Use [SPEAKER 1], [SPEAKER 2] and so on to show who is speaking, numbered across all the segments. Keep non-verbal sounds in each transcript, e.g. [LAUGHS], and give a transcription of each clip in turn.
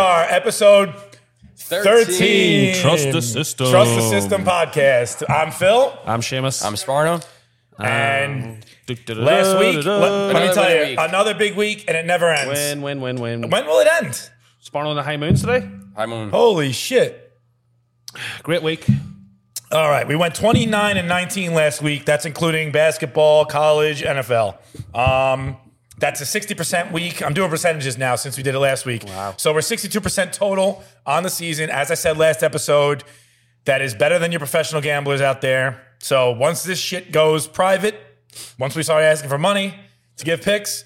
[SPEAKER 1] episode 13.
[SPEAKER 2] Trust the system.
[SPEAKER 1] Trust the System podcast. I'm Phil,
[SPEAKER 2] I'm Seamus.
[SPEAKER 3] I'm Sparno.
[SPEAKER 1] and
[SPEAKER 2] Du-du-du-du-du-du.
[SPEAKER 1] last week, let, let me
[SPEAKER 3] Another
[SPEAKER 1] tell
[SPEAKER 3] big
[SPEAKER 1] you,
[SPEAKER 3] week.
[SPEAKER 1] another big week, and it never ends.
[SPEAKER 2] Win, win, win, win.
[SPEAKER 1] When will it end?
[SPEAKER 2] Sparno and the High Moons today.
[SPEAKER 3] Hi, Moon.
[SPEAKER 1] Holy shit.
[SPEAKER 2] Great week.
[SPEAKER 1] All right, we went 29 and 19 last week. That's including basketball, college, NFL. Um, that's a 60% week. I'm doing percentages now since we did it last week. Wow. So we're 62% total on the season. As I said last episode, that is better than your professional gamblers out there. So once this shit goes private, once we start asking for money to give picks,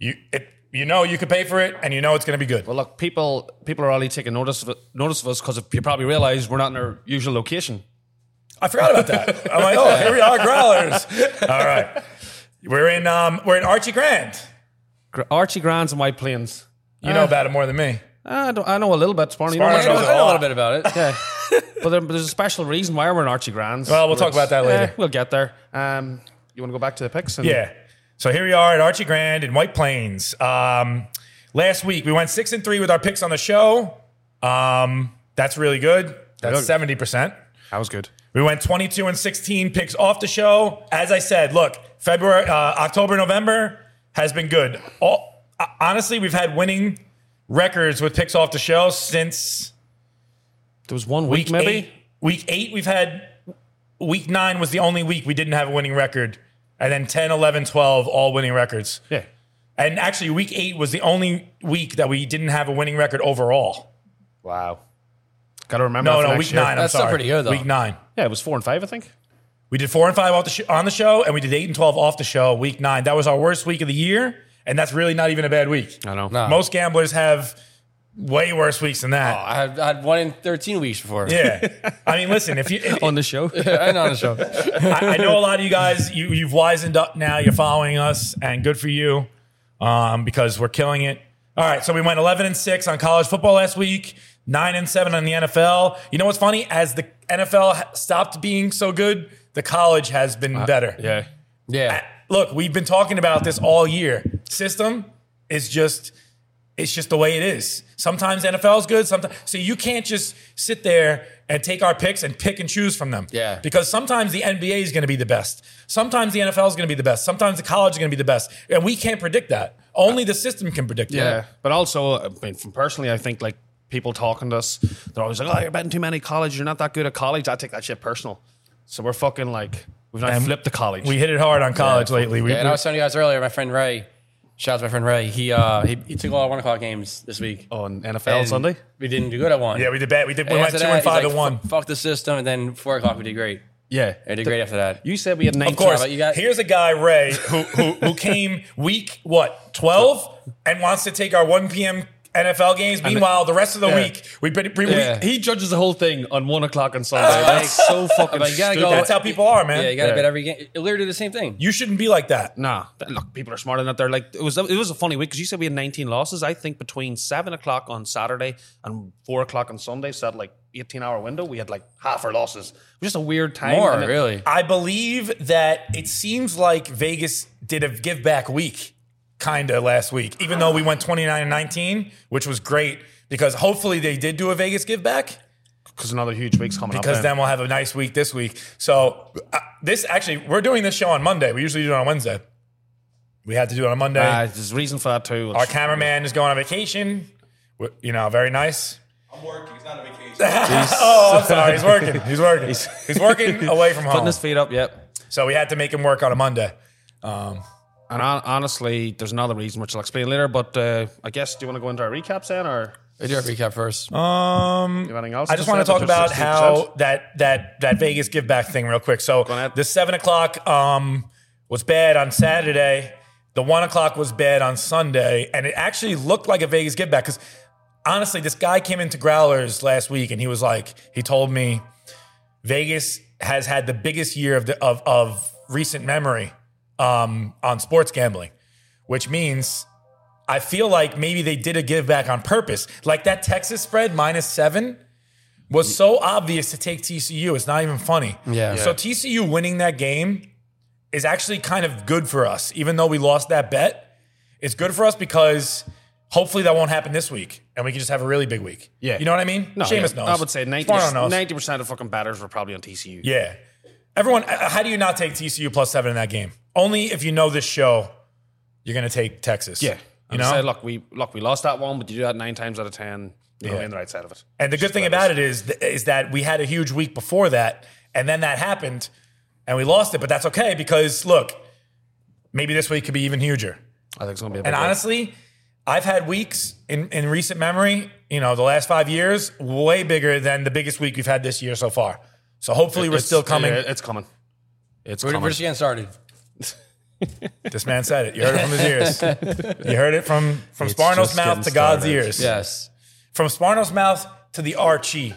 [SPEAKER 1] you it, you know you can pay for it and you know it's going to be good.
[SPEAKER 2] Well, look, people people are already taking notice of, notice of us because you probably realize we're not in our usual location.
[SPEAKER 1] I forgot about that. I'm like, oh, here we are, growlers. All right, we're in um, we're in Archie Grand.
[SPEAKER 2] Gr- Archie Grants and White Plains. Ah,
[SPEAKER 1] You know about it more than me.
[SPEAKER 2] I, don't, I know a little bit, Sparno. You know
[SPEAKER 1] Sparno
[SPEAKER 2] much
[SPEAKER 3] I know,
[SPEAKER 1] knows
[SPEAKER 2] about
[SPEAKER 3] I
[SPEAKER 2] it.
[SPEAKER 3] know a little bit about it.
[SPEAKER 2] Yeah. but there- there's a special reason why we're in Archie Grants.
[SPEAKER 1] Well, we'll talk about that later.
[SPEAKER 2] we'll get there. Um, you want to go back to the picks? And
[SPEAKER 1] Yeah. So here we are at Archie Grand in White Plains. Um, last week we went six and three with our picks on the show. Um, that's really good. That's seventy percent.
[SPEAKER 2] That was good.
[SPEAKER 1] We went 22 and 16 picks off the show. As I said, look, February, uh, October, November has been good. All, uh, honestly, we've had winning records with picks off the show since
[SPEAKER 2] There was one week,
[SPEAKER 1] week
[SPEAKER 2] maybe.
[SPEAKER 1] eight. Week eight, we've had week nine was the only week we didn't have a winning record. And then 10, 11, 12, all winning records.
[SPEAKER 2] Yeah.
[SPEAKER 1] And actually, week eight was the only week that we didn't have a winning record overall.
[SPEAKER 2] Wow. Got to remember. that
[SPEAKER 1] No,
[SPEAKER 2] for
[SPEAKER 1] no,
[SPEAKER 2] next
[SPEAKER 1] week
[SPEAKER 2] year.
[SPEAKER 1] nine. I'm
[SPEAKER 3] That's still
[SPEAKER 1] sorry.
[SPEAKER 3] pretty good, though.
[SPEAKER 1] Week nine.
[SPEAKER 2] Yeah, it was four and five, I think.
[SPEAKER 1] We did four and five off the sh- on the show, and we did eight and twelve off the show. Week nine, that was our worst week of the year, and that's really not even a bad week.
[SPEAKER 2] I know.
[SPEAKER 3] No.
[SPEAKER 1] Most gamblers have way worse weeks than that.
[SPEAKER 3] I had, I had one in 13 weeks before. [LAUGHS]
[SPEAKER 1] Yeah, I mean, listen, if you, if,
[SPEAKER 2] On the [LAUGHS] show.
[SPEAKER 3] and on the show.
[SPEAKER 1] I, I know a lot of you guys, you you've wisened up now. You're following us, and good for you, um, because we're killing it. All right, so we went 11 and six on college football last week, nine and seven on the NFL. You know what's funny? As the NFL ha- stopped being so good, the college has been better.
[SPEAKER 2] yeah.
[SPEAKER 1] [LAUGHS]
[SPEAKER 3] Yeah.
[SPEAKER 1] look, we've been talking about this all year. System is just it's just the way it is. Sometimes NFL is good, sometimes so you can't just sit there and take our picks and pick and choose from them.
[SPEAKER 3] Yeah.
[SPEAKER 1] Because sometimes the NBA is going to be the best. Sometimes the NFL is going to be the best. Sometimes the college is going to be the best. And we can't predict that. Only the system can predict
[SPEAKER 2] Yeah.
[SPEAKER 1] that.
[SPEAKER 2] But also, I mean, from personally, I think like people talking to us, they're always like, oh, you're betting too many college. You're not that good at college. I take that shit personal. So we're fucking like, we've not flipped the college.
[SPEAKER 1] We hit it hard on college lately. We,
[SPEAKER 3] Yeah, and I was telling you guys earlier, my friend Ray, shout out to my friend Ray, he, uh, he, he took all one o'clock games this week.
[SPEAKER 2] on NFL
[SPEAKER 3] And
[SPEAKER 2] Oh, Sunday.
[SPEAKER 3] We didn't do good at one.
[SPEAKER 1] yeah, we did bad. We did. We
[SPEAKER 3] And
[SPEAKER 1] went
[SPEAKER 3] after
[SPEAKER 1] two
[SPEAKER 3] that,
[SPEAKER 1] and
[SPEAKER 3] he's
[SPEAKER 1] five
[SPEAKER 3] like,
[SPEAKER 1] and one.
[SPEAKER 3] "F- Fuck the system. And then four o'clock, we did great.
[SPEAKER 2] Yeah.
[SPEAKER 3] We did great after that.
[SPEAKER 2] You said we had 19.
[SPEAKER 1] Of course.
[SPEAKER 3] about you guys?
[SPEAKER 1] Here's a guy, Ray, who, who, who came week, what, 12 and wants to take our 1 p.m. NFL games. Meanwhile, the rest of the
[SPEAKER 2] Yeah.
[SPEAKER 1] week, we, we, we
[SPEAKER 3] Yeah.
[SPEAKER 2] He judges the whole thing on one o'clock on [LAUGHS] Sunday. That's so fucking
[SPEAKER 3] But you gotta go-
[SPEAKER 2] stupid.
[SPEAKER 1] that's how people are, man.
[SPEAKER 3] Yeah, you got to
[SPEAKER 2] Yeah.
[SPEAKER 3] bet every game. It literally did the same thing.
[SPEAKER 1] you shouldn't be like that.
[SPEAKER 2] Nah, th- look, people are smarter than that. They're like, it was it was a funny week because you said we had 19 losses. I think between seven o'clock on Saturday and four o'clock on Sunday, so that like 18 hour window, we had like half our losses. It was just a weird time.
[SPEAKER 3] More,
[SPEAKER 2] And it-
[SPEAKER 3] really.
[SPEAKER 1] I believe that it seems like Vegas did a give back week, kind of last week, even though we went 29 and 19, which was great because hopefully they did do a Vegas give back.
[SPEAKER 2] because another huge week's coming
[SPEAKER 1] because
[SPEAKER 2] up.
[SPEAKER 1] then we'll have a nice week this week. So uh, this actually, we're doing this show on Monday. We usually do it on Wednesday. We had to do it on Monday.
[SPEAKER 2] uh, there's a reason for that too.
[SPEAKER 1] Our cameraman is going on vacation. We're- You know, very nice.
[SPEAKER 4] I'm working. It's not a
[SPEAKER 1] [LAUGHS]
[SPEAKER 4] vacation.
[SPEAKER 1] Oh, I'm sorry. He's working. He's
[SPEAKER 2] [LAUGHS]
[SPEAKER 1] working. He's, working away from
[SPEAKER 2] putting
[SPEAKER 1] home.
[SPEAKER 2] his feet up. Yep.
[SPEAKER 1] So we had to make him work on a Monday. Um,
[SPEAKER 2] And hon- honestly, there's another reason which I'll explain later. But uh, I guess do you want to go into our recaps then, or
[SPEAKER 3] We do a recap first.
[SPEAKER 1] Um,
[SPEAKER 2] you have anything else?
[SPEAKER 1] I just want to
[SPEAKER 2] say
[SPEAKER 1] talk about
[SPEAKER 2] 16%?
[SPEAKER 1] how that that that Vegas give back thing real quick. So
[SPEAKER 2] ahead.
[SPEAKER 1] the seven o'clock um, was bad on Saturday. The one o'clock was bad on Sunday, and it actually looked like a Vegas give back because honestly, this guy came into Growlers last week and he was like, he told me Vegas has had the biggest year of the, of, of recent memory um, on sports gambling, which means I feel like maybe they did a give back on purpose. Like that Texas spread minus seven was so obvious to take TCU. It's not even funny.
[SPEAKER 3] Yeah.
[SPEAKER 1] So TCU winning that game is actually kind of good for us, even though we lost that bet. It's good for us because Hopefully that won't happen this week, and we can just have a really big week.
[SPEAKER 2] Yeah.
[SPEAKER 1] you know what I mean.
[SPEAKER 2] No,
[SPEAKER 1] Seamus
[SPEAKER 2] Oh, yeah.
[SPEAKER 1] knows.
[SPEAKER 2] I would say
[SPEAKER 1] Smarno
[SPEAKER 2] 90,
[SPEAKER 1] knows.
[SPEAKER 2] 90% of fucking batters were probably on TCU.
[SPEAKER 1] Yeah. Everyone, uh, how do you not take TCU plus seven in that game? Only if you know this show, you're going to take Texas.
[SPEAKER 2] Yeah.
[SPEAKER 1] You
[SPEAKER 2] You know? Say,
[SPEAKER 1] know?
[SPEAKER 2] look, we look, we lost that one, but you do that nine times out of ten. You're
[SPEAKER 1] Yeah.
[SPEAKER 2] yeah. on the right side of it.
[SPEAKER 1] And the good thing about it is, th- is that we had a huge week before that, and then that happened, and we lost it. But that's okay because, look, maybe this week could be even huger.
[SPEAKER 2] I think it's gonna be a big
[SPEAKER 1] And
[SPEAKER 2] one.
[SPEAKER 1] honestly, I've had weeks in, in recent memory, you know, the last five years, way bigger than the biggest week we've had this year so far. So hopefully we're
[SPEAKER 2] It's-
[SPEAKER 1] still coming.
[SPEAKER 2] yeah, it's coming. It's
[SPEAKER 3] We're,
[SPEAKER 2] coming.
[SPEAKER 3] we're just getting started.
[SPEAKER 1] This man said it. You heard it from his ears. You heard it from from Sparno's
[SPEAKER 2] just
[SPEAKER 1] mouth to
[SPEAKER 2] getting
[SPEAKER 1] God's
[SPEAKER 2] started.
[SPEAKER 1] ears.
[SPEAKER 3] Yes.
[SPEAKER 1] From Sparno's mouth to the Archie.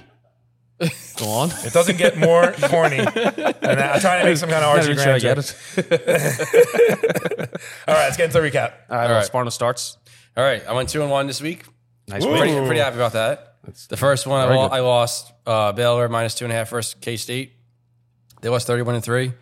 [SPEAKER 2] Go [LAUGHS] on.
[SPEAKER 1] It doesn't get more corny. And I'm trying to make some kind of Archie Graham joke.
[SPEAKER 2] it.
[SPEAKER 1] All right, let's get into the recap.
[SPEAKER 2] All right, well,
[SPEAKER 3] right.
[SPEAKER 2] Sparno starts.
[SPEAKER 3] All right. I went two and one this week.
[SPEAKER 2] Nice
[SPEAKER 1] Ooh.
[SPEAKER 2] week.
[SPEAKER 1] Ooh.
[SPEAKER 3] Pretty, pretty happy about that. the first one I,
[SPEAKER 2] Very
[SPEAKER 3] lo-
[SPEAKER 2] good.
[SPEAKER 3] I lost uh, Baylor minus two and a half versus K State. They lost thirty-one and three.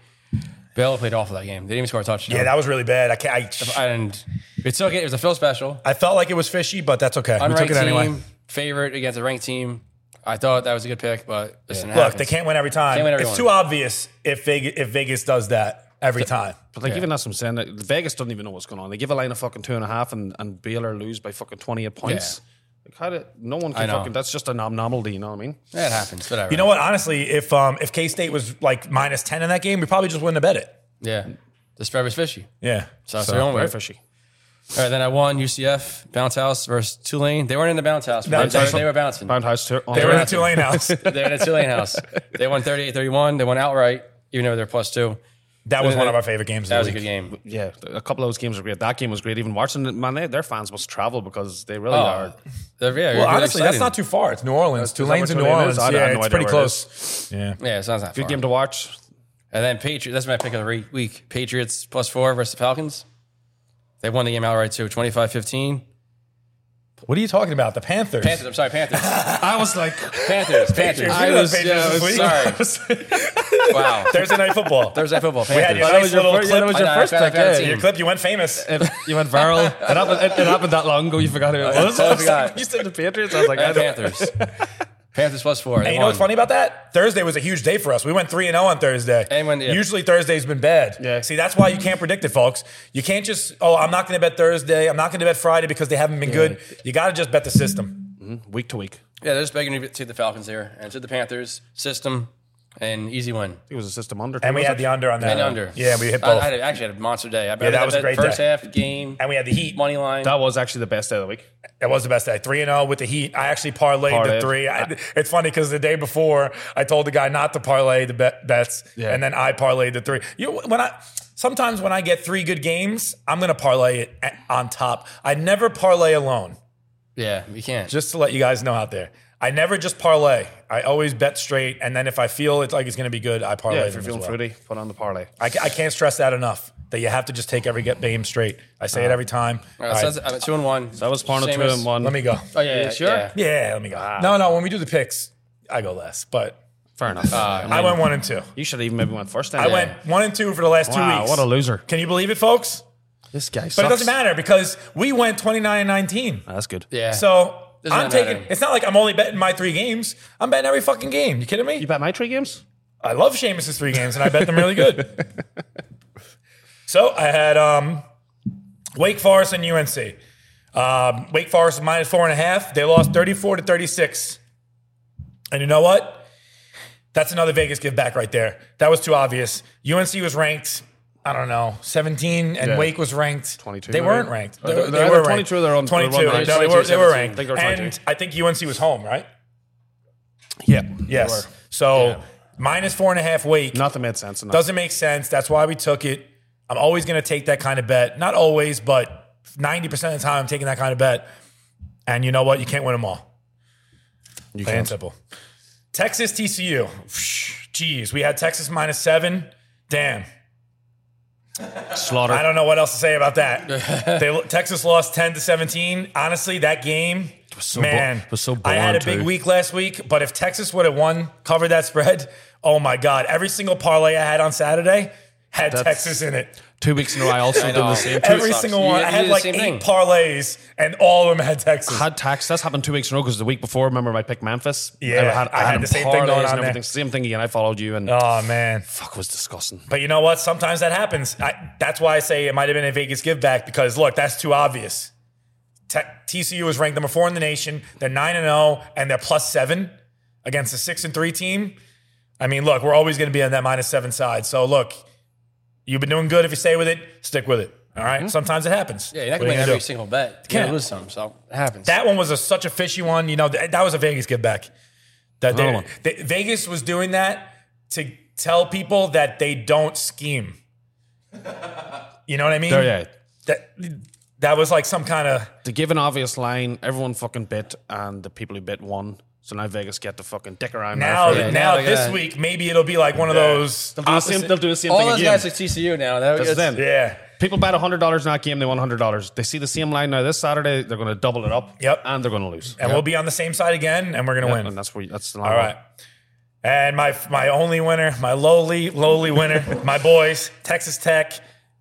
[SPEAKER 3] Baylor played awful that game. They didn't even score a touchdown.
[SPEAKER 1] Yeah, that was really bad. I can't, I,
[SPEAKER 3] and it's okay. It was a Phil special.
[SPEAKER 1] I felt like it was fishy, but that's okay. we
[SPEAKER 3] Unranked
[SPEAKER 1] took it anyway.
[SPEAKER 3] team favorite against a ranked team. I thought that was a good pick, but listen, it
[SPEAKER 1] Look,
[SPEAKER 3] happens.
[SPEAKER 1] they can't win every time.
[SPEAKER 3] Can't win every
[SPEAKER 1] it's
[SPEAKER 3] one.
[SPEAKER 1] too obvious if Vegas, if Vegas does that every time.
[SPEAKER 2] But like even that's what I'm saying. Like, Vegas doesn't even know what's going on. They give a line of fucking two and a half, and and Baylor lose by fucking twenty eight points. Like how did no one
[SPEAKER 3] I
[SPEAKER 2] can
[SPEAKER 3] know.
[SPEAKER 2] fucking? That's just an anomaly. You know what I mean?
[SPEAKER 3] That happens. Whatever.
[SPEAKER 1] You know what? Honestly, if um, if K State was like minus ten in that game, we probably just wouldn't have bet it.
[SPEAKER 3] Yeah. The spread was fishy.
[SPEAKER 1] Yeah.
[SPEAKER 3] So, that's their own
[SPEAKER 2] Very
[SPEAKER 3] way.
[SPEAKER 2] fishy.
[SPEAKER 3] All right, then I won UCF bounce house versus Tulane. They weren't in the bounce house.
[SPEAKER 1] No,
[SPEAKER 3] but they,
[SPEAKER 1] that's-
[SPEAKER 3] they were bouncing.
[SPEAKER 2] Bound house. Two,
[SPEAKER 1] They were in the Tulane
[SPEAKER 3] [LAUGHS]
[SPEAKER 1] house.
[SPEAKER 3] they were in the Tulane house. They won 38-31. They won outright, even though they're plus two.
[SPEAKER 1] That was one of our favorite games.
[SPEAKER 3] That
[SPEAKER 1] of
[SPEAKER 3] was
[SPEAKER 1] the
[SPEAKER 3] a
[SPEAKER 1] week.
[SPEAKER 3] good game.
[SPEAKER 2] Yeah, a couple of those games were great. That game was great. Even watching it, man, they, their fans must travel because they really
[SPEAKER 3] Oh,
[SPEAKER 2] are.
[SPEAKER 3] they're- yeah, really
[SPEAKER 1] Well, honestly, that's
[SPEAKER 3] exciting.
[SPEAKER 1] not too far. It's New Orleans.
[SPEAKER 2] that
[SPEAKER 1] Tulane's
[SPEAKER 2] where
[SPEAKER 1] in New
[SPEAKER 2] Tulane
[SPEAKER 1] Orleans.
[SPEAKER 2] is? I
[SPEAKER 1] yeah,
[SPEAKER 2] have no
[SPEAKER 1] it's
[SPEAKER 2] idea
[SPEAKER 1] pretty
[SPEAKER 2] where it
[SPEAKER 1] close. yeah.
[SPEAKER 3] Yeah, it's not that
[SPEAKER 2] Good
[SPEAKER 3] far.
[SPEAKER 2] game to watch.
[SPEAKER 3] And then Patriots. That's my pick of the re- week. Patriots plus four versus the Falcons. They won the game outright too, 25-15.
[SPEAKER 1] What are you talking about? The Panthers.
[SPEAKER 3] Panthers. I'm sorry, [LAUGHS] Panthers.
[SPEAKER 2] I was like,
[SPEAKER 3] Panthers. Panthers.
[SPEAKER 1] I was- Patriots yeah, I was- this week. [LAUGHS]
[SPEAKER 3] sorry. wow.
[SPEAKER 1] Thursday night football.
[SPEAKER 3] Thursday football.
[SPEAKER 1] we had
[SPEAKER 3] Panthers.
[SPEAKER 1] your nice little clip.
[SPEAKER 3] was your I know, first I found- pick, I found yeah. a team.
[SPEAKER 1] Your clip. You went famous.
[SPEAKER 2] you went viral. [LAUGHS]
[SPEAKER 3] [LAUGHS]
[SPEAKER 2] It happened, it, it happened that long ago. You forgot who it was.
[SPEAKER 3] totally
[SPEAKER 2] [LAUGHS] I was like,
[SPEAKER 3] forgot.
[SPEAKER 2] you said the Patriots. I was like, I
[SPEAKER 3] And
[SPEAKER 2] don't.
[SPEAKER 3] Panthers. Panthers plus four. They
[SPEAKER 1] And you know what's
[SPEAKER 3] won.
[SPEAKER 1] funny about that? Thursday was a huge day for us. We went 3 and 0 on Thursday.
[SPEAKER 3] And when- yeah.
[SPEAKER 1] Usually Thursday's been bad.
[SPEAKER 2] Yeah.
[SPEAKER 1] See, that's why you can't predict it, folks. You can't just, oh, I'm not going to bet Thursday. I'm not going to bet Friday because they haven't been good. You got to just bet the system.
[SPEAKER 2] Week to week,
[SPEAKER 3] Yeah, they're just begging to to the Falcons there and to the Panthers system and easy win.
[SPEAKER 2] it was a system under.
[SPEAKER 1] And we
[SPEAKER 2] was
[SPEAKER 1] had
[SPEAKER 2] it?
[SPEAKER 1] the under on that.
[SPEAKER 3] And under.
[SPEAKER 1] Yeah, we hit
[SPEAKER 3] Uh, I-
[SPEAKER 1] both.
[SPEAKER 3] I, had a, actually had a monster day. I bet
[SPEAKER 1] that
[SPEAKER 3] I
[SPEAKER 1] was a
[SPEAKER 3] bet
[SPEAKER 1] great
[SPEAKER 3] first
[SPEAKER 1] day.
[SPEAKER 3] half game
[SPEAKER 1] and we had the Heat.
[SPEAKER 3] money line.
[SPEAKER 2] that was actually the best day of the week.
[SPEAKER 1] That was the best day. Three and zero with the Heat. I actually parlayed the
[SPEAKER 2] Parlayed.
[SPEAKER 1] three. I, it's funny because the day before I told the guy not to parlay the bet, bets,
[SPEAKER 2] Yeah.
[SPEAKER 1] and then I parlayed the three. You know, when I sometimes when I get three good games, I'm gonna parlay it a- on top. I never parlay alone.
[SPEAKER 3] Yeah, we can't.
[SPEAKER 1] Just to let you guys know out there, I never just parlay. I always bet straight, and then if I feel it's like it's gonna be good, I parlay.
[SPEAKER 2] Yeah,
[SPEAKER 1] them
[SPEAKER 2] if you're
[SPEAKER 1] as
[SPEAKER 2] feeling
[SPEAKER 1] well.
[SPEAKER 2] fruity, put on the parlay.
[SPEAKER 1] I, ca- I can't stress that enough. That you have to just take every get- game straight. I
[SPEAKER 2] Uh-huh.
[SPEAKER 1] say it every time.
[SPEAKER 3] All
[SPEAKER 1] All
[SPEAKER 3] right,
[SPEAKER 1] right,
[SPEAKER 3] so that's- I'm at uh, two and one.
[SPEAKER 2] That was Parno two and one.
[SPEAKER 1] let me go.
[SPEAKER 3] Oh yeah,
[SPEAKER 2] Yeah,
[SPEAKER 3] yeah
[SPEAKER 2] sure.
[SPEAKER 3] Yeah.
[SPEAKER 1] Yeah, let me go. No, no. When we do the picks, I go less, but
[SPEAKER 2] Fair enough.
[SPEAKER 3] Uh,
[SPEAKER 1] I went one and two.
[SPEAKER 2] you should have even maybe went first. Then.
[SPEAKER 1] I went one and two for the last two
[SPEAKER 2] Wow,
[SPEAKER 1] weeks.
[SPEAKER 2] what a loser!
[SPEAKER 1] Can you believe it, folks?
[SPEAKER 2] This guy. Sucks.
[SPEAKER 1] But it doesn't matter because we went 29 and 19.
[SPEAKER 2] Ah, that's good.
[SPEAKER 3] Yeah.
[SPEAKER 1] So
[SPEAKER 3] Doesn't
[SPEAKER 1] I'm
[SPEAKER 3] matter.
[SPEAKER 1] taking, it's not like I'm only betting my three games. I'm betting every fucking game. You kidding me?
[SPEAKER 2] You bet my three games.
[SPEAKER 1] I love Seamus' three games and I bet them really good.
[SPEAKER 2] [LAUGHS]
[SPEAKER 1] so I had um, Wake Forest and UNC. Um, Wake Forest was minus four and a half. They lost 34 to 36. And you know what? That's another Vegas give back right there. That was too obvious. UNC was ranked, I don't know, 17, and
[SPEAKER 2] Yeah.
[SPEAKER 1] Wake was ranked
[SPEAKER 2] 22,
[SPEAKER 1] They
[SPEAKER 2] right?
[SPEAKER 1] weren't ranked.
[SPEAKER 2] Or they're either 22 or they're on- they're on
[SPEAKER 1] 22. No,
[SPEAKER 2] ranked.
[SPEAKER 1] they were, they were
[SPEAKER 3] 17.
[SPEAKER 1] ranked.
[SPEAKER 2] I think they were 22.
[SPEAKER 1] and I think UNC was home, right?
[SPEAKER 2] Yeah.
[SPEAKER 1] Yes. So minus four and a half Wake.
[SPEAKER 2] Nothing made sense. Enough.
[SPEAKER 1] Doesn't make sense. That's why we took it. I'm always going to take that kind of bet. Not always, but 90% of the time, I'm taking that kind of bet. And you know what? You can't win them all.
[SPEAKER 2] You
[SPEAKER 1] Plain and simple. Texas TCU. Psh, Jeez, we had Texas minus seven. Damn.
[SPEAKER 2] slaughter.
[SPEAKER 1] I don't know what else to say about
[SPEAKER 2] [LAUGHS]
[SPEAKER 1] that. they, Texas lost 10 to 17. Honestly, that game,
[SPEAKER 2] so
[SPEAKER 1] man,
[SPEAKER 2] bo- it was so
[SPEAKER 1] I had a big
[SPEAKER 2] boring, too.
[SPEAKER 1] week last week, but if Texas would have won, covered that spread, oh my God, every single parlay I had on Saturday had
[SPEAKER 2] That's-
[SPEAKER 1] Texas in it.
[SPEAKER 2] Two weeks in a row, I also did
[SPEAKER 3] know.
[SPEAKER 2] the same. Two
[SPEAKER 1] Every
[SPEAKER 3] sucks.
[SPEAKER 1] single
[SPEAKER 3] You-
[SPEAKER 1] one.
[SPEAKER 3] you
[SPEAKER 1] I
[SPEAKER 3] do
[SPEAKER 1] had
[SPEAKER 3] the
[SPEAKER 1] like
[SPEAKER 3] same
[SPEAKER 1] eight
[SPEAKER 3] thing.
[SPEAKER 1] parlays, and all of them had Texas.
[SPEAKER 2] had tax. That's happened two weeks in a row because the week before, remember when I picked Memphis?
[SPEAKER 1] Yeah, I had
[SPEAKER 2] them
[SPEAKER 1] the same thing going
[SPEAKER 2] parlays
[SPEAKER 1] on
[SPEAKER 2] and
[SPEAKER 1] there.
[SPEAKER 2] everything. Same thing again. I followed you and
[SPEAKER 1] oh man.
[SPEAKER 2] fuck it was disgusting.
[SPEAKER 1] But you know what? Sometimes that happens. I, that's why I say it might have been a Vegas give back because look, that's too obvious. Te- TCU is ranked number four in the nation. They're nine and zero, and they're plus seven against a six and three team. I mean, look, we're always going to be on that minus seven side. So look, you've been doing good. If you stay with it, stick with it. All right? Sometimes it happens.
[SPEAKER 3] Mm-hmm. Yeah, you're not
[SPEAKER 1] What
[SPEAKER 3] gonna
[SPEAKER 1] are
[SPEAKER 3] win
[SPEAKER 1] you gonna
[SPEAKER 3] every
[SPEAKER 1] do?
[SPEAKER 3] single bet.
[SPEAKER 1] Can't.
[SPEAKER 3] Can't lose some, so it happens.
[SPEAKER 1] That one was a, such a fishy one. You know, th- that was a Vegas give back. That
[SPEAKER 2] Another
[SPEAKER 1] they,
[SPEAKER 2] one.
[SPEAKER 1] they- Vegas was doing that to tell people that they don't scheme. You know what I mean?
[SPEAKER 2] There, oh, yeah.
[SPEAKER 1] That that was like some kind of
[SPEAKER 2] To give an obvious line, everyone fucking bit, and the people who bit won. So now Vegas get to fucking dick around.
[SPEAKER 1] now
[SPEAKER 2] there for-
[SPEAKER 3] yeah,
[SPEAKER 1] now
[SPEAKER 3] now they
[SPEAKER 1] this
[SPEAKER 3] gotta-
[SPEAKER 1] week maybe it'll be like one of those
[SPEAKER 2] They'll do the same, they'll do the same
[SPEAKER 3] All
[SPEAKER 2] thing
[SPEAKER 3] those
[SPEAKER 2] again.
[SPEAKER 3] guys at TCU now. That,
[SPEAKER 2] That's
[SPEAKER 3] it's,
[SPEAKER 2] them.
[SPEAKER 1] yeah
[SPEAKER 2] People bet hundred dollars in that game, they won hundred dollars. They see the same line now this Saturday, they're going to double it up.
[SPEAKER 1] Yep.
[SPEAKER 2] and they're going to lose.
[SPEAKER 1] and we'll be on the same side again and we're gonna win.
[SPEAKER 2] and that's where you, that's the
[SPEAKER 1] All right. And my my only winner, my lowly lowly [LAUGHS] winner, my boys, Texas Tech.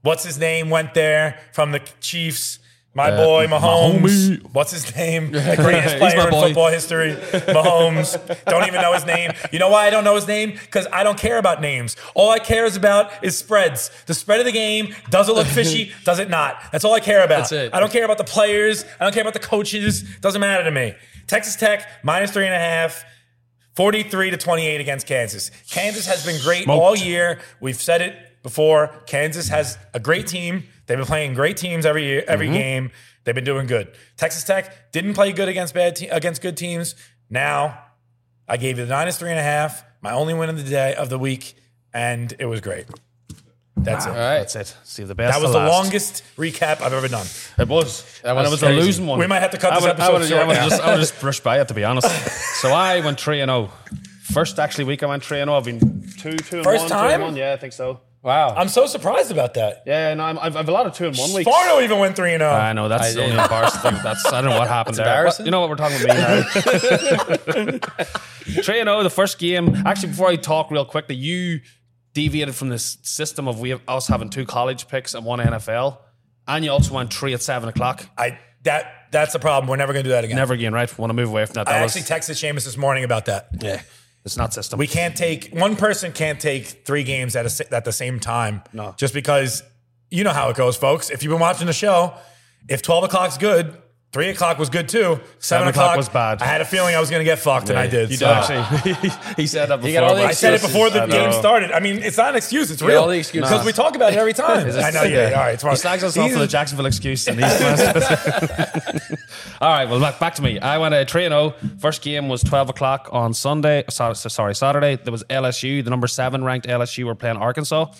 [SPEAKER 1] What's his name went there from the Chiefs? My boy Uh, Mahomes.
[SPEAKER 2] Mahomie.
[SPEAKER 1] What's his name? The [LAUGHS] greatest
[SPEAKER 3] He's
[SPEAKER 1] player
[SPEAKER 3] my
[SPEAKER 1] in
[SPEAKER 3] boy.
[SPEAKER 1] football history. Mahomes. don't even know his name. You know why I don't know his name? Because I don't care about names. All I care is about is spreads. The spread of the game. Does it look [LAUGHS] fishy? Does it not? That's all I care about.
[SPEAKER 3] That's it.
[SPEAKER 1] I don't care about the players. I don't care about the coaches. Doesn't matter to me. Texas Tech minus three and a half. 43 to 28 against Kansas. Kansas has been great all year. We've said it before. Kansas has a great team. They've been playing great teams every year, every
[SPEAKER 2] Mm-hmm.
[SPEAKER 1] game. They've been doing good. Texas Tech didn't play good against bad te- against good teams. Now I gave you the minus three and a half, my only win of the day of the week, and it was great. That's
[SPEAKER 3] all
[SPEAKER 1] it.
[SPEAKER 3] right.
[SPEAKER 2] That's it. See the best.
[SPEAKER 1] That was
[SPEAKER 2] to
[SPEAKER 1] the
[SPEAKER 2] last.
[SPEAKER 1] longest recap I've ever done.
[SPEAKER 2] It was.
[SPEAKER 3] That
[SPEAKER 2] and
[SPEAKER 3] was
[SPEAKER 2] it was
[SPEAKER 3] crazy.
[SPEAKER 2] a losing one.
[SPEAKER 1] We might have to cut
[SPEAKER 2] I
[SPEAKER 1] this
[SPEAKER 2] would, I
[SPEAKER 1] episode
[SPEAKER 2] would, yeah, I
[SPEAKER 1] short
[SPEAKER 2] would
[SPEAKER 1] now.
[SPEAKER 2] just, I would
[SPEAKER 1] [LAUGHS]
[SPEAKER 2] just brush by it, to be honest. So I went 3 and 0. First actually week I went 3 and 0. I've been 2 2 and
[SPEAKER 1] First
[SPEAKER 2] 1.
[SPEAKER 1] time?
[SPEAKER 2] 2 and 1. Yeah, I think so.
[SPEAKER 3] Wow.
[SPEAKER 1] I'm so surprised about that.
[SPEAKER 2] Yeah, no, I'm, I've, I've a lot of 2 and 1 weeks.
[SPEAKER 1] Sparno even went three and oh. zero.
[SPEAKER 2] I know that's
[SPEAKER 3] I
[SPEAKER 2] the only
[SPEAKER 3] did.
[SPEAKER 2] embarrassing thing. That's I don't know what happened there.
[SPEAKER 3] embarrassing?
[SPEAKER 2] But you know what we're talking about now.
[SPEAKER 3] [LAUGHS]
[SPEAKER 2] Trey and O, the first game. Actually, before I talk real quickly, you deviated from this system of we have, us having two college picks and one NFL, and you also went three at seven o'clock.
[SPEAKER 1] I that that's the problem. We're never going to do that again.
[SPEAKER 2] Never again, right? Want to move away from that? That
[SPEAKER 1] I
[SPEAKER 2] was,
[SPEAKER 1] actually texted Seamus this morning about that.
[SPEAKER 2] yeah, it's not system.
[SPEAKER 1] We can't take one person can't take three games at a, si- at the same time.
[SPEAKER 2] No.
[SPEAKER 1] just because you know how it goes, folks. If you've been watching the show, if twelve o'clock's good, three o'clock was good too. Seven,
[SPEAKER 2] o'clock was bad.
[SPEAKER 1] I had a feeling I was going to get fucked, and I did.
[SPEAKER 2] You
[SPEAKER 1] so.
[SPEAKER 2] actually. [LAUGHS] he said that before.
[SPEAKER 3] got all the
[SPEAKER 2] but-
[SPEAKER 1] I said it before the
[SPEAKER 2] I know.
[SPEAKER 1] game started. I mean, it's not an excuse. It's
[SPEAKER 3] all
[SPEAKER 1] real.
[SPEAKER 3] the excuses.
[SPEAKER 1] Because we talk about it
[SPEAKER 2] [LAUGHS]
[SPEAKER 1] every time. I know. Yeah. All right. It's
[SPEAKER 2] He slags us off for the Jacksonville excuse.
[SPEAKER 1] [LAUGHS]
[SPEAKER 2] And he's all right, well, back, back to me. I went uh, to 3 0. oh. First game was 12 o'clock on Sunday. Sorry, sorry, Saturday. There was LSU, the number seven ranked LSU were playing Arkansas.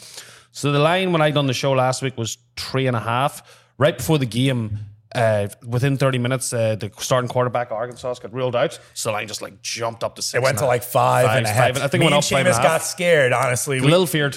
[SPEAKER 2] So the line when I done the show last week was three and a half. Right before the game, uh, within 30 minutes, uh, the starting quarterback of Arkansas got ruled out. So the line just like jumped up to six.
[SPEAKER 1] It went
[SPEAKER 2] and [LAUGHS]
[SPEAKER 1] to
[SPEAKER 2] a-
[SPEAKER 1] like five, and a
[SPEAKER 2] Five,
[SPEAKER 1] half.
[SPEAKER 2] five, and I think it
[SPEAKER 1] Me
[SPEAKER 2] went
[SPEAKER 1] and
[SPEAKER 2] up five and a
[SPEAKER 1] Seamus
[SPEAKER 2] half.
[SPEAKER 1] got scared. Honestly,
[SPEAKER 2] a
[SPEAKER 1] we,
[SPEAKER 2] little feared.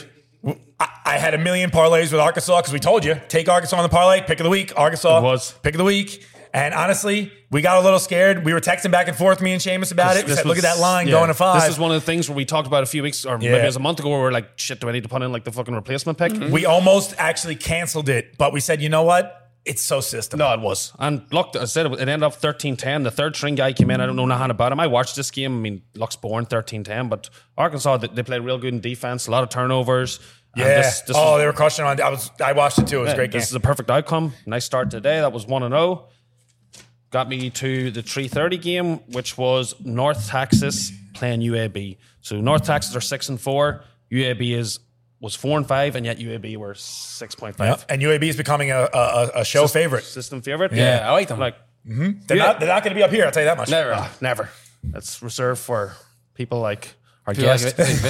[SPEAKER 1] I, I had a million parlays with Arkansas because we told you take Arkansas on the parlay, pick of the week, Arkansas
[SPEAKER 2] It was.
[SPEAKER 1] pick of the week. And honestly, we got a little scared. We were texting back and forth, me and Seamus about it. We
[SPEAKER 2] This
[SPEAKER 1] said, "Look
[SPEAKER 2] was-
[SPEAKER 1] at that line
[SPEAKER 2] yeah.
[SPEAKER 1] going to five.
[SPEAKER 2] This is one of the things where we talked about a few weeks, or maybe
[SPEAKER 1] Yeah.
[SPEAKER 2] it was a month ago, where we're like, shit, do I need to put in like the fucking replacement pick?
[SPEAKER 1] we almost actually canceled it, but we said, you know what? It's so system.
[SPEAKER 2] No, it was. And Luck, I said it, was- it ended up 13 10. The third string guy came in. I don't know nothing about him. I watched this game. I mean, Luck's born 13 10, but Arkansas, they, they played real good in defense, a lot of turnovers. And
[SPEAKER 1] yeah.
[SPEAKER 2] this- this
[SPEAKER 1] oh,
[SPEAKER 2] was-
[SPEAKER 1] they were crushing on. I was. I watched it too. It was a great game.
[SPEAKER 2] This is a perfect outcome. Nice start today. That was 1 and 0. Got me to the 3:30 game, which was North Texas playing UAB. So North Texas are 6 and 4. UAB is was 4 and 5 and yet UAB were 6.5.
[SPEAKER 1] Yeah. And UAB is becoming a, a, a- a show favorite.
[SPEAKER 2] System favorite.
[SPEAKER 3] Yeah, I like them.
[SPEAKER 2] Like
[SPEAKER 1] They're not. They're not going to be up here. I'll tell you that much.
[SPEAKER 3] Never.
[SPEAKER 2] ah, never. That's reserved for people like our
[SPEAKER 3] You like
[SPEAKER 2] guest.
[SPEAKER 3] it,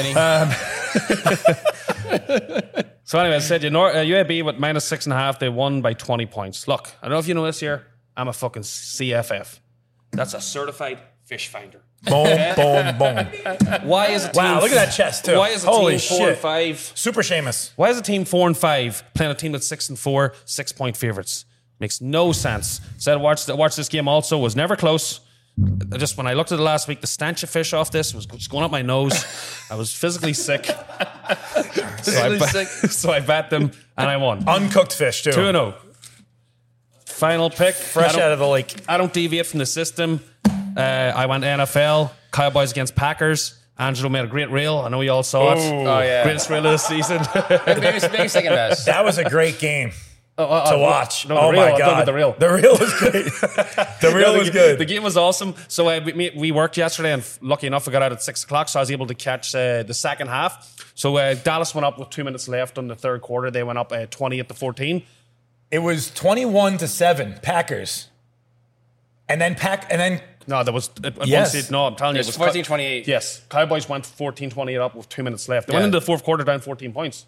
[SPEAKER 3] [LAUGHS] Vinny?
[SPEAKER 2] So anyway, I said you know, uh, UAB with minus six and a half, they won by twenty points. Look, I don't know if you know this year. I'm a fucking CFF. That's a certified fish finder.
[SPEAKER 1] boom,
[SPEAKER 2] [LAUGHS]
[SPEAKER 1] boom, boom.
[SPEAKER 2] Why is a team
[SPEAKER 1] Wow, look at that chest, too.
[SPEAKER 2] Why is a
[SPEAKER 1] Holy
[SPEAKER 2] team four and
[SPEAKER 1] shit.
[SPEAKER 2] five?
[SPEAKER 1] Super Seamus.
[SPEAKER 2] Why is a team four and five playing a team that's six and four, six point favorites? Makes no sense. Said watch watch this game. Also was never close. I just when I looked at it last week, the stench of fish off this was just going up my nose. I was physically
[SPEAKER 1] [LAUGHS]
[SPEAKER 2] sick. so, I
[SPEAKER 3] Physically
[SPEAKER 2] bet,
[SPEAKER 3] sick.
[SPEAKER 2] [LAUGHS] so I bet them and I won.
[SPEAKER 1] Uncooked fish too.
[SPEAKER 2] 2 0. Final pick.
[SPEAKER 1] Fresh out of the lake.
[SPEAKER 2] I don't deviate from the system. Uh, I went NFL, Cowboys against Packers. Angelo made a great reel. I know you all saw it.
[SPEAKER 3] Oh, yeah.
[SPEAKER 2] Greatest reel of
[SPEAKER 1] [LAUGHS]
[SPEAKER 2] the season. [LAUGHS]
[SPEAKER 3] Maybe, maybe second best.
[SPEAKER 1] That was a great game to watch.
[SPEAKER 2] Uh, no, the
[SPEAKER 1] oh
[SPEAKER 2] real.
[SPEAKER 1] my
[SPEAKER 2] I thought about
[SPEAKER 1] god,
[SPEAKER 2] the real. [LAUGHS]
[SPEAKER 1] The real was great. the real
[SPEAKER 2] the,
[SPEAKER 1] was
[SPEAKER 2] ga-
[SPEAKER 1] good.
[SPEAKER 2] The game was awesome. So uh, we, me- we worked yesterday, and f- lucky enough, I got out at six o'clock, so I was able to catch uh, the second half. So uh, Dallas went up with two minutes left on the third quarter. They went up uh, twenty-eight to fourteen.
[SPEAKER 1] it was twenty-one to seven Packers, and then pack and then
[SPEAKER 2] No, that was it, it
[SPEAKER 1] Yes.
[SPEAKER 2] once it- no, I'm telling you,
[SPEAKER 3] It's
[SPEAKER 2] it was
[SPEAKER 3] 14-28.
[SPEAKER 2] Yes, Cowboys went 14-28 up with two minutes left. They
[SPEAKER 3] Yeah.
[SPEAKER 2] went into the fourth quarter down fourteen points.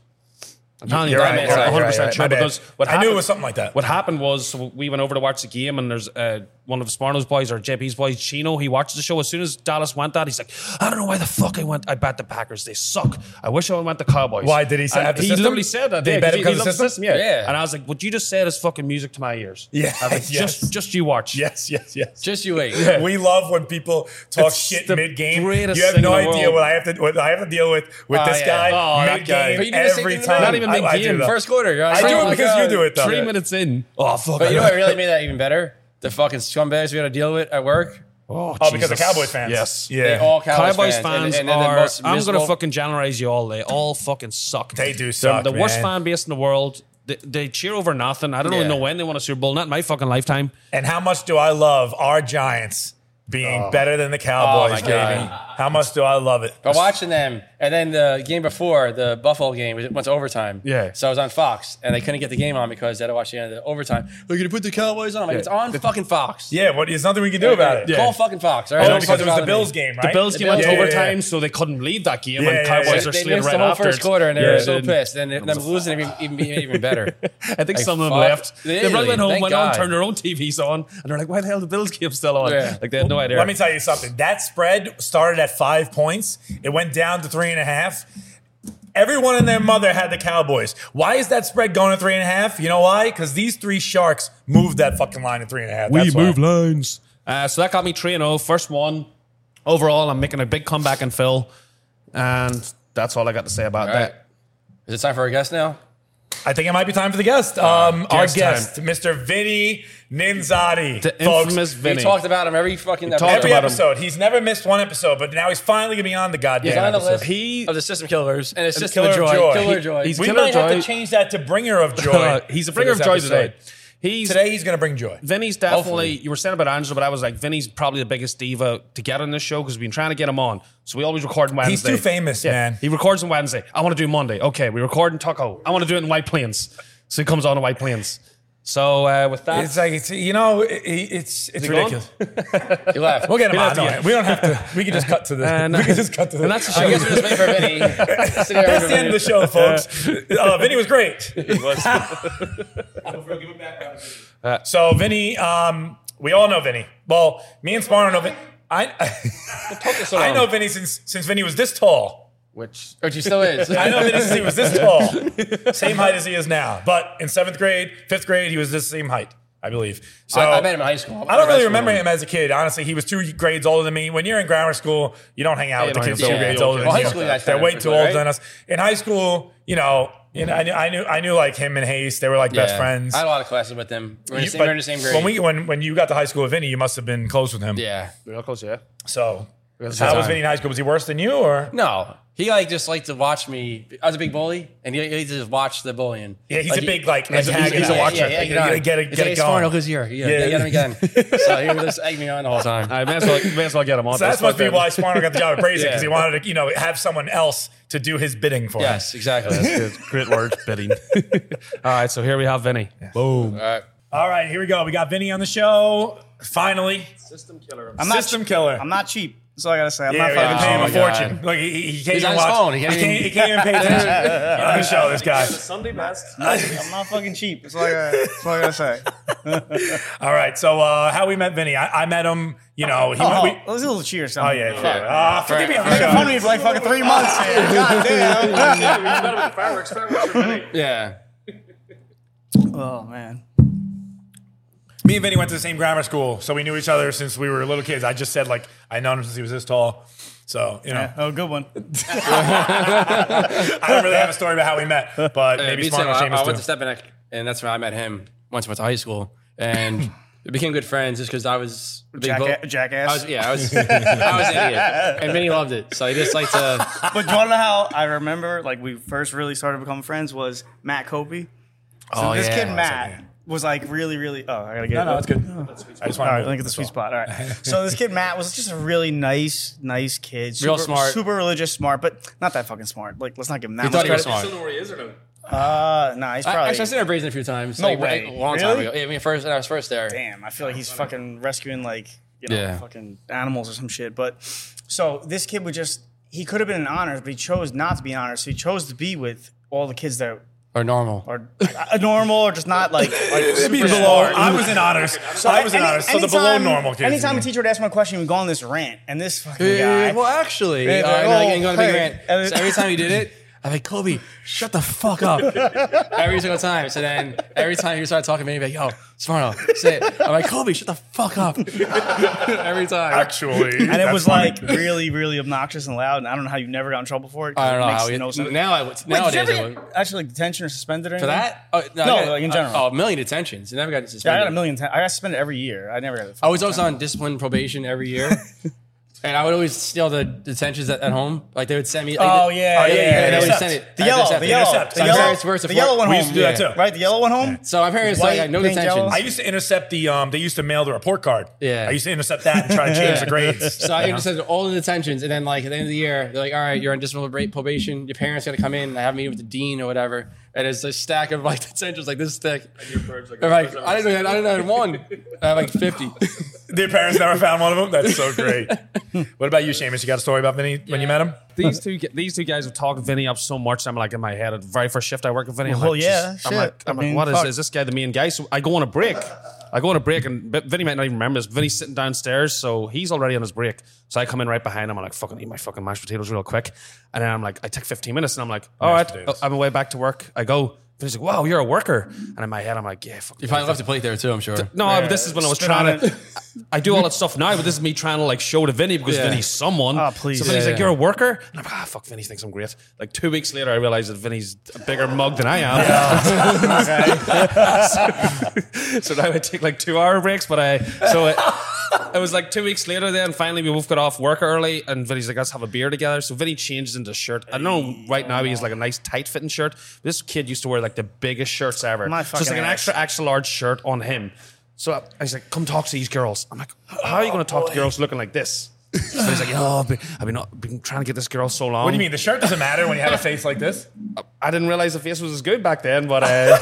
[SPEAKER 2] I'm telling you,
[SPEAKER 3] You're right,
[SPEAKER 2] that I'm
[SPEAKER 3] you're right,
[SPEAKER 2] 100
[SPEAKER 1] you're right,
[SPEAKER 2] percent sure
[SPEAKER 1] my bad.
[SPEAKER 2] because what
[SPEAKER 1] I knew it
[SPEAKER 2] happened,
[SPEAKER 1] was something like that.
[SPEAKER 2] What happened was so we went over to watch the game, and there's uh, one of Sparno's boys or JP's boys, Chino. He watches the show. As soon as Dallas went that, he's like, I don't know why the fuck I went. I bet the Packers. They suck. I wish I went the Cowboys.
[SPEAKER 1] Why, did he say-
[SPEAKER 2] And
[SPEAKER 1] have the
[SPEAKER 2] he
[SPEAKER 1] system?
[SPEAKER 2] literally said that.
[SPEAKER 1] They
[SPEAKER 2] yeah,
[SPEAKER 1] bet
[SPEAKER 2] 'cause
[SPEAKER 1] it
[SPEAKER 2] he,
[SPEAKER 1] because
[SPEAKER 2] he
[SPEAKER 1] of
[SPEAKER 2] loves
[SPEAKER 1] system?
[SPEAKER 2] yeah.
[SPEAKER 3] Yeah.
[SPEAKER 2] And I was like, what you just said is fucking music to my ears.
[SPEAKER 1] Yeah,
[SPEAKER 2] [LAUGHS] I was like,
[SPEAKER 1] yes.
[SPEAKER 2] just just you watch.
[SPEAKER 1] yes, yes, yes.
[SPEAKER 3] Just
[SPEAKER 1] [LAUGHS]
[SPEAKER 3] you wait.
[SPEAKER 1] we love when people talk
[SPEAKER 2] It's
[SPEAKER 1] shit
[SPEAKER 2] the
[SPEAKER 1] mid game.
[SPEAKER 2] greatest
[SPEAKER 1] You have
[SPEAKER 2] thing
[SPEAKER 1] no
[SPEAKER 2] in the
[SPEAKER 1] idea
[SPEAKER 2] world.
[SPEAKER 1] what I have to what I have to deal with with
[SPEAKER 3] Oh,
[SPEAKER 1] this
[SPEAKER 3] yeah.
[SPEAKER 2] Oh,
[SPEAKER 1] guy
[SPEAKER 2] that
[SPEAKER 1] mid
[SPEAKER 2] guy.
[SPEAKER 1] game
[SPEAKER 2] But
[SPEAKER 3] you didn't
[SPEAKER 1] every
[SPEAKER 3] say that.
[SPEAKER 1] time.
[SPEAKER 2] Not
[SPEAKER 1] I-
[SPEAKER 2] even
[SPEAKER 1] I
[SPEAKER 2] mid-game.
[SPEAKER 1] do that.
[SPEAKER 3] First quarter. You're uh,
[SPEAKER 1] I do it because you do it though.
[SPEAKER 2] Three minutes in. Oh fuck!
[SPEAKER 3] But you know what really made that even better? The fucking scumbags we got to deal with at work.
[SPEAKER 2] Oh,
[SPEAKER 1] Oh, because of
[SPEAKER 2] Jesus.
[SPEAKER 1] Cowboy fans.
[SPEAKER 2] Yes.
[SPEAKER 1] yeah.
[SPEAKER 3] They all Cowboys,
[SPEAKER 2] Cowboys
[SPEAKER 3] fans,
[SPEAKER 2] fans
[SPEAKER 3] and, and they're the
[SPEAKER 2] are.
[SPEAKER 3] most
[SPEAKER 2] I'm gonna
[SPEAKER 3] miserable-
[SPEAKER 2] fucking generalize you all. They all fucking suck.
[SPEAKER 1] They do
[SPEAKER 2] They're
[SPEAKER 1] suck,
[SPEAKER 2] The worst
[SPEAKER 1] man.
[SPEAKER 2] fan base in the world. They, they cheer over nothing. I don't
[SPEAKER 3] Yeah.
[SPEAKER 2] really know when they won a Super Bowl. Not in my fucking lifetime.
[SPEAKER 1] And how much do I love our Giants being
[SPEAKER 2] Oh.
[SPEAKER 1] better than the Cowboys,
[SPEAKER 3] my
[SPEAKER 1] baby?
[SPEAKER 3] God.
[SPEAKER 1] How much do I love it?
[SPEAKER 3] But watching them, and then the game before the Buffalo game it went to overtime.
[SPEAKER 2] Yeah.
[SPEAKER 3] So I was on Fox, and they couldn't get the game on because they had to watch the end of the overtime. They're gonna put the Cowboys on. I'm Like it's on fucking Fox.
[SPEAKER 1] Yeah, what? There's nothing we can do about it.
[SPEAKER 3] Call fucking Fox. All right.
[SPEAKER 1] Oh,
[SPEAKER 3] Don't
[SPEAKER 1] because
[SPEAKER 3] fucking
[SPEAKER 1] it was the
[SPEAKER 3] bother me.
[SPEAKER 1] Bills game, right?
[SPEAKER 2] The Bills
[SPEAKER 3] The
[SPEAKER 2] game went
[SPEAKER 3] Bills-
[SPEAKER 2] to
[SPEAKER 3] Yeah, yeah,
[SPEAKER 2] overtime,
[SPEAKER 1] yeah.
[SPEAKER 2] so they couldn't leave that game.
[SPEAKER 1] Yeah,
[SPEAKER 2] and
[SPEAKER 1] yeah,
[SPEAKER 2] Cowboys
[SPEAKER 1] yeah.
[SPEAKER 2] are
[SPEAKER 3] They
[SPEAKER 2] slid
[SPEAKER 3] missed
[SPEAKER 2] right
[SPEAKER 3] the whole
[SPEAKER 2] after
[SPEAKER 3] first
[SPEAKER 2] it.
[SPEAKER 3] quarter, and they
[SPEAKER 2] Yeah,
[SPEAKER 3] were so
[SPEAKER 2] they did.
[SPEAKER 3] pissed. And them losing even even, even, even better.
[SPEAKER 2] [LAUGHS] I think
[SPEAKER 3] Like,
[SPEAKER 2] someone
[SPEAKER 3] fuck.
[SPEAKER 2] left. They
[SPEAKER 3] Literally,
[SPEAKER 2] probably went home,
[SPEAKER 3] thank
[SPEAKER 2] went on,
[SPEAKER 3] God.
[SPEAKER 2] turned their own TVs on, and they're like, "Why the hell the Bills game still on?"
[SPEAKER 3] Yeah.
[SPEAKER 2] Like they had no idea.
[SPEAKER 1] Let me tell you something. That spread started at five points. It went down to three and a half. Everyone and their mother had the Cowboys. Why is that spread going to three and a half? You know why? Because these three sharks moved that fucking line to three and a half. That's why.
[SPEAKER 2] lines. Uh, so that got me 3 0. First one overall. I'm making a big comeback in Phil. And that's all I got to say about
[SPEAKER 3] All right.
[SPEAKER 2] that.
[SPEAKER 3] Is it time for our guest now?
[SPEAKER 1] I think it might be time for the guest. Um, our
[SPEAKER 2] Uh, guest
[SPEAKER 1] guest, Mr. Vinny Ninzati.
[SPEAKER 2] The
[SPEAKER 1] folks.
[SPEAKER 2] infamous
[SPEAKER 3] We
[SPEAKER 2] Vinny.
[SPEAKER 3] talked about him every fucking
[SPEAKER 2] talked
[SPEAKER 1] Every
[SPEAKER 2] about him.
[SPEAKER 1] episode. He's never missed one episode, but now he's finally going to be on the goddamn
[SPEAKER 3] He's on the
[SPEAKER 1] episode.
[SPEAKER 3] list
[SPEAKER 2] He-
[SPEAKER 3] of the system killers and it's just
[SPEAKER 1] Killer
[SPEAKER 3] the
[SPEAKER 1] of
[SPEAKER 3] joy.
[SPEAKER 1] Joy.
[SPEAKER 3] Killer
[SPEAKER 1] He-
[SPEAKER 3] joy.
[SPEAKER 2] he's-
[SPEAKER 1] we
[SPEAKER 2] Killer
[SPEAKER 1] might have
[SPEAKER 2] Joy.
[SPEAKER 1] to change that to bringer of joy. [LAUGHS]
[SPEAKER 2] Uh, he's a
[SPEAKER 1] for
[SPEAKER 2] bringer of
[SPEAKER 1] this
[SPEAKER 2] joy
[SPEAKER 1] episode.
[SPEAKER 2] today. He's
[SPEAKER 1] Today he's going to bring joy.
[SPEAKER 2] Vinny's definitely.
[SPEAKER 3] Hopefully.
[SPEAKER 2] You were saying about Angela, but I was like, Vinny's probably the biggest diva to get on this show because we've been trying to get him on. So we always record on Wednesday.
[SPEAKER 1] He's too famous, man.
[SPEAKER 2] He records on Wednesday. I want to do Monday. Okay, we record in Taco. I want to do it in White Plains. So he comes on to White Plains. So uh, with that,
[SPEAKER 1] It's like it's you know it, it- it's it's
[SPEAKER 2] he gone?
[SPEAKER 1] ridiculous.
[SPEAKER 3] he left.
[SPEAKER 1] We'll get Uh, him
[SPEAKER 2] He'll
[SPEAKER 1] on.
[SPEAKER 2] have to
[SPEAKER 1] No,
[SPEAKER 2] get-
[SPEAKER 1] we don't have [LAUGHS] to. We can just cut to this.
[SPEAKER 2] And- uh,
[SPEAKER 1] we can just cut to this. [LAUGHS]
[SPEAKER 2] and that's a show.
[SPEAKER 3] I guess we're just waiting for Vinny.
[SPEAKER 1] That's the end of the show, [LAUGHS] folks. Uh, Vinny was [LAUGHS] great.
[SPEAKER 4] Give it back. Robert.
[SPEAKER 1] Uh, So Vinny, um, we all know Vinny. Well, me and Sparno know Vinny. I, [LAUGHS] I know Vinny since since Vinny was this tall.
[SPEAKER 3] Which, which he still is.
[SPEAKER 1] I know Vinny since he was this tall, same height as he is now. But in seventh grade, fifth grade, he was this same height, I believe. So
[SPEAKER 3] I, I met him in high school.
[SPEAKER 1] Oh. I don't really remember him as a kid. Honestly, he was two grades older than me. When you're in grammar school, you don't hang out with the
[SPEAKER 2] don't
[SPEAKER 1] kids two
[SPEAKER 2] hang out.
[SPEAKER 1] grades
[SPEAKER 2] Yeah.
[SPEAKER 1] older
[SPEAKER 2] Well,
[SPEAKER 1] than
[SPEAKER 2] high
[SPEAKER 1] you.
[SPEAKER 2] school,
[SPEAKER 3] that's
[SPEAKER 1] They're
[SPEAKER 3] kind
[SPEAKER 1] way
[SPEAKER 3] of
[SPEAKER 1] too
[SPEAKER 3] right?
[SPEAKER 1] old than us. In high school, you know, you know, I knew, I knew, I knew like him and Hayes. They were like best
[SPEAKER 3] Yeah.
[SPEAKER 1] friends.
[SPEAKER 3] I had a lot of classes with him. We were, in,
[SPEAKER 1] You-
[SPEAKER 3] the same,
[SPEAKER 1] but
[SPEAKER 3] we were in the same grade.
[SPEAKER 1] When we when when you got to high school with Vinny, you must have been close with him.
[SPEAKER 3] yeah.
[SPEAKER 2] real close, yeah.
[SPEAKER 1] So
[SPEAKER 2] the
[SPEAKER 1] how was
[SPEAKER 2] time.
[SPEAKER 1] Vinny in high school? Was he worse than you or?
[SPEAKER 3] No, he like just liked to watch me. I was a big bully, and he, he liked to just watch the bullying.
[SPEAKER 1] Yeah, he's
[SPEAKER 3] Like,
[SPEAKER 1] a big like
[SPEAKER 3] he's a- he's a- he's a
[SPEAKER 1] antagonist.
[SPEAKER 3] watcher.
[SPEAKER 1] Yeah,
[SPEAKER 3] Egg it
[SPEAKER 1] yeah,
[SPEAKER 3] on.
[SPEAKER 1] yeah, get it,
[SPEAKER 3] He's
[SPEAKER 1] get
[SPEAKER 3] like,
[SPEAKER 1] it
[SPEAKER 3] "Hey, Sparno,
[SPEAKER 1] going.
[SPEAKER 3] who's here? Yeah,
[SPEAKER 1] Yeah.
[SPEAKER 3] yeah. get
[SPEAKER 1] [LAUGHS]
[SPEAKER 3] him again. so he would just egg me on the whole time.
[SPEAKER 2] I may as well, may as well get him on.
[SPEAKER 1] So that
[SPEAKER 2] That's
[SPEAKER 1] must be
[SPEAKER 2] fucking-
[SPEAKER 1] why Sparno got the job at Brazen because
[SPEAKER 3] [LAUGHS] Yeah.
[SPEAKER 1] he wanted to, you know, have someone else to do his bidding for him.
[SPEAKER 3] yes, exactly.
[SPEAKER 2] Good, great word, bidding. All right, so here we have Vinny. Boom.
[SPEAKER 3] All right.
[SPEAKER 1] [LAUGHS] All right, here we go. We got Vinny on the show. Finally,
[SPEAKER 5] I'm not
[SPEAKER 1] System
[SPEAKER 5] cheap.
[SPEAKER 1] killer.
[SPEAKER 5] I'm not cheap. That's all I gotta say. I'm
[SPEAKER 1] Yeah,
[SPEAKER 5] not
[SPEAKER 1] we had to
[SPEAKER 5] fucking
[SPEAKER 1] pay
[SPEAKER 5] cheap.
[SPEAKER 1] him
[SPEAKER 3] Oh
[SPEAKER 1] a
[SPEAKER 3] my God.
[SPEAKER 1] fortune. Look, he, he can't
[SPEAKER 3] He's
[SPEAKER 1] even
[SPEAKER 3] on his
[SPEAKER 1] watch.
[SPEAKER 3] phone. He can't
[SPEAKER 1] he, can't,
[SPEAKER 3] even-
[SPEAKER 1] he can't even pay
[SPEAKER 3] [LAUGHS]
[SPEAKER 1] attention. I'm gonna show this guy.
[SPEAKER 2] Sunday best.
[SPEAKER 5] I'm not fucking cheap. That's all I gotta, that's all I
[SPEAKER 1] [LAUGHS]
[SPEAKER 5] gotta say.
[SPEAKER 1] All right, so uh, how we met Vinny? I, I met him. You know, he.
[SPEAKER 5] Oh,
[SPEAKER 1] we,
[SPEAKER 5] let's do a little cheer or
[SPEAKER 1] oh
[SPEAKER 5] something.
[SPEAKER 1] yeah. fuck. Ah, forgive me. I'm
[SPEAKER 5] Making
[SPEAKER 1] sorry.
[SPEAKER 5] fun of me for like fucking three months. man. God damn.
[SPEAKER 3] Yeah.
[SPEAKER 5] oh man.
[SPEAKER 1] me and Vinny went to the same grammar school, so we knew each other since we were little kids. I just said like I known him since he was this tall. So you know,
[SPEAKER 5] Oh, good one.
[SPEAKER 1] I don't really have a story about how we met,
[SPEAKER 3] [LAUGHS]
[SPEAKER 1] but
[SPEAKER 3] Maybe
[SPEAKER 1] maybe
[SPEAKER 3] so.
[SPEAKER 1] Smart and
[SPEAKER 3] I, I
[SPEAKER 1] Seamus
[SPEAKER 3] went to
[SPEAKER 1] do.
[SPEAKER 3] Stepanek, and that's when I met him. Once I went to high school, and we became good friends just because I was a big
[SPEAKER 5] Jacka- jackass.
[SPEAKER 3] I was, yeah, I was, I was an idiot, and Vinny loved it. So [LAUGHS] he just liked uh, to.
[SPEAKER 5] But do you want to know how I remember? Like we first really started becoming friends was Matt Copey. So
[SPEAKER 3] Oh,
[SPEAKER 5] this
[SPEAKER 3] yeah.
[SPEAKER 5] kid Matt was like really, really. Oh, I gotta get.
[SPEAKER 1] No,
[SPEAKER 5] it.
[SPEAKER 1] no, it's good. I just
[SPEAKER 5] All
[SPEAKER 1] want
[SPEAKER 5] right, let me get the sweet spot. All right. So this kid Matt was just a really nice, nice kid. Super,
[SPEAKER 3] Real smart.
[SPEAKER 5] super religious, smart, but not that fucking smart. Like, let's not give him that
[SPEAKER 3] He
[SPEAKER 5] much
[SPEAKER 3] thought he was
[SPEAKER 5] credit.
[SPEAKER 3] smart.
[SPEAKER 4] where he is or no?
[SPEAKER 5] Uh, nah, he's probably.
[SPEAKER 3] I, actually, I seen our brazen a few times.
[SPEAKER 5] No
[SPEAKER 3] like,
[SPEAKER 5] way.
[SPEAKER 3] A long time
[SPEAKER 5] Really?
[SPEAKER 3] ago. Yeah, I mean, first when I was first there.
[SPEAKER 5] damn, I feel like he's fucking rescuing like you know
[SPEAKER 3] Yeah.
[SPEAKER 5] fucking animals or some shit. But so this kid would just he could have been in honors, but he chose not to be in honors. So he chose to be with all the kids that
[SPEAKER 3] Or normal.
[SPEAKER 5] are uh, normal or just not like,
[SPEAKER 3] [LAUGHS]
[SPEAKER 5] like super
[SPEAKER 1] below.
[SPEAKER 5] smart.
[SPEAKER 1] I was in honors. I was in
[SPEAKER 5] Any-
[SPEAKER 1] honors. So the below
[SPEAKER 5] anytime-
[SPEAKER 1] normal kids.
[SPEAKER 5] Anytime a teacher would ask him a question, we'd go on this rant, and this fucking guy.
[SPEAKER 3] Yeah, well, actually,
[SPEAKER 5] Yeah,
[SPEAKER 3] uh,
[SPEAKER 5] they're
[SPEAKER 3] and
[SPEAKER 5] all
[SPEAKER 3] like, and going to big
[SPEAKER 5] hey.
[SPEAKER 3] rant. So every time he did it, I'm like, Kobe, shut the fuck up. every single time. So then every time he started talking to me, he'd be like, yo, Smarno, say it. I'm like, Kobe, shut the fuck up. [LAUGHS] every time.
[SPEAKER 1] actually,
[SPEAKER 5] [LAUGHS] and it was
[SPEAKER 3] [LAUGHS]
[SPEAKER 5] like really, really obnoxious and loud, and I don't know how you never got in trouble for it. 'cause
[SPEAKER 3] I don't know
[SPEAKER 5] it makes
[SPEAKER 3] how he,
[SPEAKER 5] no sense.
[SPEAKER 3] now I would,
[SPEAKER 5] Wait, did you
[SPEAKER 3] nowadays I
[SPEAKER 5] ever
[SPEAKER 3] would.
[SPEAKER 5] get actually detention or suspended or
[SPEAKER 3] For
[SPEAKER 5] anything?
[SPEAKER 3] that? Oh, I
[SPEAKER 5] No,
[SPEAKER 3] got-
[SPEAKER 5] like, in general.
[SPEAKER 3] Oh, a million detentions. I never got suspended.
[SPEAKER 5] Yeah, I got a million. Te- I got suspended every year. I never got.
[SPEAKER 3] I was always on discipline probation every
[SPEAKER 5] [LAUGHS]
[SPEAKER 3] year. And I would always steal the detentions at, at home. Like they would send me. Like,
[SPEAKER 5] Oh, yeah, yeah,
[SPEAKER 3] And
[SPEAKER 5] yeah,
[SPEAKER 1] yeah.
[SPEAKER 3] I would
[SPEAKER 1] Intercept.
[SPEAKER 3] send it.
[SPEAKER 5] The
[SPEAKER 3] I
[SPEAKER 5] yellow,
[SPEAKER 3] intercept
[SPEAKER 5] the
[SPEAKER 3] it.
[SPEAKER 5] yellow,
[SPEAKER 1] Intercept.
[SPEAKER 5] the
[SPEAKER 1] Sorry,
[SPEAKER 5] yellow,
[SPEAKER 3] it's worth
[SPEAKER 5] the
[SPEAKER 3] it.
[SPEAKER 5] yellow one
[SPEAKER 1] We
[SPEAKER 5] home.
[SPEAKER 1] used to do that too.
[SPEAKER 5] Right, the yellow one home.
[SPEAKER 3] So my parents
[SPEAKER 5] White,
[SPEAKER 3] like, like no
[SPEAKER 5] pink, yellow.
[SPEAKER 3] detentions.
[SPEAKER 1] I used to intercept the. Um, they used to mail the report card.
[SPEAKER 3] Yeah.
[SPEAKER 1] I used to intercept that and try to change
[SPEAKER 3] [LAUGHS] Yeah.
[SPEAKER 1] the grades.
[SPEAKER 3] So I intercepted all the detentions, and then like at the end of the year, they're like, "All right, you're on disciplinary probation. Your parents got to come in and have a meeting with the dean or whatever." And it's a stack of like [LAUGHS] detentions, like this thick. They're like, "I didn't know, that- I didn't know I had one."
[SPEAKER 1] [LAUGHS]
[SPEAKER 3] I had like fifty.
[SPEAKER 1] Their parents never found one of them. That's so great. what about you, Seamus? You got a story about Vinny when you met him?
[SPEAKER 2] these two these two guys have talked Vinny up so much. I'm like in my head, the very first shift I work with Vinny. I'm
[SPEAKER 5] Well,
[SPEAKER 2] like,
[SPEAKER 5] yeah,
[SPEAKER 2] Jesus. I'm
[SPEAKER 5] shit.
[SPEAKER 2] like, I'm
[SPEAKER 5] I
[SPEAKER 2] like,
[SPEAKER 5] mean,
[SPEAKER 2] what is
[SPEAKER 5] fuck.
[SPEAKER 2] is this guy the mean guy? So I go on a break. I go on a break, and but Vinny might not even remember this. Vinny's sitting downstairs, so he's already on his break. So I come in right behind him. I'm like, fucking eat my fucking mashed potatoes real quick, and then I'm like, I take 15 minutes, and I'm like, all right, oh,
[SPEAKER 1] potatoes.
[SPEAKER 2] I'm away back to work. I go. Vinny's like, wow, you're a worker, and in my head, I'm like, yeah,
[SPEAKER 3] [LAUGHS]
[SPEAKER 2] fuck.
[SPEAKER 3] You probably left a plate there too. I'm sure.
[SPEAKER 2] No, I- this is when I was
[SPEAKER 5] Spit
[SPEAKER 2] trying
[SPEAKER 5] on it.
[SPEAKER 2] to. I do all that stuff now, but this is me trying to like show to Vinny because
[SPEAKER 3] Yeah.
[SPEAKER 2] Vinny's someone.
[SPEAKER 5] Ah, please.
[SPEAKER 2] So Vinny's
[SPEAKER 3] Yeah,
[SPEAKER 2] like,
[SPEAKER 3] yeah.
[SPEAKER 2] "You're a worker," and I'm like, "Ah, fuck." Vinny thinks I'm great. Like two weeks later, I realize that Vinny's a bigger mug than I am. [LAUGHS] so now I take like two hour breaks, but I so it, it was like two weeks later. Then finally we both got off work early, and Vinny's like, "Let's have a beer together." So Vinny changes into a shirt. I know right now he has like a nice tight fitting shirt. This kid used to wear like the biggest shirts ever.
[SPEAKER 5] My
[SPEAKER 2] so it's like
[SPEAKER 5] fucking
[SPEAKER 2] an
[SPEAKER 5] ass.
[SPEAKER 2] extra extra large shirt on him. So I I was like, "Come talk to these girls." I'm like, "How are you going to talk to girls looking like this?" So he's like, "Yo, I've been, I've been, I've been trying to get this girl so long."
[SPEAKER 1] What do you mean? The shirt doesn't matter when you have a face like this?
[SPEAKER 2] I didn't realize the face was as good back then, but uh,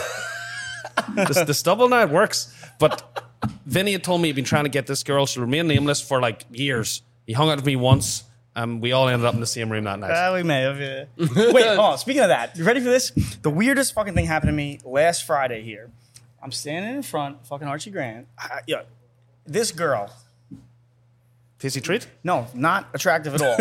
[SPEAKER 5] [LAUGHS]
[SPEAKER 2] the, the stubble now it works. But Vinny had told me he'd been trying to get this girl. She remained nameless for like years. He hung out with me once, and we all ended up in the same room that night.
[SPEAKER 5] [LAUGHS] Uh, we may have.
[SPEAKER 1] [LAUGHS]
[SPEAKER 5] Yeah. Wait, hold on. Speaking of that, you ready for this? The weirdest fucking thing happened to me last Friday here. I'm standing in front, fucking Archie Grant. I, yeah, this girl,
[SPEAKER 2] Tasty treat?
[SPEAKER 5] no, not attractive
[SPEAKER 1] [LAUGHS]
[SPEAKER 5] at all.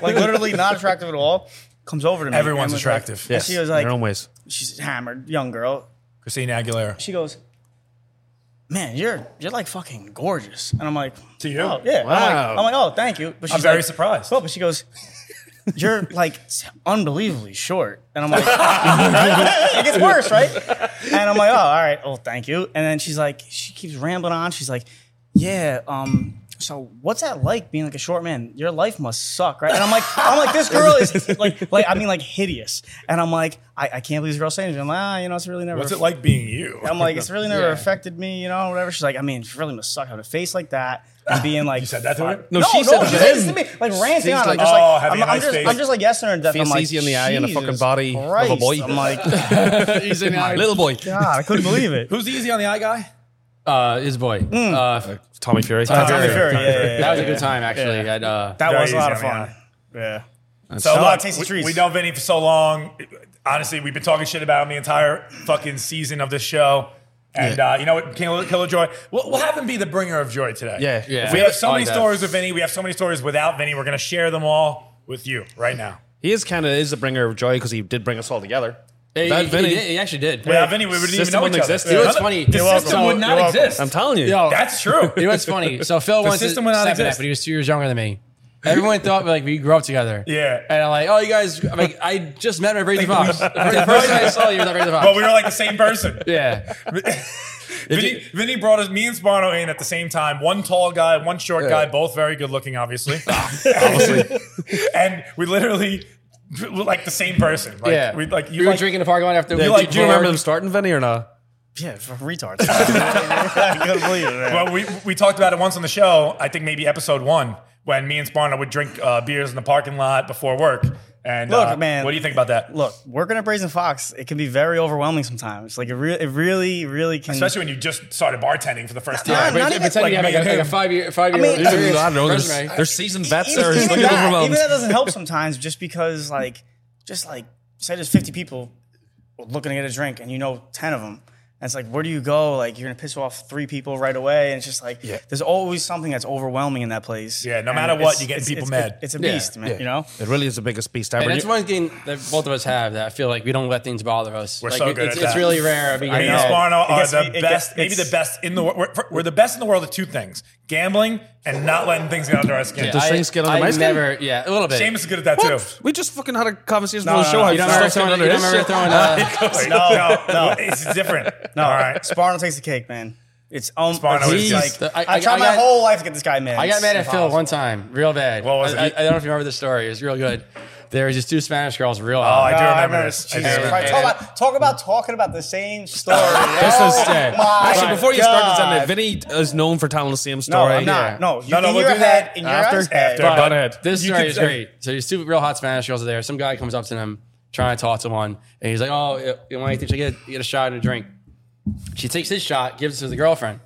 [SPEAKER 5] like literally not attractive at all. Comes over to me.
[SPEAKER 1] Everyone's
[SPEAKER 5] and was
[SPEAKER 1] attractive.
[SPEAKER 5] Like, yes. She was like,
[SPEAKER 2] in her own ways.
[SPEAKER 5] she's hammered, young girl.
[SPEAKER 1] Christina Aguilera.
[SPEAKER 5] She goes, man, you're you're like fucking gorgeous. And I'm like,
[SPEAKER 1] To you?
[SPEAKER 5] oh, yeah.
[SPEAKER 2] Wow.
[SPEAKER 5] I'm, like, I'm like, oh, thank you. But she's
[SPEAKER 1] I'm very
[SPEAKER 5] like,
[SPEAKER 1] surprised.
[SPEAKER 5] Oh, but she goes, "You're like unbelievably short," and I'm like, [LAUGHS] "It gets worse, right?" And I'm like, "Oh, all right. Oh, thank you." And then she's like, she keeps rambling on. She's like, "Yeah, um." So what's that like being like a short man? Your life must suck, right? And I'm like, I'm like, this girl is like, like I mean, like hideous. And I'm like, I, I can't believe this girl's saying it. I'm like, ah, you know, it's really never.
[SPEAKER 1] What's it like being you? [LAUGHS]
[SPEAKER 5] I'm like, it's really never
[SPEAKER 3] Yeah.
[SPEAKER 5] affected me, you know, whatever. She's like, I mean, it really must suck having a face like that and being like,
[SPEAKER 1] [LAUGHS] You said that to her?
[SPEAKER 2] No,
[SPEAKER 5] No, no,
[SPEAKER 2] she
[SPEAKER 5] she
[SPEAKER 2] said
[SPEAKER 5] said
[SPEAKER 2] that.
[SPEAKER 5] this to me, like ranting on. it. I'm
[SPEAKER 2] like,
[SPEAKER 5] just
[SPEAKER 1] "Oh,
[SPEAKER 5] like,
[SPEAKER 1] having
[SPEAKER 5] I'm,
[SPEAKER 1] a
[SPEAKER 5] I'm
[SPEAKER 1] nice
[SPEAKER 5] just,
[SPEAKER 1] face."
[SPEAKER 5] I'm just like yes or no. to death. I'm
[SPEAKER 2] Face
[SPEAKER 5] like,
[SPEAKER 2] easy in the eye and a fucking
[SPEAKER 5] "Jesus
[SPEAKER 2] body of a
[SPEAKER 5] Christ."
[SPEAKER 2] boy. [LAUGHS]
[SPEAKER 5] I'm like,
[SPEAKER 3] [LAUGHS] He's in my
[SPEAKER 2] Little boy.
[SPEAKER 5] God, I couldn't believe it.
[SPEAKER 1] Who's the easy on the eye guy? Hmm.
[SPEAKER 3] Uh, his boy. Uh,
[SPEAKER 2] Tommy Fury.
[SPEAKER 5] Tommy Fury, yeah, yeah, yeah.
[SPEAKER 3] that was a good time actually. At, uh,
[SPEAKER 5] That
[SPEAKER 1] Very
[SPEAKER 5] was a lot of
[SPEAKER 1] easy on the
[SPEAKER 5] fun. Yeah.
[SPEAKER 1] So
[SPEAKER 5] Shout out
[SPEAKER 1] look,
[SPEAKER 5] Tasty
[SPEAKER 1] we-
[SPEAKER 5] Treats.
[SPEAKER 1] we know Vinny for so long. Honestly, we've been talking shit about him the entire fucking season of this show. And uh, you know what, Killer, Killer Joy, we'll, we'll have him be the bringer of joy today.
[SPEAKER 2] Yeah.
[SPEAKER 3] Yeah.
[SPEAKER 1] We have so
[SPEAKER 3] I like
[SPEAKER 1] many
[SPEAKER 3] that.
[SPEAKER 1] stories with Vinny. We have so many stories without Vinny. We're gonna share them all with you right now.
[SPEAKER 2] He is kind of is the bringer of joy because he did bring us all together.
[SPEAKER 3] He,
[SPEAKER 2] That
[SPEAKER 3] he
[SPEAKER 2] Vinny-
[SPEAKER 3] did- he actually did.
[SPEAKER 1] Without Vinny, we wouldn't even
[SPEAKER 2] System
[SPEAKER 1] know each
[SPEAKER 2] wouldn't
[SPEAKER 1] other.
[SPEAKER 2] exist.
[SPEAKER 3] You know what's
[SPEAKER 1] Another-
[SPEAKER 3] funny?
[SPEAKER 1] The system
[SPEAKER 2] welcome.
[SPEAKER 1] would not
[SPEAKER 2] You're welcome.
[SPEAKER 1] exist.
[SPEAKER 2] I'm telling you.
[SPEAKER 3] Yo,
[SPEAKER 1] That's true.
[SPEAKER 3] You know what's funny? So Phil was
[SPEAKER 1] system would not exist.
[SPEAKER 3] but he was two years younger than me. Everyone thought like we grew up together.
[SPEAKER 1] Yeah.
[SPEAKER 3] And I'm like, oh, you guys, I'm like, I just met my Brady Fox. the first time I saw you was at Brady Fox.
[SPEAKER 1] but we were like the same person.
[SPEAKER 3] yeah.
[SPEAKER 1] Vinny, Vinny brought us, me and Sparno in at the same time. One tall guy, one short guy, both very good looking, obviously. obviously. [LAUGHS] and we literally were like the same person. Like,
[SPEAKER 3] yeah.
[SPEAKER 1] We like you
[SPEAKER 3] we were
[SPEAKER 1] like,
[SPEAKER 3] drinking in the parking lot after.
[SPEAKER 1] You
[SPEAKER 3] we
[SPEAKER 1] like-
[SPEAKER 3] did
[SPEAKER 1] do you remember
[SPEAKER 3] work.
[SPEAKER 1] them
[SPEAKER 2] starting Vinny or not?
[SPEAKER 5] Yeah, for retards. [LAUGHS] I couldn't believe it, man.
[SPEAKER 1] Well, we we talked about it once on the show. I think maybe episode one when me and Sparno would drink uh, beers in the parking lot before work. And
[SPEAKER 5] Look,
[SPEAKER 1] uh,
[SPEAKER 5] man.
[SPEAKER 1] what do you think about that?
[SPEAKER 5] Look, working at Brazen Fox, it can be very overwhelming sometimes. Like it, re- it really, really can.
[SPEAKER 1] Especially when you just started bartending for the first
[SPEAKER 5] Yeah,
[SPEAKER 1] time.
[SPEAKER 5] not
[SPEAKER 3] But
[SPEAKER 5] even-
[SPEAKER 3] pretend
[SPEAKER 1] like
[SPEAKER 3] you have
[SPEAKER 1] me
[SPEAKER 3] like a,
[SPEAKER 1] and
[SPEAKER 3] like a
[SPEAKER 1] him.
[SPEAKER 3] five year, five year.
[SPEAKER 5] mean,
[SPEAKER 2] I
[SPEAKER 5] Serious
[SPEAKER 2] don't know. There's,
[SPEAKER 3] resume.
[SPEAKER 2] there's seasoned vets
[SPEAKER 5] even,
[SPEAKER 2] there. It's
[SPEAKER 5] even
[SPEAKER 2] like
[SPEAKER 5] that, even
[SPEAKER 2] overwhelmed.
[SPEAKER 5] that doesn't help sometimes, just because like, just like say there's 50 people looking to get a drink, and you know 10 of them. And it's like, where do you go? Like, you're gonna piss off three people right away, and it's just like, there's always something that's overwhelming in that place.
[SPEAKER 1] Yeah, no
[SPEAKER 5] And
[SPEAKER 1] matter what,
[SPEAKER 5] it's-
[SPEAKER 1] you're getting
[SPEAKER 5] it's-
[SPEAKER 1] people
[SPEAKER 5] it's-
[SPEAKER 1] mad.
[SPEAKER 5] It's a
[SPEAKER 3] Yeah.
[SPEAKER 5] beast, man. You know.
[SPEAKER 2] It really is the biggest beast ever.
[SPEAKER 3] And that's
[SPEAKER 2] You-
[SPEAKER 3] one thing that both of us have that I feel like we don't let things bother us.
[SPEAKER 1] We're
[SPEAKER 3] like,
[SPEAKER 1] so
[SPEAKER 3] it-
[SPEAKER 1] good
[SPEAKER 3] it's,
[SPEAKER 1] at
[SPEAKER 3] it's
[SPEAKER 1] that.
[SPEAKER 3] really rare. I mean,
[SPEAKER 1] I
[SPEAKER 3] you
[SPEAKER 1] mean,
[SPEAKER 3] know.
[SPEAKER 1] Sparno are
[SPEAKER 5] gets
[SPEAKER 1] the
[SPEAKER 5] me- it
[SPEAKER 1] best,
[SPEAKER 5] gets-
[SPEAKER 1] maybe the
[SPEAKER 5] it's-
[SPEAKER 1] best in the world. We're, we're the best in the world at two things gambling and not letting things get under our skin.
[SPEAKER 2] Does things get under
[SPEAKER 3] I
[SPEAKER 2] my skin?
[SPEAKER 3] never, yeah, a little bit.
[SPEAKER 1] Seamus is good at that
[SPEAKER 2] What?
[SPEAKER 1] too.
[SPEAKER 2] We just fucking had a conversation on
[SPEAKER 5] No,
[SPEAKER 2] the
[SPEAKER 5] no,
[SPEAKER 2] show.
[SPEAKER 5] no.
[SPEAKER 2] how
[SPEAKER 5] You
[SPEAKER 3] You don't
[SPEAKER 2] stuff
[SPEAKER 3] remember
[SPEAKER 2] gets
[SPEAKER 3] throwing, you don't
[SPEAKER 2] under his
[SPEAKER 3] remember
[SPEAKER 2] shit.
[SPEAKER 3] throwing uh,
[SPEAKER 1] Wait, no, no, [LAUGHS] it's different.
[SPEAKER 5] No,
[SPEAKER 1] All right.
[SPEAKER 5] Sparno takes the cake, man. It's um,
[SPEAKER 1] Sparno
[SPEAKER 5] it's
[SPEAKER 1] is just-
[SPEAKER 5] just like
[SPEAKER 3] I-
[SPEAKER 5] I,
[SPEAKER 3] I-
[SPEAKER 5] tried
[SPEAKER 3] I
[SPEAKER 5] my
[SPEAKER 3] got-
[SPEAKER 5] whole life to get this guy mad.
[SPEAKER 3] I got
[SPEAKER 5] It's
[SPEAKER 3] mad at Phil
[SPEAKER 5] impossible.
[SPEAKER 3] one time, real bad.
[SPEAKER 1] What was
[SPEAKER 3] I, I, I
[SPEAKER 1] it?
[SPEAKER 3] don't know if you remember the story. It was real good. There was just two Spanish girls, real
[SPEAKER 1] Oh,
[SPEAKER 3] hot.
[SPEAKER 1] I do
[SPEAKER 5] Oh, I
[SPEAKER 1] remember
[SPEAKER 5] remember.
[SPEAKER 1] this. I do
[SPEAKER 5] Jesus
[SPEAKER 1] remember
[SPEAKER 5] Christ.
[SPEAKER 1] this.
[SPEAKER 5] Talk about, talk about talking about the same
[SPEAKER 1] [LAUGHS]
[SPEAKER 5] story.
[SPEAKER 3] This
[SPEAKER 5] Oh
[SPEAKER 3] is sad.
[SPEAKER 5] my
[SPEAKER 2] Actually, before you
[SPEAKER 5] God.
[SPEAKER 2] start this, I mean, Vinny is known for telling the same
[SPEAKER 5] no,
[SPEAKER 2] story.
[SPEAKER 5] I'm not. No, you,
[SPEAKER 1] No, no,
[SPEAKER 5] in
[SPEAKER 1] we'll
[SPEAKER 5] your
[SPEAKER 1] do
[SPEAKER 5] head,
[SPEAKER 1] that
[SPEAKER 5] in your
[SPEAKER 1] after-
[SPEAKER 5] eyes head.
[SPEAKER 1] after.
[SPEAKER 2] But-
[SPEAKER 1] Go ahead.
[SPEAKER 3] This
[SPEAKER 1] You
[SPEAKER 3] story
[SPEAKER 1] could
[SPEAKER 3] is
[SPEAKER 1] say-
[SPEAKER 3] great. So these two real hot Spanish girls are there. Some guy comes up to them, trying to talk to one, and he's like, "Oh, you- you want anything? She get you get a shot and a drink." She takes his shot, gives it to the girlfriend,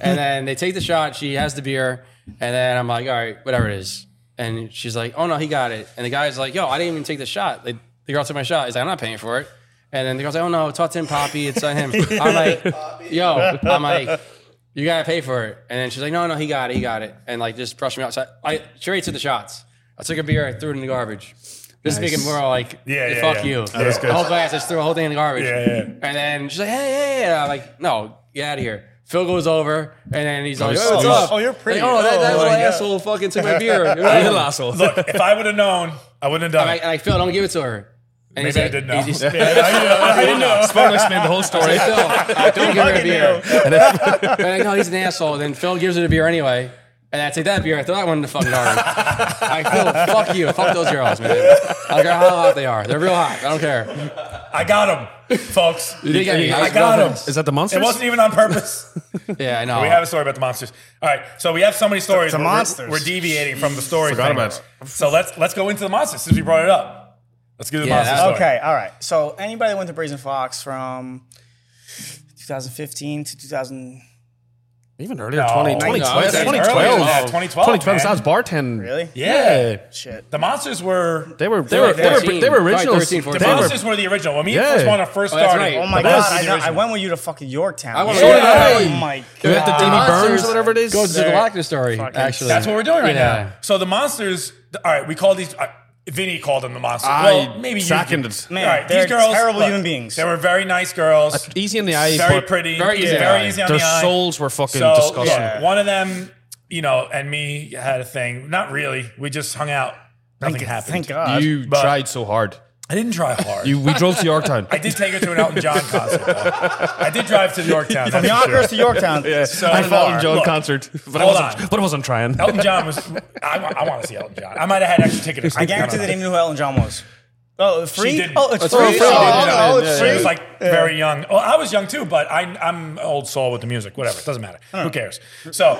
[SPEAKER 3] and then they take the shot. She has the beer, and then I'm like, "All right, whatever it is." And she's like, "Oh no, he got it." And the guy's like, "Yo, I didn't even take the shot. Like, the girl took my shot." He's like, "I'm not paying for it." And then the girl's like, "Oh no, it's all Tim Poppy.
[SPEAKER 1] [LAUGHS]
[SPEAKER 3] It's on him." I'm like, "Yo," I'm like you gotta pay for it. And then she's like, no, no, he got it, he got it. And like just brushed me outside. I straight to the shots. I took a beer, I threw it in the garbage. Just making more like,
[SPEAKER 1] Yeah, yeah,
[SPEAKER 3] fuck
[SPEAKER 1] yeah.
[SPEAKER 3] you.
[SPEAKER 1] Oh, that's good.
[SPEAKER 3] The whole glass, I just threw a whole thing in the garbage.
[SPEAKER 1] Yeah, yeah.
[SPEAKER 3] And then she's like, hey, hey, hey. And I'm like, no, get out of here. Phil goes over, and then he's like,
[SPEAKER 2] he's
[SPEAKER 3] oh, what's
[SPEAKER 2] sleazy.
[SPEAKER 3] up?
[SPEAKER 5] Oh, you're
[SPEAKER 3] Like,
[SPEAKER 5] pretty.
[SPEAKER 3] oh, that, that
[SPEAKER 5] Oh,
[SPEAKER 3] little
[SPEAKER 5] yeah.
[SPEAKER 3] asshole fucking took
[SPEAKER 1] [LAUGHS]
[SPEAKER 3] my beer. and
[SPEAKER 2] You're the
[SPEAKER 3] I,
[SPEAKER 2] asshole.
[SPEAKER 1] Look, if I would have known, I wouldn't have
[SPEAKER 3] and
[SPEAKER 1] done it.
[SPEAKER 3] I, Phil, don't give it to her. And he's
[SPEAKER 1] Maybe I
[SPEAKER 3] like-
[SPEAKER 1] did know.
[SPEAKER 3] he's-
[SPEAKER 1] Yeah, I didn't know. I
[SPEAKER 2] Sparno explained the whole
[SPEAKER 1] [LAUGHS]
[SPEAKER 3] Hey,
[SPEAKER 2] story.
[SPEAKER 3] Phil, I don't give her a
[SPEAKER 5] Fucking
[SPEAKER 3] beer.
[SPEAKER 5] knew.
[SPEAKER 3] [LAUGHS] And I know he's an asshole. Then Phil gives her the beer anyway. And I take that beer. I throw that one in the fucking garbage. I Phil, fuck you. Fuck those girls, man. I don't care how hot they are. They're real hot. I don't care.
[SPEAKER 1] I got him, folks.
[SPEAKER 3] did get me.
[SPEAKER 1] I
[SPEAKER 3] I
[SPEAKER 1] got him.
[SPEAKER 2] Is that the monster?
[SPEAKER 1] It wasn't even on purpose.
[SPEAKER 3] Yeah, I know.
[SPEAKER 1] We have a story about the monsters. All right, so we have so many stories.
[SPEAKER 5] The
[SPEAKER 1] We're- we're-
[SPEAKER 5] monsters.
[SPEAKER 1] We're, deviating from the story.
[SPEAKER 2] Forgot
[SPEAKER 1] thing.
[SPEAKER 2] about
[SPEAKER 1] So let's let's go into the monsters since we brought it up. Let's get to the
[SPEAKER 3] Yeah,
[SPEAKER 1] monster
[SPEAKER 3] that-
[SPEAKER 1] story.
[SPEAKER 5] Okay, all right. So anybody that went to Brazen Fox from 2015 to 2000,
[SPEAKER 2] Even earlier,
[SPEAKER 1] No,
[SPEAKER 2] 20,
[SPEAKER 1] no,
[SPEAKER 2] 2012.
[SPEAKER 3] that's earlier.
[SPEAKER 2] 2012.
[SPEAKER 1] Yeah, 2012,
[SPEAKER 2] 2012. So I
[SPEAKER 1] man.
[SPEAKER 2] was bartending.
[SPEAKER 5] really?
[SPEAKER 1] Yeah.
[SPEAKER 5] Shit.
[SPEAKER 1] the monsters were
[SPEAKER 2] They were, they were, they were, they were,
[SPEAKER 3] Probably
[SPEAKER 2] originals.
[SPEAKER 3] 13,
[SPEAKER 2] They
[SPEAKER 1] the
[SPEAKER 3] 14.
[SPEAKER 2] were-
[SPEAKER 1] monsters were the original. When me and
[SPEAKER 2] Yeah.
[SPEAKER 1] Chris Warner first
[SPEAKER 3] Oh, that's
[SPEAKER 1] started,
[SPEAKER 3] right.
[SPEAKER 5] Oh my
[SPEAKER 1] the
[SPEAKER 5] God!
[SPEAKER 1] monsters were
[SPEAKER 5] I, know,
[SPEAKER 1] the
[SPEAKER 5] I
[SPEAKER 1] original.
[SPEAKER 5] went with you to fucking Yorktown.
[SPEAKER 3] I went
[SPEAKER 5] So
[SPEAKER 3] with
[SPEAKER 5] did
[SPEAKER 3] you.
[SPEAKER 5] I.
[SPEAKER 3] Hey.
[SPEAKER 5] Oh my
[SPEAKER 2] They had the
[SPEAKER 5] God.
[SPEAKER 2] Danny Burns
[SPEAKER 3] Monsters
[SPEAKER 2] or whatever it is.
[SPEAKER 3] Goes to the
[SPEAKER 5] They're-
[SPEAKER 3] Galactus story,
[SPEAKER 5] Fucking-
[SPEAKER 3] actually.
[SPEAKER 1] That's what we're doing right
[SPEAKER 3] Yeah.
[SPEAKER 1] now. So the monsters. All right, we call these. Uh, Vinny called them the monsters.
[SPEAKER 2] I
[SPEAKER 1] well, maybe you
[SPEAKER 2] seconded.
[SPEAKER 1] did.
[SPEAKER 5] Man, they're terrible human beings.
[SPEAKER 1] They were very nice girls.
[SPEAKER 2] Easy in the eye.
[SPEAKER 1] very
[SPEAKER 2] but
[SPEAKER 1] pretty,
[SPEAKER 3] Very easy on the
[SPEAKER 1] very
[SPEAKER 3] eye.
[SPEAKER 1] easy on
[SPEAKER 2] Their
[SPEAKER 1] the eye.
[SPEAKER 2] souls were fucking
[SPEAKER 1] So,
[SPEAKER 2] disgusting.
[SPEAKER 1] look, one of them, you know, and me had a thing. Not really. We just hung out. Nothing happened.
[SPEAKER 5] Thank God.
[SPEAKER 2] You
[SPEAKER 1] But-
[SPEAKER 2] tried so hard.
[SPEAKER 1] I didn't try hard.
[SPEAKER 2] You, we drove to Yorktown.
[SPEAKER 1] [LAUGHS] I did take her to an Elton John concert. though. I did drive to Yorktown.
[SPEAKER 5] From
[SPEAKER 1] that's for sure.
[SPEAKER 5] Yonkers to Yorktown.
[SPEAKER 1] So
[SPEAKER 2] I
[SPEAKER 1] far.
[SPEAKER 2] found Elton John
[SPEAKER 1] Look,
[SPEAKER 2] concert, but I
[SPEAKER 1] hold
[SPEAKER 2] wasn't.
[SPEAKER 1] on.
[SPEAKER 2] But I wasn't trying.
[SPEAKER 1] Elton
[SPEAKER 2] [LAUGHS]
[SPEAKER 1] John was. I, wa- I want to see Elton John. I might have had extra ticket. Or
[SPEAKER 5] I
[SPEAKER 1] something.
[SPEAKER 5] guarantee
[SPEAKER 1] don't know.
[SPEAKER 5] they didn't even know who Elton John was. Oh, free?
[SPEAKER 1] didn't.
[SPEAKER 5] Oh, it's
[SPEAKER 3] It's
[SPEAKER 5] free.
[SPEAKER 3] free.
[SPEAKER 5] Oh,
[SPEAKER 3] She didn't
[SPEAKER 5] oh,
[SPEAKER 3] know.
[SPEAKER 5] oh, it's
[SPEAKER 3] Yeah,
[SPEAKER 5] free.
[SPEAKER 1] She was like very young. Well, I was young too, but I, I'm an old soul with the music. Whatever, it doesn't matter. Who cares? So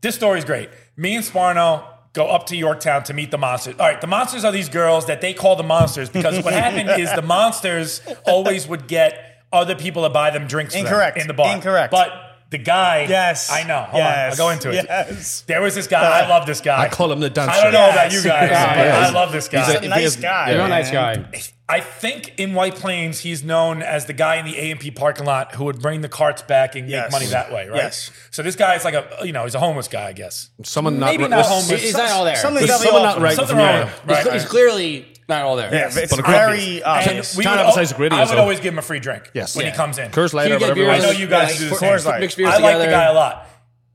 [SPEAKER 1] this story is great. Me and Sparno go up to Yorktown to meet the monsters. All right, the monsters are these girls that they call the monsters because
[SPEAKER 5] [LAUGHS]
[SPEAKER 1] what happened is the monsters always would get other people to buy them drinks. for them
[SPEAKER 5] Incorrect.
[SPEAKER 1] in the bar.
[SPEAKER 5] Incorrect.
[SPEAKER 1] But the guy.
[SPEAKER 5] Yes.
[SPEAKER 1] I know. Hold
[SPEAKER 5] Yes.
[SPEAKER 1] on, I'll go into it.
[SPEAKER 5] Yes. Uh,
[SPEAKER 1] There was this guy. I love this guy.
[SPEAKER 2] I call him the dancer.
[SPEAKER 1] I don't know about you guys, but
[SPEAKER 5] Yes.
[SPEAKER 2] Yes.
[SPEAKER 1] I love this guy.
[SPEAKER 2] He's
[SPEAKER 5] He's a
[SPEAKER 2] If
[SPEAKER 5] nice
[SPEAKER 2] he is-
[SPEAKER 5] guy.
[SPEAKER 2] yeah.
[SPEAKER 3] Real
[SPEAKER 5] man.
[SPEAKER 3] nice guy.
[SPEAKER 1] I think in White Plains he's known as the guy in the A and P parking lot who would bring the carts back and
[SPEAKER 5] Yes.
[SPEAKER 1] make money that way, right?
[SPEAKER 5] Yes.
[SPEAKER 1] So this guy is like a you know he's a homeless guy, I guess.
[SPEAKER 2] Someone
[SPEAKER 1] Maybe
[SPEAKER 2] not.
[SPEAKER 1] not
[SPEAKER 2] there's
[SPEAKER 1] homeless.
[SPEAKER 3] He's not all there.
[SPEAKER 5] Something's
[SPEAKER 2] There's
[SPEAKER 5] gotta be
[SPEAKER 2] someone
[SPEAKER 5] off.
[SPEAKER 2] not right.
[SPEAKER 1] Something
[SPEAKER 2] with me.
[SPEAKER 1] wrong. with him,
[SPEAKER 3] He's,
[SPEAKER 1] Right.
[SPEAKER 3] he's clearly Not all there.
[SPEAKER 5] Yes, it's
[SPEAKER 2] but it could be.
[SPEAKER 5] very uh, obvious.
[SPEAKER 1] we
[SPEAKER 2] China
[SPEAKER 1] would
[SPEAKER 2] besides
[SPEAKER 1] al-
[SPEAKER 2] Gritty
[SPEAKER 1] I
[SPEAKER 2] is
[SPEAKER 1] would
[SPEAKER 2] a-
[SPEAKER 1] always give him a free drink
[SPEAKER 2] Yes.
[SPEAKER 1] when he
[SPEAKER 2] Yeah.
[SPEAKER 1] comes in.
[SPEAKER 2] Curse
[SPEAKER 3] You
[SPEAKER 2] later,
[SPEAKER 3] get
[SPEAKER 2] whatever.
[SPEAKER 3] beers-
[SPEAKER 1] I know you guys
[SPEAKER 5] Yeah,
[SPEAKER 1] do the
[SPEAKER 5] Coors
[SPEAKER 1] same.
[SPEAKER 5] Light.
[SPEAKER 3] Mixed beers
[SPEAKER 1] I like the
[SPEAKER 3] together.
[SPEAKER 1] guy a lot.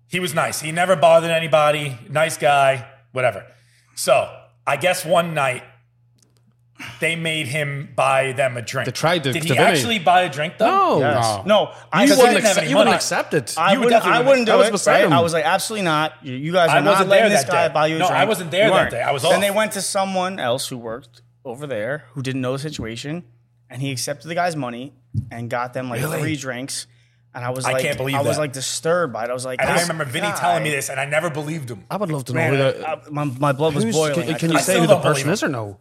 [SPEAKER 1] He was nice. He never bothered anybody. Nice guy. Whatever. So I guess one night they made him buy them a drink.
[SPEAKER 2] They tried to-
[SPEAKER 1] Did he
[SPEAKER 2] to Vinny.
[SPEAKER 1] actually buy a drink though?
[SPEAKER 2] No.
[SPEAKER 5] Yes.
[SPEAKER 3] No.
[SPEAKER 5] No, I
[SPEAKER 1] You
[SPEAKER 5] said-
[SPEAKER 1] wouldn't
[SPEAKER 2] wouldn't,
[SPEAKER 1] have
[SPEAKER 2] accept,
[SPEAKER 1] any
[SPEAKER 2] you wouldn't
[SPEAKER 1] money.
[SPEAKER 2] accept it.
[SPEAKER 5] I,
[SPEAKER 2] You
[SPEAKER 5] would,
[SPEAKER 2] definitely
[SPEAKER 5] I wouldn't do
[SPEAKER 2] I was
[SPEAKER 5] it.
[SPEAKER 2] beside
[SPEAKER 5] right?
[SPEAKER 2] him.
[SPEAKER 5] I was like, absolutely not. You, you guys
[SPEAKER 1] I
[SPEAKER 5] are not
[SPEAKER 1] wasn't there
[SPEAKER 5] letting this
[SPEAKER 1] that
[SPEAKER 5] guy
[SPEAKER 1] day.
[SPEAKER 5] buy you a
[SPEAKER 1] No, I
[SPEAKER 5] drink.
[SPEAKER 1] wasn't there
[SPEAKER 5] You
[SPEAKER 1] that
[SPEAKER 5] weren't.
[SPEAKER 1] day. I was
[SPEAKER 5] Then
[SPEAKER 1] off.
[SPEAKER 5] they went to someone else who worked over there who didn't know the situation, and he accepted the guy's money and got them like
[SPEAKER 1] Really?
[SPEAKER 5] three drinks. And I was
[SPEAKER 1] I
[SPEAKER 5] like,
[SPEAKER 1] can't believe
[SPEAKER 5] I was
[SPEAKER 1] that.
[SPEAKER 5] like disturbed by it. I was like,
[SPEAKER 1] And I
[SPEAKER 5] this
[SPEAKER 1] remember Vinny
[SPEAKER 5] guy-
[SPEAKER 1] telling me this, and I never believed him.
[SPEAKER 2] I would love to know
[SPEAKER 5] Man,
[SPEAKER 2] who
[SPEAKER 5] I-
[SPEAKER 2] the.
[SPEAKER 5] I- my, my blood was
[SPEAKER 2] who's-
[SPEAKER 5] boiling.
[SPEAKER 2] Can,
[SPEAKER 5] I
[SPEAKER 2] can
[SPEAKER 5] couldn't-
[SPEAKER 2] you
[SPEAKER 1] I
[SPEAKER 2] say
[SPEAKER 1] still
[SPEAKER 2] who the
[SPEAKER 1] don't believe
[SPEAKER 2] person
[SPEAKER 1] him.
[SPEAKER 2] is or no?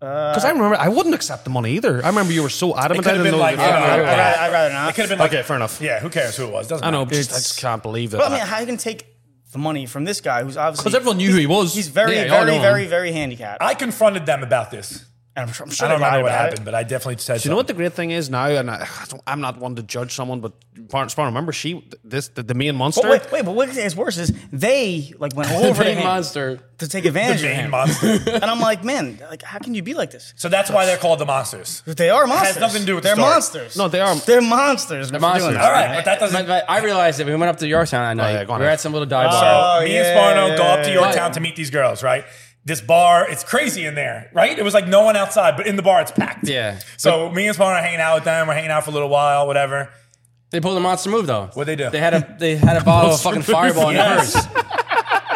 [SPEAKER 2] Because I remember I wouldn't accept the money either. I remember you were so
[SPEAKER 1] It
[SPEAKER 2] adamant.
[SPEAKER 1] could
[SPEAKER 2] I
[SPEAKER 1] have
[SPEAKER 2] didn't
[SPEAKER 1] been
[SPEAKER 2] know.
[SPEAKER 1] like,
[SPEAKER 2] the-
[SPEAKER 1] you know,
[SPEAKER 5] I'd rather- I'd rather- I'd rather
[SPEAKER 1] it
[SPEAKER 5] not.
[SPEAKER 1] could have been like,
[SPEAKER 2] okay, fair enough.
[SPEAKER 1] yeah, who cares who it was? Doesn't
[SPEAKER 2] I know.
[SPEAKER 1] matter.
[SPEAKER 2] But just, I just can't believe that.
[SPEAKER 5] But I
[SPEAKER 1] Uh,
[SPEAKER 5] mean, how you can take the money from this guy who's obviously
[SPEAKER 2] Because everyone knew who he was.
[SPEAKER 5] he's very,
[SPEAKER 2] Yeah, you all know
[SPEAKER 5] very,
[SPEAKER 2] him.
[SPEAKER 5] very, very handicapped.
[SPEAKER 1] I confronted them about this.
[SPEAKER 5] and I'm, sure- I'm sure
[SPEAKER 1] I don't
[SPEAKER 5] they lied
[SPEAKER 1] remember what
[SPEAKER 5] about it.
[SPEAKER 1] happened, but I definitely said.
[SPEAKER 2] Do you know what the great thing is now? And I, [SIGHS] I don't- I'm not one to judge someone, but Spartan, Spartan remember she this the, the main monster.
[SPEAKER 5] But wait, wait, but what is worse is they like went all over
[SPEAKER 3] Big
[SPEAKER 5] him
[SPEAKER 3] monster.
[SPEAKER 5] to take advantage of [LAUGHS]
[SPEAKER 1] Main
[SPEAKER 5] him.
[SPEAKER 1] monster.
[SPEAKER 5] And I'm like, man, like how can you be like this?
[SPEAKER 1] So that's why they're called the monsters.
[SPEAKER 5] But they are monsters.
[SPEAKER 1] nothing to do with the
[SPEAKER 5] They're
[SPEAKER 1] story.
[SPEAKER 5] monsters.
[SPEAKER 2] No, they are-
[SPEAKER 5] They're monsters. They're
[SPEAKER 3] monsters.
[SPEAKER 1] All right, but that
[SPEAKER 3] But,
[SPEAKER 1] doesn't.
[SPEAKER 3] but I realized that we went up to Yorktown that night.
[SPEAKER 2] yeah, go on
[SPEAKER 3] we were
[SPEAKER 2] ahead.
[SPEAKER 3] at some little dive
[SPEAKER 1] So
[SPEAKER 3] bar.
[SPEAKER 5] Oh,
[SPEAKER 1] me
[SPEAKER 5] yeah,
[SPEAKER 1] and Sparno go up to
[SPEAKER 5] yeah,
[SPEAKER 1] Yorktown
[SPEAKER 3] yeah.
[SPEAKER 1] to meet these girls, right? This bar, it's crazy in there, right? It was like no one outside, but in the bar, it's packed.
[SPEAKER 3] Yeah.
[SPEAKER 1] So me and Sparno are hanging out with them. We're hanging out for a little while, whatever.
[SPEAKER 3] They pulled a monster move though.
[SPEAKER 1] What'd they do?
[SPEAKER 3] They had a they had a bottle of fucking fireball in their
[SPEAKER 1] Yes.
[SPEAKER 3] purse.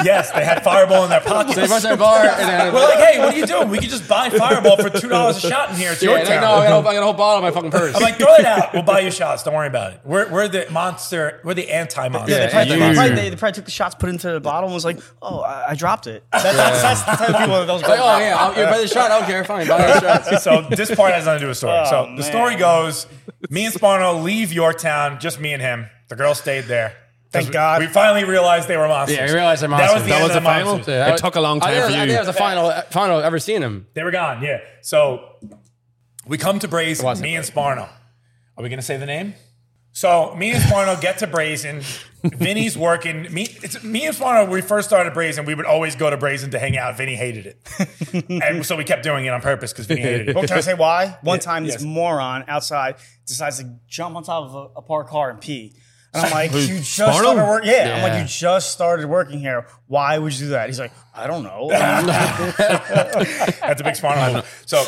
[SPEAKER 1] Yes, they had Fireball in their
[SPEAKER 3] So Oh, they
[SPEAKER 1] pockets.
[SPEAKER 3] went to the bar and
[SPEAKER 1] [LAUGHS]
[SPEAKER 3] then,
[SPEAKER 1] We're like, hey, what are you doing? We could just buy Fireball for two dollars a shot in here at
[SPEAKER 3] yeah,
[SPEAKER 1] Yorktown.
[SPEAKER 3] like, no, I got, a, I got a whole bottle in my fucking purse.
[SPEAKER 1] I'm like, throw it out. We'll buy you shots. Don't worry about it. We're, we're the monster. We're the anti-monster.
[SPEAKER 5] They probably,
[SPEAKER 2] Yeah,
[SPEAKER 5] they, probably,
[SPEAKER 2] you-
[SPEAKER 5] they, they probably took the shots, put it into the bottle, and was like, "Oh, I, I dropped it." That, that's, that's the type of people that those.
[SPEAKER 3] Like, oh yeah, I'll, you're by the shot. I don't care. Fine, buy the
[SPEAKER 1] [LAUGHS]
[SPEAKER 3] shots.
[SPEAKER 1] so this part has nothing to do with story. so
[SPEAKER 5] Oh,
[SPEAKER 1] the
[SPEAKER 5] man.
[SPEAKER 1] story goes: me and Sparno leave Yorktown, just me and him. The girl stayed there. 'Cause
[SPEAKER 5] Thank
[SPEAKER 1] we-
[SPEAKER 5] God.
[SPEAKER 1] We finally realized they were monsters.
[SPEAKER 3] Yeah, we realized they're
[SPEAKER 1] That was
[SPEAKER 3] monsters.
[SPEAKER 1] the,
[SPEAKER 3] That
[SPEAKER 1] end
[SPEAKER 2] was
[SPEAKER 1] of
[SPEAKER 2] the final?
[SPEAKER 1] monsters.
[SPEAKER 3] Yeah,
[SPEAKER 2] It
[SPEAKER 3] I-
[SPEAKER 2] took a long
[SPEAKER 3] I
[SPEAKER 2] time
[SPEAKER 3] think
[SPEAKER 2] for
[SPEAKER 3] it was- I
[SPEAKER 2] you.
[SPEAKER 3] think it was the final final I've ever seen him.
[SPEAKER 1] They were gone. Yeah. So we come to Brazen.
[SPEAKER 3] wasn't
[SPEAKER 1] Me and Sparno. Are we gonna say the name? So me and Sparno get to Brazen. Vinny's working. Me, it's, me and Sparno. When we first started Brazen, we would always go to Brazen to hang out. Vinny hated it, and so we kept doing it on purpose because Vinny hated it.
[SPEAKER 5] Well, can I say why? One time,
[SPEAKER 1] yes.
[SPEAKER 5] this moron outside decides to jump on top of a, a parked car and pee. And I'm like, you just
[SPEAKER 2] Sparno?
[SPEAKER 5] started working. Yeah. I'm
[SPEAKER 3] Yeah.
[SPEAKER 5] like, you just started working here. Why would you do that? He's like, I don't know.
[SPEAKER 1] That's a big Sparno.
[SPEAKER 2] [LAUGHS]
[SPEAKER 1] move. So,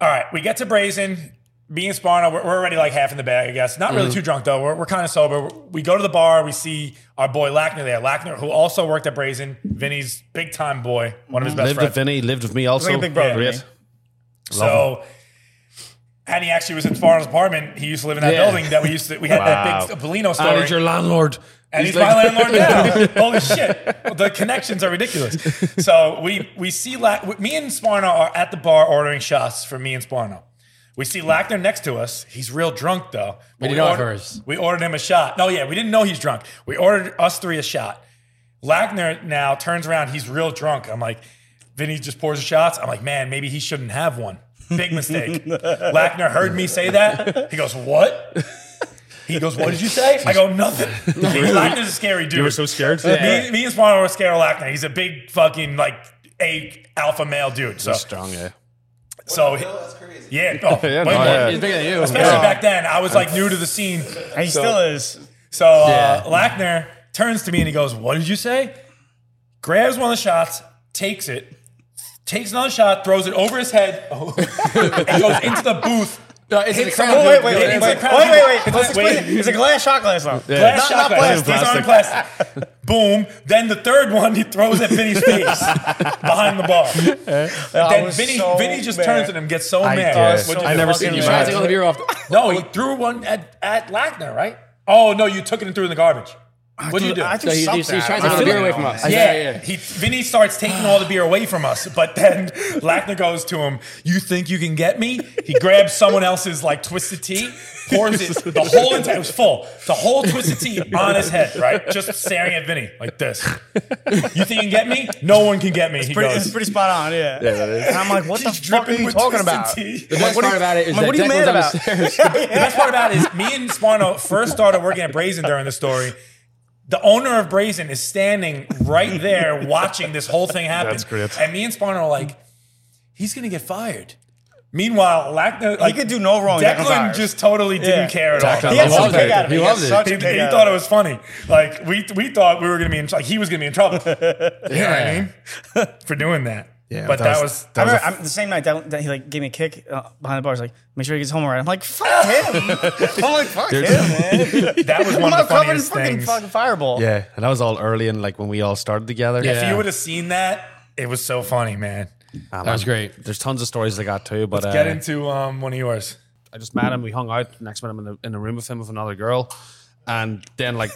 [SPEAKER 1] all right, we get to Brazen. Me and Sparno, we're, we're already like half in the bag, I guess. Not
[SPEAKER 2] Mm-hmm.
[SPEAKER 1] really too drunk though. We're, we're kind of sober. We go to the bar. We see our boy Lackner there. Lackner, who also worked at Brazen, Vinny's big time boy, one of his best
[SPEAKER 2] Mm-hmm. lived
[SPEAKER 1] friends.
[SPEAKER 2] with Vinny, lived with me also.
[SPEAKER 5] like a big brother to
[SPEAKER 2] Great.
[SPEAKER 5] me.
[SPEAKER 1] so, and he actually was in Sparno's apartment. He used to live in that
[SPEAKER 2] Yeah.
[SPEAKER 1] building that we used to. We had that big
[SPEAKER 2] Wow.
[SPEAKER 1] Polino story.
[SPEAKER 2] And he's your landlord.
[SPEAKER 1] And he's, my landlord
[SPEAKER 2] [LAUGHS]
[SPEAKER 1] now. Holy shit. The connections are ridiculous. So we we see La- me and Sparno are at the bar ordering shots for me and Sparno. We see Lackner next to us. He's real drunk though. But
[SPEAKER 3] didn't know at
[SPEAKER 1] ordered,
[SPEAKER 3] first.
[SPEAKER 1] We ordered him a shot. No, yeah, we didn't know he's drunk. We ordered us three a shot. Lackner now turns around. He's real drunk. I'm like, Vinny just pours the shots. I'm like, man, maybe he shouldn't have one. Big mistake. Lackner heard me say that. He goes, what? He goes, what did you say? I go, nothing. Lackner's a scary dude.
[SPEAKER 2] You were so scared.
[SPEAKER 1] Me, me and Spano were scared of Lackner. He's a big fucking like a alpha male dude. So
[SPEAKER 2] Strong, yeah.
[SPEAKER 1] so
[SPEAKER 4] Oh, that's crazy.
[SPEAKER 1] yeah, oh,
[SPEAKER 2] [LAUGHS] Yeah,
[SPEAKER 1] way
[SPEAKER 2] no,
[SPEAKER 1] more.
[SPEAKER 2] yeah.
[SPEAKER 3] He's bigger than you.
[SPEAKER 1] Especially back then, I was like new to the scene.
[SPEAKER 5] And he still is.
[SPEAKER 1] So uh,
[SPEAKER 3] Yeah.
[SPEAKER 1] Lackner turns to me and he goes, "What did you say?" Grabs one of the shots, takes it, takes another shot, throws it over his head, [LAUGHS] and goes into the booth.
[SPEAKER 3] No, it's the
[SPEAKER 1] Hits him.
[SPEAKER 3] crowd.
[SPEAKER 5] [LAUGHS] Oh, wait, wait,
[SPEAKER 1] Yeah,
[SPEAKER 5] wait,
[SPEAKER 1] it's
[SPEAKER 5] wait,
[SPEAKER 1] a
[SPEAKER 5] wait, wait,
[SPEAKER 1] crowd.
[SPEAKER 5] wait, wait.
[SPEAKER 1] Wait.
[SPEAKER 5] Let's explain it. It's a glass shot glass, though.
[SPEAKER 2] Yeah.
[SPEAKER 1] Glass shot
[SPEAKER 5] Not- not
[SPEAKER 1] glass. [LAUGHS] These
[SPEAKER 2] plastic.
[SPEAKER 1] aren't plastic. Boom. Then the third one, he throws at
[SPEAKER 5] [LAUGHS]
[SPEAKER 1] Vinny's face behind the bar.
[SPEAKER 5] I
[SPEAKER 1] then
[SPEAKER 5] was
[SPEAKER 1] Vinny,
[SPEAKER 5] so
[SPEAKER 1] Vinny just
[SPEAKER 5] mad.
[SPEAKER 1] turns at him, gets so mad.
[SPEAKER 2] did.
[SPEAKER 1] What'd you
[SPEAKER 5] I
[SPEAKER 1] do?
[SPEAKER 5] never
[SPEAKER 2] seen you
[SPEAKER 3] Trying to take all the beer off.
[SPEAKER 1] No,
[SPEAKER 5] Oh,
[SPEAKER 1] he threw one at, at Lackner, right? Oh no, you took it and threw it in the garbage. What'd you do?
[SPEAKER 5] I
[SPEAKER 3] So
[SPEAKER 5] think
[SPEAKER 3] he,
[SPEAKER 5] something.
[SPEAKER 3] he's he's trying to
[SPEAKER 5] I
[SPEAKER 3] take all the
[SPEAKER 5] feel
[SPEAKER 3] beer away
[SPEAKER 5] like-
[SPEAKER 3] from us.
[SPEAKER 1] yeah, He, Vinny starts taking all the beer away from us, but then
[SPEAKER 5] [LAUGHS]
[SPEAKER 1] Lackner goes to him, You think you can get me? He grabs someone else's like twisted tea, pours
[SPEAKER 5] [LAUGHS]
[SPEAKER 1] it, the whole entire, it was full, the whole twisted tea on his head, right? Just staring at Vinny like this. You think you can get me? No one can get me. He
[SPEAKER 5] Pretty,
[SPEAKER 1] goes,
[SPEAKER 5] it's pretty spot on, yeah. yeah that is. And I'm like, what the
[SPEAKER 1] "He's
[SPEAKER 5] fuck are
[SPEAKER 1] dripping
[SPEAKER 5] you
[SPEAKER 1] with
[SPEAKER 5] talking
[SPEAKER 1] Twisted
[SPEAKER 5] about?
[SPEAKER 1] Tea."
[SPEAKER 3] The best part about it is
[SPEAKER 5] I'm
[SPEAKER 3] that
[SPEAKER 5] like,
[SPEAKER 3] what Declan's
[SPEAKER 5] what are you mad
[SPEAKER 3] upstairs.
[SPEAKER 5] about?
[SPEAKER 1] The best part about it is me and Sparno first started working at Brazen during the story. The owner of Brazen is standing right there watching this whole thing happen.
[SPEAKER 2] That's great.
[SPEAKER 1] And me and Sparno are like, he's going to get fired. Meanwhile, Lackner, like,
[SPEAKER 5] could do no wrong, Declan
[SPEAKER 1] Declan
[SPEAKER 5] Fires.
[SPEAKER 1] just totally didn't
[SPEAKER 5] Yeah.
[SPEAKER 1] care at
[SPEAKER 3] Declan
[SPEAKER 1] all.
[SPEAKER 5] He
[SPEAKER 3] I
[SPEAKER 5] had
[SPEAKER 3] loved
[SPEAKER 5] some kick
[SPEAKER 3] it.
[SPEAKER 5] out of it.
[SPEAKER 3] He
[SPEAKER 5] He had
[SPEAKER 3] loved it.
[SPEAKER 5] such
[SPEAKER 1] He,
[SPEAKER 5] a
[SPEAKER 1] he
[SPEAKER 5] kick out
[SPEAKER 1] thought
[SPEAKER 5] of
[SPEAKER 1] it was funny. Like we we thought we were gonna be in like he was gonna be in
[SPEAKER 5] [LAUGHS]
[SPEAKER 1] trouble. You know what I
[SPEAKER 3] Yeah.
[SPEAKER 1] mean? For doing that.
[SPEAKER 6] Yeah,
[SPEAKER 1] But that was,
[SPEAKER 5] I
[SPEAKER 6] that was a
[SPEAKER 5] remember I'm, the same night that, that he like gave me a kick uh, behind the bar. He's like, "Make sure he gets home all right." I'm like, [LAUGHS] "Fuck him!" I'm like, "Fuck him, man!"
[SPEAKER 1] that
[SPEAKER 3] [LAUGHS]
[SPEAKER 1] was
[SPEAKER 5] I'm
[SPEAKER 1] one of
[SPEAKER 5] not
[SPEAKER 1] the
[SPEAKER 5] covering his
[SPEAKER 1] funniest
[SPEAKER 5] fucking
[SPEAKER 1] things.
[SPEAKER 5] fucking fireball.
[SPEAKER 6] Yeah, and that was all early and like when we all started together.
[SPEAKER 1] If
[SPEAKER 3] Yeah.
[SPEAKER 1] you would have seen that, it was so funny, man.
[SPEAKER 3] That was great.
[SPEAKER 6] There's tons of stories I got too, but
[SPEAKER 1] Get
[SPEAKER 6] uh,
[SPEAKER 1] into um, one of yours.
[SPEAKER 2] I just met him. We hung out. Next met him in the, in the room with him with another girl, and then like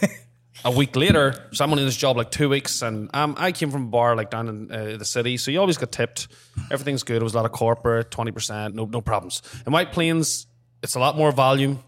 [SPEAKER 2] a week later, someone in his job like two weeks, and um, I came from a bar like down in uh, the city, so you always got tipped. Everything's good. It was a lot of corporate, twenty percent, no no problems. In White Plains, it's a lot more volume,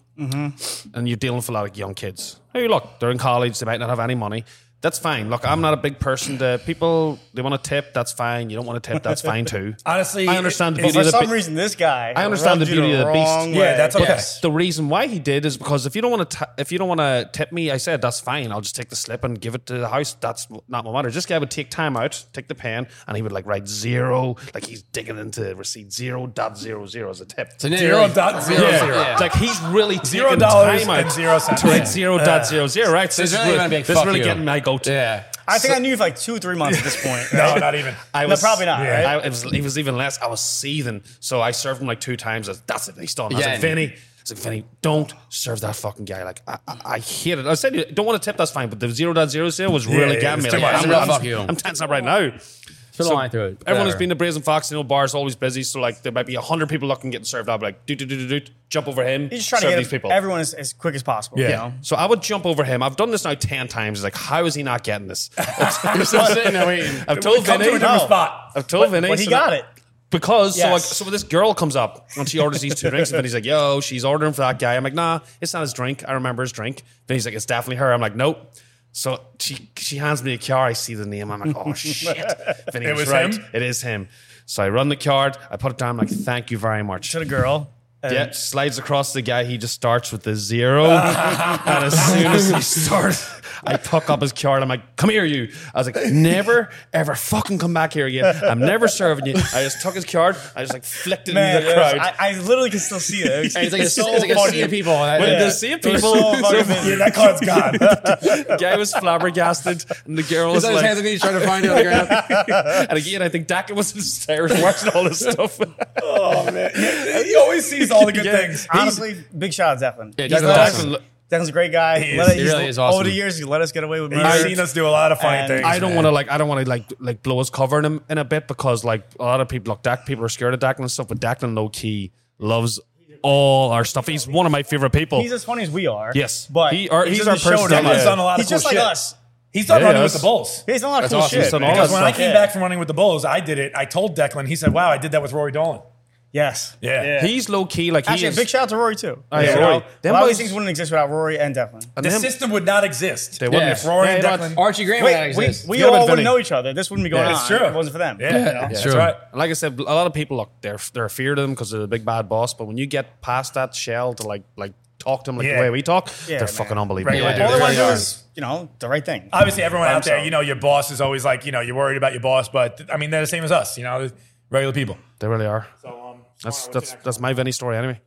[SPEAKER 2] and you're dealing with a lot of young kids. Hey, look, they're in college. They might not have any money. That's fine. Look, I'm not a big person. To people, they want to tip. That's fine. You don't want to tip. That's fine
[SPEAKER 5] [LAUGHS]
[SPEAKER 2] too.
[SPEAKER 1] Honestly,
[SPEAKER 2] I understand the
[SPEAKER 1] it's-
[SPEAKER 2] beauty
[SPEAKER 5] For
[SPEAKER 2] of the
[SPEAKER 5] some
[SPEAKER 2] bi-
[SPEAKER 5] reason, this guy.
[SPEAKER 2] I understand
[SPEAKER 5] rubbed
[SPEAKER 2] the
[SPEAKER 5] you
[SPEAKER 2] beauty of the beast.
[SPEAKER 5] wrong
[SPEAKER 1] Yeah,
[SPEAKER 5] way.
[SPEAKER 1] that's okay.
[SPEAKER 2] Yes. The reason why he did is because if you don't want to, if you don't want to tip me, I said that's fine. I'll just take the slip and give it to the house. That's not my matter. This guy would take time out, take the pen, and he would like write zero, like he's digging into receipt zero dot zero zero as a tip.
[SPEAKER 3] So now
[SPEAKER 1] Zero
[SPEAKER 3] you're-
[SPEAKER 1] dot zero
[SPEAKER 2] Yeah.
[SPEAKER 1] zero.
[SPEAKER 2] It's like he's really
[SPEAKER 1] Zero
[SPEAKER 2] taking
[SPEAKER 1] dollars
[SPEAKER 2] time out
[SPEAKER 1] and zero cents.
[SPEAKER 2] to
[SPEAKER 1] Yeah.
[SPEAKER 2] write zero dot zero zero. Right, so
[SPEAKER 3] He's
[SPEAKER 2] this is
[SPEAKER 3] really
[SPEAKER 2] really,
[SPEAKER 3] gonna be like,
[SPEAKER 2] this is
[SPEAKER 3] "Fuck
[SPEAKER 2] really
[SPEAKER 3] you."
[SPEAKER 2] getting my goat.
[SPEAKER 3] Yeah.
[SPEAKER 5] I think I knew you for like two or three months at this point.
[SPEAKER 1] [LAUGHS] No, not even.
[SPEAKER 2] I
[SPEAKER 5] No, probably not,
[SPEAKER 1] yeah.
[SPEAKER 2] I, it was, he was even less. I was seething. So I served him like two times. I was, That's it. He's done. I was
[SPEAKER 3] Yeah.
[SPEAKER 2] like, Vinny. I was like, Vinny, don't serve that fucking guy. Like, I, I, I hate it. I said, don't want to tip. That's fine. But the 0.00 was really
[SPEAKER 1] yeah,
[SPEAKER 2] getting me.
[SPEAKER 1] it's too
[SPEAKER 2] Like,
[SPEAKER 1] much.
[SPEAKER 2] I'm,
[SPEAKER 1] It's
[SPEAKER 3] a real
[SPEAKER 2] I'm,
[SPEAKER 3] fuck you.
[SPEAKER 2] I'm tensed up right now.
[SPEAKER 3] Put a
[SPEAKER 2] So
[SPEAKER 3] line through it.
[SPEAKER 2] Everyone has
[SPEAKER 3] Whatever.
[SPEAKER 2] been to Brazen Fox, you know, bar's always busy. So, like, there might be 100 people looking getting served up. Like, do, do, do, do, do, jump over him.
[SPEAKER 5] He's just trying
[SPEAKER 2] serve
[SPEAKER 5] to
[SPEAKER 2] these
[SPEAKER 5] get
[SPEAKER 2] people.
[SPEAKER 5] everyone as, as quick as possible.
[SPEAKER 1] Yeah.
[SPEAKER 5] You know?
[SPEAKER 2] so I would jump over him. I've done this now 10 times. Like, how is he not getting this? [LAUGHS]
[SPEAKER 3] You're still sitting there waiting.
[SPEAKER 2] I've told
[SPEAKER 1] Come to a
[SPEAKER 2] Vinny.
[SPEAKER 1] different
[SPEAKER 5] no.
[SPEAKER 1] spot.
[SPEAKER 2] I've told Vinny.
[SPEAKER 5] But he
[SPEAKER 2] so
[SPEAKER 5] got
[SPEAKER 2] that-
[SPEAKER 5] it.
[SPEAKER 2] Because so, like,
[SPEAKER 5] Yes.
[SPEAKER 2] so this girl comes up and she orders these two drinks, and then he's like, "Yo, she's ordering for that guy." I'm like, "Nah, it's not his drink. I remember his drink." Then he's like, "It's definitely her." I'm like, "Nope." So she she hands me a card. I see the name. I'm like, "Oh shit!" Vinny
[SPEAKER 1] It
[SPEAKER 2] was,
[SPEAKER 1] was
[SPEAKER 2] right.
[SPEAKER 1] him?
[SPEAKER 2] It is him. So I run the card. I put it down. I'm like, "Thank you very much."
[SPEAKER 5] To the girl. And
[SPEAKER 2] Yeah, slides across the guy. He just starts with the
[SPEAKER 5] [LAUGHS]
[SPEAKER 2] zero, and as soon as he starts, I puck up his card. I'm like, "Come here, you!" I was like, "Never, ever fucking come back here again. I'm never serving you." I just took his card. I just like flicked it
[SPEAKER 5] Man,
[SPEAKER 2] into the crowd.
[SPEAKER 5] I, I literally can still see it. It's,
[SPEAKER 3] It's like a,
[SPEAKER 5] [LAUGHS] so
[SPEAKER 3] it's like a sea
[SPEAKER 5] funny.
[SPEAKER 3] of people. That,
[SPEAKER 2] Wait,
[SPEAKER 3] yeah.
[SPEAKER 2] the sea of people,
[SPEAKER 5] so
[SPEAKER 2] [LAUGHS]
[SPEAKER 5] fucking
[SPEAKER 1] Yeah,
[SPEAKER 5] busy.
[SPEAKER 1] that card's gone.
[SPEAKER 2] the guy was flabbergasted, and the girl was
[SPEAKER 3] He's on his hands
[SPEAKER 2] like,
[SPEAKER 3] and knees trying to find it on the ground.
[SPEAKER 2] and again, I think Dakin was hysterical watching all this stuff. [LAUGHS]
[SPEAKER 1] oh man, Yeah, he always sees all the good
[SPEAKER 2] Yeah.
[SPEAKER 1] things.
[SPEAKER 5] Honestly, big shout out to Declan.
[SPEAKER 3] he's
[SPEAKER 5] Declan-
[SPEAKER 3] awesome.
[SPEAKER 5] Declan's a great guy.
[SPEAKER 1] He is.
[SPEAKER 5] Let it-
[SPEAKER 1] He
[SPEAKER 5] he's-
[SPEAKER 3] really is
[SPEAKER 5] Over
[SPEAKER 3] awesome.
[SPEAKER 5] the years, he let us get away with
[SPEAKER 1] He's
[SPEAKER 5] murder.
[SPEAKER 1] seen us do a lot of funny
[SPEAKER 5] And
[SPEAKER 1] things.
[SPEAKER 2] I don't
[SPEAKER 1] man.
[SPEAKER 2] want to like I don't want to like like blow his cover in him in a bit because like a lot of people look Dak people are scared of Declan and stuff, but Declan low key loves all our stuff. He's one of my favorite people.
[SPEAKER 5] He's as funny as we are.
[SPEAKER 2] Yes.
[SPEAKER 5] but
[SPEAKER 2] He are- he's
[SPEAKER 5] just
[SPEAKER 2] our
[SPEAKER 5] a showdown.
[SPEAKER 2] personality.
[SPEAKER 1] He's done a lot of
[SPEAKER 5] He's just
[SPEAKER 1] cool
[SPEAKER 5] like
[SPEAKER 1] shit.
[SPEAKER 5] us.
[SPEAKER 1] He's done
[SPEAKER 2] Yeah,
[SPEAKER 1] running with the
[SPEAKER 2] that's-
[SPEAKER 1] Bulls.
[SPEAKER 5] He's done a lot of
[SPEAKER 3] That's
[SPEAKER 5] cool
[SPEAKER 3] awesome. He's
[SPEAKER 5] shit.
[SPEAKER 2] done all
[SPEAKER 1] Because
[SPEAKER 2] that
[SPEAKER 1] when I
[SPEAKER 2] stuff.
[SPEAKER 1] came
[SPEAKER 5] Yeah.
[SPEAKER 1] back from running with the Bulls, I did it. I told Declan. He said, "Wow, I did that with Rory Dolan."
[SPEAKER 5] Yes.
[SPEAKER 1] Yeah.
[SPEAKER 2] He's low key like he
[SPEAKER 5] Actually, a
[SPEAKER 2] is.
[SPEAKER 5] big shout out to Rory too.
[SPEAKER 2] Oh, yeah,
[SPEAKER 5] You
[SPEAKER 2] Rory.
[SPEAKER 5] know, A
[SPEAKER 2] Them
[SPEAKER 5] lot of
[SPEAKER 2] boys-
[SPEAKER 5] these things wouldn't exist without Rory and Declan.
[SPEAKER 2] and
[SPEAKER 1] The
[SPEAKER 2] him-
[SPEAKER 1] system would not exist.
[SPEAKER 2] they wouldn't
[SPEAKER 3] Yeah.
[SPEAKER 2] if
[SPEAKER 1] Rory
[SPEAKER 2] Rory
[SPEAKER 1] and
[SPEAKER 2] yeah,
[SPEAKER 1] Declan.
[SPEAKER 3] Archie Graham would not
[SPEAKER 5] Wait, we,
[SPEAKER 3] exist.
[SPEAKER 5] we
[SPEAKER 2] Yeah, but
[SPEAKER 5] all would
[SPEAKER 2] Vinny.
[SPEAKER 5] know each other. This wouldn't be going
[SPEAKER 1] Yeah,
[SPEAKER 5] on.
[SPEAKER 1] it's true.
[SPEAKER 5] If it wasn't for them.
[SPEAKER 1] Yeah, that's right.
[SPEAKER 2] Like I said, a lot of people look they're they're afraid of them because they're the big bad boss. But when you get past that shell to like like talk to them like
[SPEAKER 1] Yeah.
[SPEAKER 2] the way we talk, they're
[SPEAKER 5] Yeah, man.
[SPEAKER 2] fucking unbelievable.
[SPEAKER 3] Regular
[SPEAKER 5] All
[SPEAKER 3] dudes.
[SPEAKER 5] they want to
[SPEAKER 3] They
[SPEAKER 5] do
[SPEAKER 3] are.
[SPEAKER 5] is, you know, the right thing.
[SPEAKER 1] Obviously, everyone out there,
[SPEAKER 5] so.
[SPEAKER 1] you know, your boss is always like, you know, you're worried about your boss, but I mean, they're the same as us, you know, regular people.
[SPEAKER 2] They really are.
[SPEAKER 1] So, um,
[SPEAKER 2] That's that's that's my Vinny story anyway.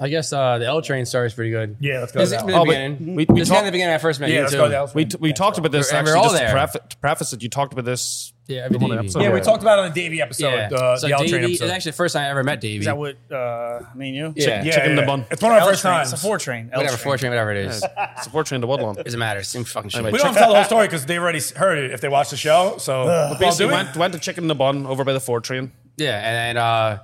[SPEAKER 3] I guess uh, the L train story is pretty good.
[SPEAKER 1] Yeah, let's go
[SPEAKER 3] Is
[SPEAKER 1] to
[SPEAKER 3] it
[SPEAKER 1] that
[SPEAKER 3] the
[SPEAKER 1] one.
[SPEAKER 2] Oh, but
[SPEAKER 3] beginning?
[SPEAKER 2] we- we
[SPEAKER 3] This is
[SPEAKER 2] talk-
[SPEAKER 3] kind of the beginning I first met
[SPEAKER 1] yeah,
[SPEAKER 3] you
[SPEAKER 1] let's
[SPEAKER 3] too.
[SPEAKER 1] go to that
[SPEAKER 2] We
[SPEAKER 1] one.
[SPEAKER 2] t- we talked about this
[SPEAKER 3] And
[SPEAKER 2] actually
[SPEAKER 3] we're all
[SPEAKER 2] just to
[SPEAKER 3] there.
[SPEAKER 2] preface, to preface it. You talked about
[SPEAKER 5] [LAUGHS]
[SPEAKER 2] this.
[SPEAKER 3] Yeah,
[SPEAKER 2] in
[SPEAKER 3] every
[SPEAKER 2] one
[SPEAKER 3] Davey.
[SPEAKER 2] episode.
[SPEAKER 1] yeah, we talked about it on the Davey episode,
[SPEAKER 3] Yeah.
[SPEAKER 1] the,
[SPEAKER 3] so
[SPEAKER 1] the L train
[SPEAKER 3] Davey, it's
[SPEAKER 1] episode.
[SPEAKER 3] actually the first time I ever met Davey.
[SPEAKER 5] Is that what uh, me and you?
[SPEAKER 3] yeah.
[SPEAKER 1] yeah,
[SPEAKER 2] chicken
[SPEAKER 1] yeah.
[SPEAKER 2] the bun.
[SPEAKER 1] It's one of our
[SPEAKER 5] L
[SPEAKER 1] first
[SPEAKER 5] train.
[SPEAKER 1] times.
[SPEAKER 5] It's a four train. L
[SPEAKER 3] whatever,
[SPEAKER 5] train.
[SPEAKER 3] four train, whatever it is.
[SPEAKER 2] Support train to Woodlawn.
[SPEAKER 3] doesn't matter. Same fucking shit.
[SPEAKER 1] We don't have to tell the whole story because they already heard it if they watched the show. So, Well, do
[SPEAKER 2] Basically,
[SPEAKER 1] it.
[SPEAKER 2] went, went to Chicken in the Bun over by the Ford train.
[SPEAKER 3] Yeah, and then uh,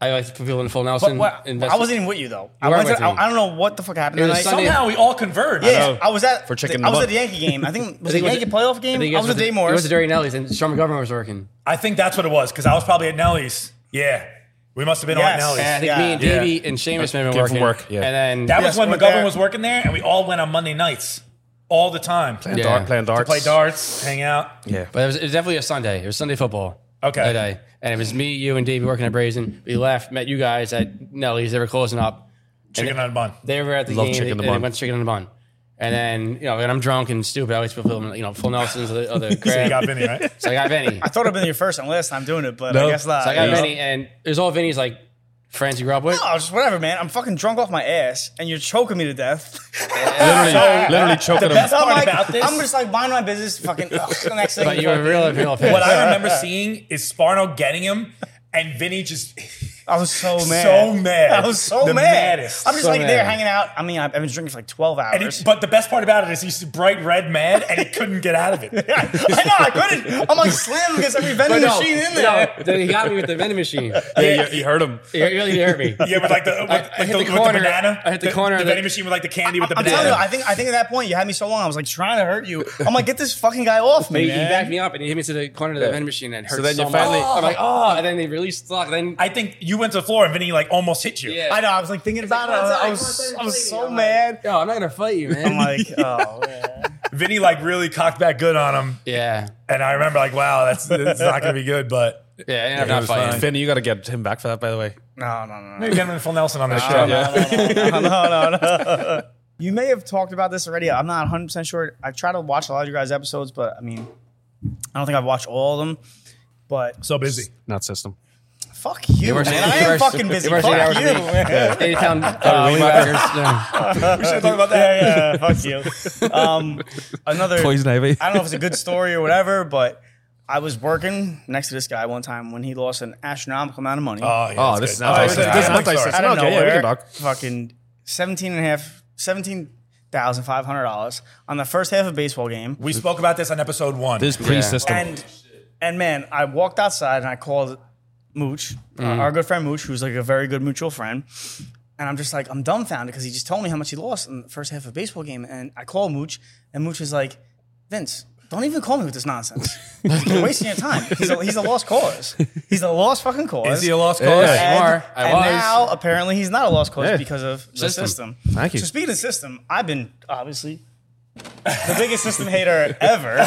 [SPEAKER 3] I like to put people in full
[SPEAKER 5] But
[SPEAKER 3] Nelson.
[SPEAKER 5] what,
[SPEAKER 3] and
[SPEAKER 5] I wasn't even with you though. I,
[SPEAKER 3] weren't
[SPEAKER 5] went to,
[SPEAKER 3] with
[SPEAKER 5] I,
[SPEAKER 3] me.
[SPEAKER 5] I don't know what the fuck happened.
[SPEAKER 3] It was
[SPEAKER 5] tonight.
[SPEAKER 3] Sunday.
[SPEAKER 1] somehow we all converged.
[SPEAKER 5] Yeah,
[SPEAKER 2] know.
[SPEAKER 5] I was at
[SPEAKER 2] For chicken
[SPEAKER 5] I was
[SPEAKER 2] butt.
[SPEAKER 5] at the Yankee game. I [LAUGHS] think was
[SPEAKER 3] I
[SPEAKER 5] it
[SPEAKER 3] think
[SPEAKER 5] the
[SPEAKER 3] it
[SPEAKER 5] Yankee playoff game. I was at Day
[SPEAKER 3] It was
[SPEAKER 5] Morris.
[SPEAKER 3] the Dirty Nellies, and Sean McGovern was working.
[SPEAKER 1] I think that's what it was because I was probably at Nelly's. Yeah, we must have been
[SPEAKER 5] Yes.
[SPEAKER 1] all at
[SPEAKER 3] And I
[SPEAKER 1] Nelly's.
[SPEAKER 3] think
[SPEAKER 5] Yeah.
[SPEAKER 3] me and
[SPEAKER 1] Yeah.
[SPEAKER 3] Davey and Seamus may have been
[SPEAKER 2] Came
[SPEAKER 3] working.
[SPEAKER 2] from work, yeah.
[SPEAKER 3] And then
[SPEAKER 1] That
[SPEAKER 5] Yes,
[SPEAKER 1] was when
[SPEAKER 5] we're
[SPEAKER 1] McGovern
[SPEAKER 5] there.
[SPEAKER 1] was working there, and we all went on Monday nights all the time to
[SPEAKER 3] Yeah.
[SPEAKER 2] Dart, playing darts.
[SPEAKER 1] play darts, hang out.
[SPEAKER 2] Yeah.
[SPEAKER 3] But it was, it was definitely a Sunday. It was Sunday football.
[SPEAKER 1] Okay.
[SPEAKER 3] That day. And it was me, you, and Davey working at Brazen. We left, met you guys at Nelly's. They were closing up.
[SPEAKER 1] Chicken on a bun.
[SPEAKER 3] They were at the
[SPEAKER 2] Love
[SPEAKER 3] game.
[SPEAKER 2] chicken
[SPEAKER 3] and
[SPEAKER 2] and
[SPEAKER 3] they
[SPEAKER 2] bun.
[SPEAKER 3] went chicken and bun. And then, you know, when I'm drunk and stupid, I always feel, full, you know, full Nelson's of the,
[SPEAKER 5] [LAUGHS]
[SPEAKER 3] of the
[SPEAKER 1] So you
[SPEAKER 3] crab.
[SPEAKER 1] got Vinny, right?
[SPEAKER 3] so I got Vinny.
[SPEAKER 5] I thought it'd been your first and last time doing it, but
[SPEAKER 6] No.
[SPEAKER 5] I guess not.
[SPEAKER 3] So I got
[SPEAKER 5] Yeah.
[SPEAKER 3] Vinny, and it was all Vinny's like friends you grew up with.
[SPEAKER 5] No, just whatever, man. I'm fucking drunk off my ass, and you're choking me to [LAUGHS] death.
[SPEAKER 6] Literally, literally choking him.
[SPEAKER 5] So I'm
[SPEAKER 1] part
[SPEAKER 5] like,
[SPEAKER 1] about this-
[SPEAKER 5] I'm just like mind my business. Fucking ugh, the next [LAUGHS] thing.
[SPEAKER 3] But you were really real pissed. [LAUGHS]
[SPEAKER 1] What I remember seeing is Sparno getting him and Vinny just
[SPEAKER 5] I was so mad.
[SPEAKER 1] so mad.
[SPEAKER 5] I was so
[SPEAKER 1] The
[SPEAKER 5] mad.
[SPEAKER 1] maddest.
[SPEAKER 5] I'm just
[SPEAKER 3] So
[SPEAKER 5] like
[SPEAKER 3] mad.
[SPEAKER 5] there hanging out. I mean, I've I've been drinking for like 12
[SPEAKER 1] and
[SPEAKER 5] hours.
[SPEAKER 1] he, but the best part about it is he's bright red mad and he couldn't get out of it.
[SPEAKER 5] I know [LAUGHS] I couldn't. I'm like slim against every vending
[SPEAKER 3] No,
[SPEAKER 5] machine in there.
[SPEAKER 3] no, then he got me with the vending machine.
[SPEAKER 6] Yeah, you, you heard him.
[SPEAKER 3] He really hurt me.
[SPEAKER 1] Yeah, with like the with,
[SPEAKER 3] I
[SPEAKER 1] with
[SPEAKER 3] hit
[SPEAKER 1] the,
[SPEAKER 3] the
[SPEAKER 1] with the
[SPEAKER 3] corner.
[SPEAKER 1] banana.
[SPEAKER 3] I hit the corner
[SPEAKER 1] The
[SPEAKER 3] of
[SPEAKER 1] vending
[SPEAKER 3] the-
[SPEAKER 1] machine with like the candy with the
[SPEAKER 5] I'm telling you,
[SPEAKER 1] banana.
[SPEAKER 5] I think I think at that point you had me so long. I was like trying to hurt you. I'm like, get this fucking guy off
[SPEAKER 3] He,
[SPEAKER 5] me.
[SPEAKER 3] he
[SPEAKER 5] man.
[SPEAKER 3] backed me up and he hit me to the corner of the vending machine and it hurt.
[SPEAKER 6] then
[SPEAKER 3] so
[SPEAKER 6] you finally-
[SPEAKER 3] much. I'm like, oh, and then they released the lock. Then
[SPEAKER 1] I think you went to the floor and Vinny like almost hit you.
[SPEAKER 3] yeah,
[SPEAKER 5] I know. I was like thinking about it.
[SPEAKER 3] "Come on,
[SPEAKER 5] I
[SPEAKER 3] son,
[SPEAKER 5] was,
[SPEAKER 3] come on,
[SPEAKER 5] I was
[SPEAKER 3] son,
[SPEAKER 5] so
[SPEAKER 3] lady."
[SPEAKER 5] mad.
[SPEAKER 3] yo, I'm not gonna fight you,
[SPEAKER 5] I'm
[SPEAKER 3] man.
[SPEAKER 5] like, [LAUGHS] oh man.
[SPEAKER 1] Vinny like really cocked back good on him,
[SPEAKER 3] yeah,
[SPEAKER 1] and I remember like, wow, that's, that's not gonna be good. But
[SPEAKER 3] yeah, I ended up
[SPEAKER 6] It
[SPEAKER 3] not
[SPEAKER 6] was
[SPEAKER 3] fighting.
[SPEAKER 6] fine. Finn, you got to get him back for that, by the way.
[SPEAKER 5] no, no, no, no.
[SPEAKER 1] maybe get him full Nelson on this show.
[SPEAKER 5] no, no, no. You may have talked about this already. I'm not 100% sure. I've tried to watch a lot of your guys' episodes, but I mean, I don't think I've watched all of them. But
[SPEAKER 1] So busy.
[SPEAKER 6] Not system.
[SPEAKER 5] fuck you,
[SPEAKER 3] were
[SPEAKER 5] man.
[SPEAKER 3] saying-
[SPEAKER 5] I
[SPEAKER 3] you
[SPEAKER 5] am
[SPEAKER 3] were-
[SPEAKER 5] fucking busy.
[SPEAKER 3] you were
[SPEAKER 5] Fuck you,
[SPEAKER 3] saying hours a week.
[SPEAKER 5] man.
[SPEAKER 3] Anytime, uh, linebackers, yeah.
[SPEAKER 1] We should talk about that.
[SPEAKER 5] Yeah, yeah, fuck you. Um, another,
[SPEAKER 6] Poison Ivy.
[SPEAKER 5] I don't know if it's a good story or whatever, but I was working next to this guy one time when he lost an astronomical amount of money.
[SPEAKER 1] Oh, yeah,
[SPEAKER 6] Oh,
[SPEAKER 1] that's
[SPEAKER 6] this is
[SPEAKER 1] good.
[SPEAKER 6] not
[SPEAKER 1] Oh,
[SPEAKER 5] this is-
[SPEAKER 1] yeah,
[SPEAKER 5] this is
[SPEAKER 1] yeah,
[SPEAKER 5] not
[SPEAKER 1] I'm sorry.
[SPEAKER 6] dissect.
[SPEAKER 5] out of
[SPEAKER 6] Okay, yeah, we
[SPEAKER 5] nowhere,
[SPEAKER 6] can talk.
[SPEAKER 5] fucking 17 and a half, 17,500 dollars on the first half of a baseball game.
[SPEAKER 1] We spoke about this on episode one.
[SPEAKER 6] This pre-system.
[SPEAKER 5] And and man, I walked outside and I called Mooch, uh,
[SPEAKER 1] Mm.
[SPEAKER 5] our good friend Mooch, who's like a very good mutual friend. And I'm just like, I'm dumbfounded because he just told me how much he lost in the first half of a baseball game. And I call Mooch, and Mooch is like, Vince, don't even call me with this
[SPEAKER 1] [LAUGHS]
[SPEAKER 5] nonsense. You're wasting your time. He's a, he's a lost cause. He's a lost fucking cause.
[SPEAKER 1] is he a lost
[SPEAKER 6] Yeah.
[SPEAKER 1] cause?
[SPEAKER 6] Yeah.
[SPEAKER 5] And-
[SPEAKER 3] Or I
[SPEAKER 5] and
[SPEAKER 3] was.
[SPEAKER 5] now apparently he's not a lost cause
[SPEAKER 6] Yeah.
[SPEAKER 5] because of the
[SPEAKER 6] System.
[SPEAKER 5] system.
[SPEAKER 6] Thank you.
[SPEAKER 5] So speaking of system, I've been obviously the biggest system hater ever,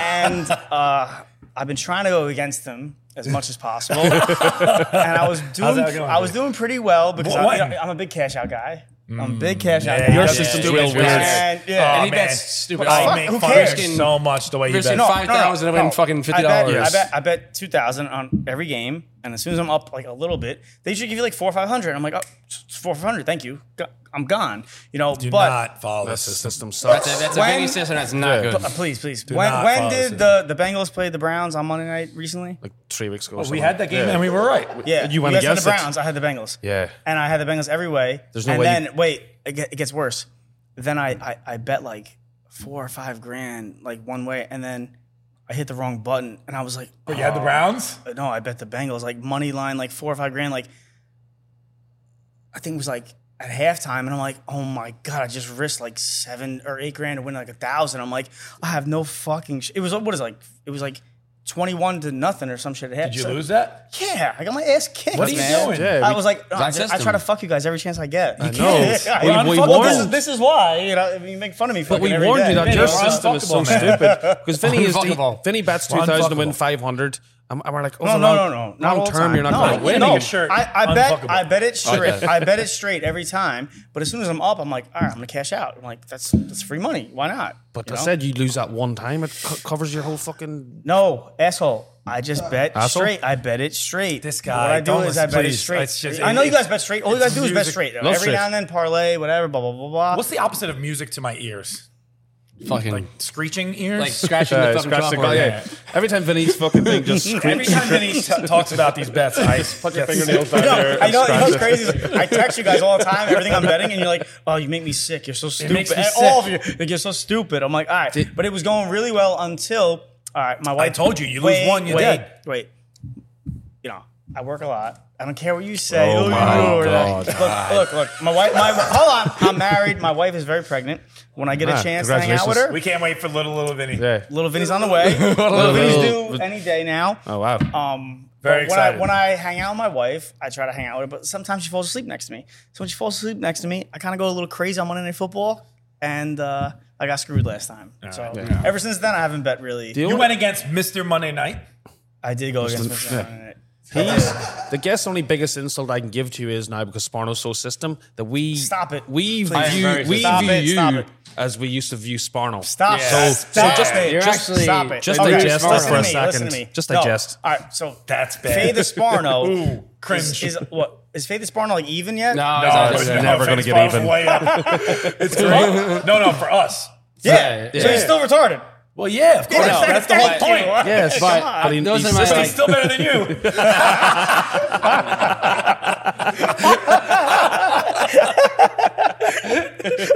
[SPEAKER 5] and uh, I've been trying to go against him as much as possible. and I was doing,
[SPEAKER 1] that going,
[SPEAKER 5] I was doing pretty well because
[SPEAKER 1] What-
[SPEAKER 5] I,
[SPEAKER 1] what?
[SPEAKER 5] I'm a big cash out guy. I'm a big cash out.
[SPEAKER 1] Yeah,
[SPEAKER 5] guy.
[SPEAKER 1] Your
[SPEAKER 5] And-
[SPEAKER 1] system's
[SPEAKER 3] real
[SPEAKER 6] real
[SPEAKER 3] weird.
[SPEAKER 5] And,
[SPEAKER 1] Oh,
[SPEAKER 5] yeah,
[SPEAKER 3] he
[SPEAKER 1] man.
[SPEAKER 3] bets stupid
[SPEAKER 1] I
[SPEAKER 3] fuck,
[SPEAKER 1] make
[SPEAKER 5] who
[SPEAKER 1] fun
[SPEAKER 5] cares?
[SPEAKER 1] of you so much the way you
[SPEAKER 3] Versus
[SPEAKER 1] bet.
[SPEAKER 3] no, five thousand and win fucking fifty
[SPEAKER 5] I bet, I
[SPEAKER 3] dollars.
[SPEAKER 5] bet I bet two thousand on every game, and as soon as I'm up like a little bit, they should give you like four or five hundred. I'm like, oh, it's four five hundred, thank you, Go- I'm gone. You know,
[SPEAKER 1] Do
[SPEAKER 5] but
[SPEAKER 1] not follow this system.
[SPEAKER 6] system sucks.
[SPEAKER 3] That's a, that's
[SPEAKER 5] When-
[SPEAKER 3] a Vinny system that's not good.
[SPEAKER 5] Uh, please, please. when
[SPEAKER 1] not
[SPEAKER 5] when
[SPEAKER 1] follow
[SPEAKER 5] did
[SPEAKER 1] suit.
[SPEAKER 5] the, the Bengals play the Browns on Monday night recently?
[SPEAKER 6] Like three weeks ago. or
[SPEAKER 1] We
[SPEAKER 6] something.
[SPEAKER 1] had that game
[SPEAKER 6] Yeah.
[SPEAKER 1] and we were right.
[SPEAKER 5] Yeah,
[SPEAKER 6] you went
[SPEAKER 5] guys had
[SPEAKER 6] against
[SPEAKER 5] the
[SPEAKER 6] it.
[SPEAKER 5] Browns. I had the Bengals.
[SPEAKER 6] Yeah.
[SPEAKER 5] and I had the Bengals every way.
[SPEAKER 6] There's no
[SPEAKER 5] and
[SPEAKER 6] way
[SPEAKER 5] then
[SPEAKER 6] you-
[SPEAKER 5] wait, it, get, it gets worse. Then I, I I bet like four or five grand like one way, and then I hit the wrong button, and I was like,
[SPEAKER 1] But you had the Browns?
[SPEAKER 5] no, I bet the Bengals like money line like four or five grand. Like I think it was like at halftime, and I'm like, oh my god, I just risked like seven or eight grand to win like a thousand. I'm like, I have no fucking. Sh-. It was what is it, like it was like twenty one to nothing or some shit. At half.
[SPEAKER 1] Did you lose that?
[SPEAKER 5] Yeah, I got my ass kicked.
[SPEAKER 1] What are you
[SPEAKER 5] man.
[SPEAKER 1] doing?
[SPEAKER 6] Yeah,
[SPEAKER 5] I
[SPEAKER 6] we-
[SPEAKER 5] was like, oh, I, just- I
[SPEAKER 3] system.
[SPEAKER 5] try to fuck you guys every chance I get. [LAUGHS] You
[SPEAKER 6] know. We-
[SPEAKER 5] I'm
[SPEAKER 6] we
[SPEAKER 5] fucking-
[SPEAKER 6] warned-
[SPEAKER 5] this, is, this is why you know you make fun of me.
[SPEAKER 6] But we warned you that your system is so
[SPEAKER 1] Unfuckable, man.
[SPEAKER 6] stupid. Because Vinny is
[SPEAKER 3] Unfuckable.
[SPEAKER 6] Vinny bets two thousand to win
[SPEAKER 1] Unfuckable.
[SPEAKER 6] five hundred. And and we're like, oh,
[SPEAKER 5] No,
[SPEAKER 6] the
[SPEAKER 5] no, no,
[SPEAKER 6] long-
[SPEAKER 5] no, not
[SPEAKER 6] Long
[SPEAKER 5] all the
[SPEAKER 6] term,
[SPEAKER 5] time.
[SPEAKER 6] you're not
[SPEAKER 5] No,
[SPEAKER 6] going to win.
[SPEAKER 5] No,
[SPEAKER 1] Your shirt,
[SPEAKER 5] I, I bet,
[SPEAKER 1] unfuckable.
[SPEAKER 5] I bet it straight.
[SPEAKER 6] Okay.
[SPEAKER 5] I bet it straight every time. But as soon as I'm up, I'm like, all right, I'm gonna cash out. I'm like, that's that's free money. Why not?
[SPEAKER 6] But
[SPEAKER 5] You
[SPEAKER 6] I
[SPEAKER 5] know?
[SPEAKER 6] said you lose that one time, it co- covers your
[SPEAKER 5] [LAUGHS]
[SPEAKER 6] whole fucking.
[SPEAKER 5] no, asshole. I just bet
[SPEAKER 6] Asshole?
[SPEAKER 5] straight. I bet it straight.
[SPEAKER 1] This
[SPEAKER 5] What
[SPEAKER 1] guy,
[SPEAKER 5] I do
[SPEAKER 1] don't
[SPEAKER 5] is I
[SPEAKER 1] listen,
[SPEAKER 5] bet it
[SPEAKER 1] please.
[SPEAKER 5] straight.
[SPEAKER 1] It's just-
[SPEAKER 5] I know you
[SPEAKER 1] it's-
[SPEAKER 5] guys bet straight. All you guys do is bet
[SPEAKER 1] music.
[SPEAKER 5] straight.
[SPEAKER 6] Love
[SPEAKER 5] Every
[SPEAKER 6] straight.
[SPEAKER 5] now and then parlay, whatever, blah blah blah
[SPEAKER 1] [LAUGHS]
[SPEAKER 5] blah.
[SPEAKER 1] What's the opposite of music to my ears?
[SPEAKER 3] Fucking
[SPEAKER 1] Like screeching ears?
[SPEAKER 3] like scratching the fucking
[SPEAKER 6] scratch the
[SPEAKER 3] chalkboard.
[SPEAKER 6] guy, yeah. Every time
[SPEAKER 3] [LAUGHS]
[SPEAKER 6] Vinny's fucking thing just
[SPEAKER 1] Every
[SPEAKER 6] screams.
[SPEAKER 1] time [LAUGHS] Vinny t- talks about these bets, I put your fingernails [LAUGHS] down
[SPEAKER 5] No, I know. You know what's crazy? is I text you guys all the time, everything I'm betting, and you're like, "Oh, you make me sick. You're so stupid."
[SPEAKER 1] makes me
[SPEAKER 5] And
[SPEAKER 1] sick.
[SPEAKER 5] All of you, like, you're so stupid. I'm like, all right, but it was going really well until, all right, my wife.
[SPEAKER 1] told you, you lose one, you're
[SPEAKER 5] wait,
[SPEAKER 1] dead.
[SPEAKER 5] Wait, you know, I work a lot. I don't care what you say.
[SPEAKER 6] Oh
[SPEAKER 5] Ooh,
[SPEAKER 6] my
[SPEAKER 5] ooh, or that.
[SPEAKER 6] God.
[SPEAKER 5] Look, look, look. My wife. My hold on. I'm married. My wife is very pregnant. When I get a
[SPEAKER 6] Ah,
[SPEAKER 5] chance to hang out with her,
[SPEAKER 1] We can't wait for little, little Vinny.
[SPEAKER 6] Yeah.
[SPEAKER 5] little Vinny's on
[SPEAKER 1] [LAUGHS]
[SPEAKER 5] the way. little Vinny's due any day now.
[SPEAKER 6] Oh wow.
[SPEAKER 5] Um,
[SPEAKER 1] Very
[SPEAKER 5] but when I,
[SPEAKER 1] excited.
[SPEAKER 5] when I hang out with my wife, I try to hang out with her, but sometimes she falls asleep next to me. So when she falls asleep next to me, I kind of go a little crazy on Monday Night Football, and uh, I got screwed last time. so ever since then, I haven't bet really.
[SPEAKER 1] You went against Mr. Monday Night.
[SPEAKER 5] I did go against Mr. Monday Night.
[SPEAKER 6] He's the guest only biggest insult I can give to you is now because Sparno's so system that we
[SPEAKER 5] Stop it.
[SPEAKER 6] We
[SPEAKER 5] Please.
[SPEAKER 6] view
[SPEAKER 5] Very
[SPEAKER 6] we
[SPEAKER 5] stop
[SPEAKER 6] view
[SPEAKER 5] it,
[SPEAKER 6] you
[SPEAKER 5] stop it.
[SPEAKER 6] as we used to view Sparno.
[SPEAKER 5] Stop.
[SPEAKER 1] Yeah.
[SPEAKER 5] So, stop.
[SPEAKER 1] so just-
[SPEAKER 5] it.
[SPEAKER 1] You're
[SPEAKER 5] just
[SPEAKER 3] actually-
[SPEAKER 5] stop it.
[SPEAKER 6] just
[SPEAKER 5] Okay,
[SPEAKER 6] digest that
[SPEAKER 5] listen
[SPEAKER 6] for
[SPEAKER 5] to
[SPEAKER 6] a
[SPEAKER 5] me, listen
[SPEAKER 6] second.
[SPEAKER 5] to me.
[SPEAKER 6] Just
[SPEAKER 5] No.
[SPEAKER 6] digest.
[SPEAKER 5] All right, so
[SPEAKER 1] That's bad.
[SPEAKER 5] Faye the
[SPEAKER 1] [LAUGHS]
[SPEAKER 5] Sparno.
[SPEAKER 1] Ooh, cringe.
[SPEAKER 5] Is, is what is Faye the Sparno like even yet?
[SPEAKER 3] No,
[SPEAKER 1] No,
[SPEAKER 3] it's
[SPEAKER 1] it's
[SPEAKER 3] not-
[SPEAKER 6] no. never gonna
[SPEAKER 1] it's
[SPEAKER 6] get
[SPEAKER 1] far
[SPEAKER 6] even.
[SPEAKER 1] way [LAUGHS] up. it's great. No, no, for us.
[SPEAKER 5] Yeah.
[SPEAKER 3] Yeah.
[SPEAKER 5] So he's still retarded.
[SPEAKER 1] Well, yeah, of course.
[SPEAKER 5] Yeah,
[SPEAKER 1] that's the whole
[SPEAKER 5] thank you.
[SPEAKER 1] point.
[SPEAKER 6] Yes, but,
[SPEAKER 5] on.
[SPEAKER 6] but he,
[SPEAKER 3] Those
[SPEAKER 6] he's
[SPEAKER 3] are my,
[SPEAKER 6] system-
[SPEAKER 1] But he's still better [LAUGHS] than you.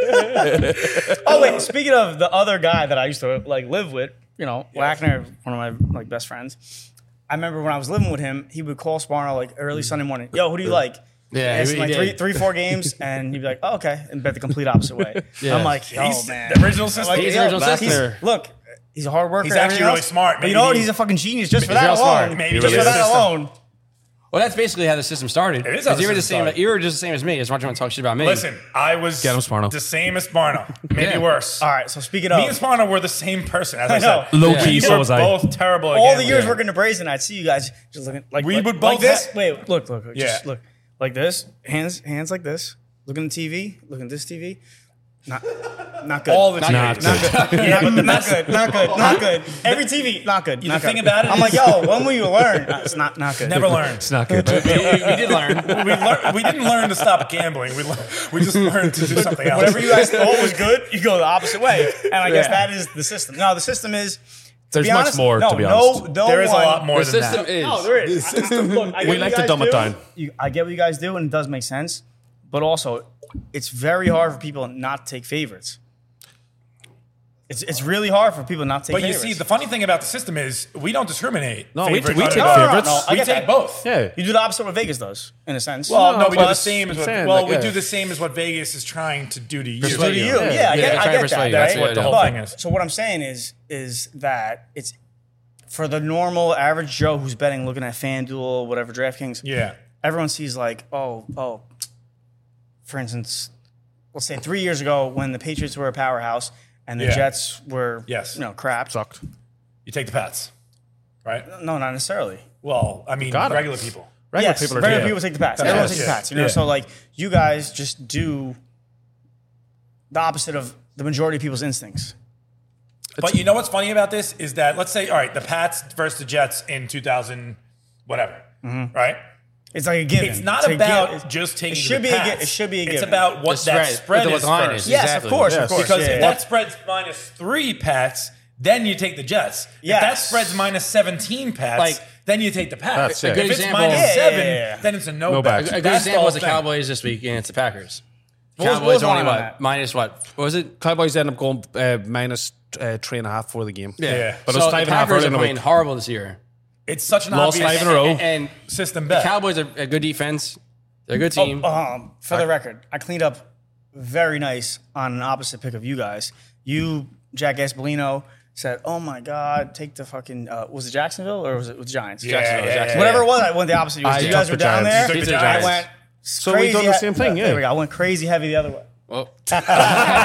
[SPEAKER 5] Oh wait,
[SPEAKER 1] [LAUGHS]
[SPEAKER 5] speaking of the other guy that I used to like live with, you know, Lackner, one of my like best friends. I remember when I was living with him, he would call Sparno like
[SPEAKER 1] Mm.
[SPEAKER 5] early Sunday morning. Yo, who do you like?
[SPEAKER 3] Yeah,
[SPEAKER 5] Ask
[SPEAKER 3] he-
[SPEAKER 5] him, like
[SPEAKER 3] he
[SPEAKER 5] three,
[SPEAKER 3] did.
[SPEAKER 5] three, four
[SPEAKER 3] [LAUGHS]
[SPEAKER 5] games, and he'd be like, "Oh, okay," and bet the complete opposite way.
[SPEAKER 3] Yeah.
[SPEAKER 5] I'm like, "Yo,
[SPEAKER 1] He's
[SPEAKER 5] man,
[SPEAKER 1] the original system.
[SPEAKER 5] Like,
[SPEAKER 3] He's
[SPEAKER 5] yo,
[SPEAKER 3] the original
[SPEAKER 5] he's-
[SPEAKER 3] system.
[SPEAKER 5] Look, he's a hard worker.
[SPEAKER 1] He's actually
[SPEAKER 5] everything
[SPEAKER 1] really
[SPEAKER 5] else,
[SPEAKER 1] smart.
[SPEAKER 5] But you
[SPEAKER 1] Maybe
[SPEAKER 5] know what?
[SPEAKER 1] he-
[SPEAKER 5] He's a fucking genius just for
[SPEAKER 3] He's
[SPEAKER 5] that
[SPEAKER 3] real smart.
[SPEAKER 5] alone.
[SPEAKER 1] Maybe
[SPEAKER 5] just
[SPEAKER 1] just
[SPEAKER 5] for that
[SPEAKER 1] the system.
[SPEAKER 5] alone.
[SPEAKER 3] Well, that's basically how the system started.
[SPEAKER 1] It is how the
[SPEAKER 3] you were the
[SPEAKER 1] system
[SPEAKER 3] same.
[SPEAKER 1] started.
[SPEAKER 3] You were just the same as me. As much as you want to talk shit about me.
[SPEAKER 1] Listen, I was
[SPEAKER 6] Get him, Sparno.
[SPEAKER 1] the same as Sparno, maybe
[SPEAKER 3] Yeah.
[SPEAKER 1] worse.
[SPEAKER 5] All right. So speaking
[SPEAKER 6] Oh.
[SPEAKER 1] Me and
[SPEAKER 5] of
[SPEAKER 1] Sparno were the same person,
[SPEAKER 6] [LAUGHS]
[SPEAKER 1] as I,
[SPEAKER 5] I know.
[SPEAKER 1] said.
[SPEAKER 6] Low
[SPEAKER 3] Yeah.
[SPEAKER 6] key,
[SPEAKER 1] We
[SPEAKER 6] so
[SPEAKER 1] were
[SPEAKER 6] was I.
[SPEAKER 1] both terrible. at
[SPEAKER 5] all the
[SPEAKER 1] gambling.
[SPEAKER 5] years working to Brazen, I'd see you guys just looking like
[SPEAKER 1] We
[SPEAKER 5] like,
[SPEAKER 1] would
[SPEAKER 5] like
[SPEAKER 1] both
[SPEAKER 5] this.
[SPEAKER 1] ha-
[SPEAKER 5] Wait, look, look, look just
[SPEAKER 1] Yeah.
[SPEAKER 5] look like this. Hands, hands like this. Looking at the TV. Looking at this TV. Not, not good.
[SPEAKER 1] all the
[SPEAKER 3] Not
[SPEAKER 1] time.
[SPEAKER 3] good.
[SPEAKER 6] Not good.
[SPEAKER 5] yeah, not, not good. Not good. Not good. Every TV. Not good.
[SPEAKER 1] the
[SPEAKER 5] not
[SPEAKER 1] thing
[SPEAKER 5] good.
[SPEAKER 1] about it
[SPEAKER 5] I'm like,
[SPEAKER 1] is-
[SPEAKER 5] yo, when will you [LAUGHS] learn? Uh, It's not not good.
[SPEAKER 1] Never learned.
[SPEAKER 6] It's not good.
[SPEAKER 3] we, we
[SPEAKER 1] [LAUGHS]
[SPEAKER 3] did learn.
[SPEAKER 1] we, learned, we didn't learn to stop gambling. We, lear- we
[SPEAKER 5] [LAUGHS]
[SPEAKER 1] just learned to do something else.
[SPEAKER 5] Whatever you guys thought [LAUGHS] was good, you go the opposite way. And I guess
[SPEAKER 1] Yeah.
[SPEAKER 5] that is the system. No, the system is. to
[SPEAKER 6] There's
[SPEAKER 5] be
[SPEAKER 6] much
[SPEAKER 5] honest,
[SPEAKER 6] more,
[SPEAKER 5] no,
[SPEAKER 6] to be
[SPEAKER 5] no,
[SPEAKER 6] honest.
[SPEAKER 5] No
[SPEAKER 1] there is a
[SPEAKER 5] one-
[SPEAKER 1] lot more
[SPEAKER 3] The
[SPEAKER 1] than
[SPEAKER 3] system
[SPEAKER 1] that.
[SPEAKER 3] is.
[SPEAKER 5] No, there is. I- I- look, I get
[SPEAKER 6] We
[SPEAKER 5] what
[SPEAKER 6] like
[SPEAKER 5] you
[SPEAKER 6] to
[SPEAKER 5] guys
[SPEAKER 6] dumb it down.
[SPEAKER 5] You, I get what you guys do, and it does make sense. But also, it's very hard for people not to take favorites. It's, it's really hard for people not to take
[SPEAKER 1] But you
[SPEAKER 5] favorites.
[SPEAKER 1] see, the funny thing about the system is we don't discriminate.
[SPEAKER 6] No, we-
[SPEAKER 1] favorite
[SPEAKER 6] we
[SPEAKER 1] under-
[SPEAKER 6] take
[SPEAKER 1] no, no, no,
[SPEAKER 6] favorites.
[SPEAKER 1] no,
[SPEAKER 5] I
[SPEAKER 1] we
[SPEAKER 5] get
[SPEAKER 1] take
[SPEAKER 5] that.
[SPEAKER 1] both.
[SPEAKER 6] Yeah.
[SPEAKER 5] you do the opposite of what Vegas does, in a sense.
[SPEAKER 1] Well, no, we do the
[SPEAKER 6] Plus,
[SPEAKER 1] same as what.
[SPEAKER 6] saying,
[SPEAKER 1] Well,
[SPEAKER 6] like,
[SPEAKER 1] we
[SPEAKER 6] yeah.
[SPEAKER 1] do the same as what Vegas is trying to do to you.
[SPEAKER 5] It's due to you. Yeah, I
[SPEAKER 3] Yeah,
[SPEAKER 5] get,
[SPEAKER 3] they're
[SPEAKER 5] I
[SPEAKER 3] trying to
[SPEAKER 5] get that.
[SPEAKER 3] persuade you.
[SPEAKER 5] right?
[SPEAKER 3] That's what the
[SPEAKER 1] whole
[SPEAKER 5] But-
[SPEAKER 1] thing is.
[SPEAKER 5] So what I'm saying is, is that it's for the normal average Joe who's betting, looking at FanDuel, whatever DraftKings.
[SPEAKER 1] Yeah.
[SPEAKER 5] everyone sees like, oh, oh, for instance, let's say three years ago when the Patriots were a powerhouse and the
[SPEAKER 1] Yeah.
[SPEAKER 5] Jets were,
[SPEAKER 1] Yes.
[SPEAKER 5] you know, crap.
[SPEAKER 6] Sucked.
[SPEAKER 1] You take the Pats, right?
[SPEAKER 5] No, not necessarily.
[SPEAKER 1] Well, I mean,
[SPEAKER 6] Gotta.
[SPEAKER 1] regular people.
[SPEAKER 6] Regular
[SPEAKER 5] yes,
[SPEAKER 6] people are
[SPEAKER 5] regular
[SPEAKER 6] doing it.
[SPEAKER 5] people take the pass. Everyone
[SPEAKER 1] yes,
[SPEAKER 5] takes the
[SPEAKER 1] yes.
[SPEAKER 5] pass. You know,
[SPEAKER 1] Yeah.
[SPEAKER 5] so like you guys just do the opposite of the majority of people's instincts.
[SPEAKER 1] But you know what's funny about this is that let's say, all right, the Pats versus the Jets in 2000, whatever, right?
[SPEAKER 5] It's like a given.
[SPEAKER 1] It's not
[SPEAKER 5] It's a
[SPEAKER 1] about
[SPEAKER 5] given.
[SPEAKER 1] just taking.
[SPEAKER 5] Mm-hmm. It should
[SPEAKER 1] the
[SPEAKER 5] be. A,
[SPEAKER 1] Pats.
[SPEAKER 5] gi- it should be a given.
[SPEAKER 1] It's about what
[SPEAKER 3] That's
[SPEAKER 1] that
[SPEAKER 3] right.
[SPEAKER 1] spread
[SPEAKER 3] What
[SPEAKER 1] is
[SPEAKER 3] the line
[SPEAKER 1] first.
[SPEAKER 3] is.
[SPEAKER 5] yes,
[SPEAKER 3] Exactly.
[SPEAKER 5] of course,
[SPEAKER 6] Yes.
[SPEAKER 5] of course.
[SPEAKER 1] Because
[SPEAKER 5] yeah,
[SPEAKER 1] if
[SPEAKER 5] yeah.
[SPEAKER 1] that spreads minus three Pats, then you take the Jets. If that
[SPEAKER 5] Yes.
[SPEAKER 1] spreads minus 17 Pats,
[SPEAKER 3] Like-
[SPEAKER 1] then you take the Pats.
[SPEAKER 6] That's it. A good
[SPEAKER 1] if it's
[SPEAKER 3] example-
[SPEAKER 1] minus
[SPEAKER 3] Yeah, yeah,
[SPEAKER 1] seven,
[SPEAKER 5] yeah, yeah.
[SPEAKER 1] then it's a no,
[SPEAKER 6] No
[SPEAKER 1] back.
[SPEAKER 6] back.
[SPEAKER 3] A good
[SPEAKER 1] That's
[SPEAKER 3] example
[SPEAKER 1] whole
[SPEAKER 3] was the
[SPEAKER 1] thing.
[SPEAKER 3] Cowboys this week against the Packers.
[SPEAKER 5] was- what
[SPEAKER 3] Cowboys
[SPEAKER 5] was
[SPEAKER 3] only
[SPEAKER 5] mine on
[SPEAKER 3] what?
[SPEAKER 5] that?
[SPEAKER 3] Minus what? What was it?
[SPEAKER 6] Cowboys end up going uh, minus uh, three and a half for the game.
[SPEAKER 1] Yeah.
[SPEAKER 6] But
[SPEAKER 3] so
[SPEAKER 6] it was five
[SPEAKER 3] the
[SPEAKER 6] and a half
[SPEAKER 3] Packers
[SPEAKER 6] early
[SPEAKER 3] are
[SPEAKER 6] in the
[SPEAKER 3] playing
[SPEAKER 6] week.
[SPEAKER 3] horrible this year.
[SPEAKER 1] It's such an
[SPEAKER 6] Lost
[SPEAKER 1] obvious
[SPEAKER 6] five in a row.
[SPEAKER 3] And, and
[SPEAKER 1] system
[SPEAKER 3] the
[SPEAKER 1] Oh. bet. Oh,
[SPEAKER 3] Cowboys are a good defense. They're a good team.
[SPEAKER 5] Um, for the record, I cleaned up very nice on an opposite pick of you guys. You, Jack Espolino, said, "Oh my God, take the fucking uh, was it Jacksonville or was it with Giants?
[SPEAKER 1] Yeah,
[SPEAKER 5] Jacksonville,
[SPEAKER 1] yeah,
[SPEAKER 5] Jacksonville.
[SPEAKER 1] yeah,
[SPEAKER 5] Whatever it was, I went the opposite.
[SPEAKER 6] I
[SPEAKER 5] You guys
[SPEAKER 6] took
[SPEAKER 5] were
[SPEAKER 6] the
[SPEAKER 5] down
[SPEAKER 6] Giants.
[SPEAKER 5] there.
[SPEAKER 1] You took the
[SPEAKER 5] I
[SPEAKER 1] Giants.
[SPEAKER 5] went.
[SPEAKER 6] So we done the same thing, yeah.
[SPEAKER 5] There we go. I went crazy heavy the other way.
[SPEAKER 3] Well,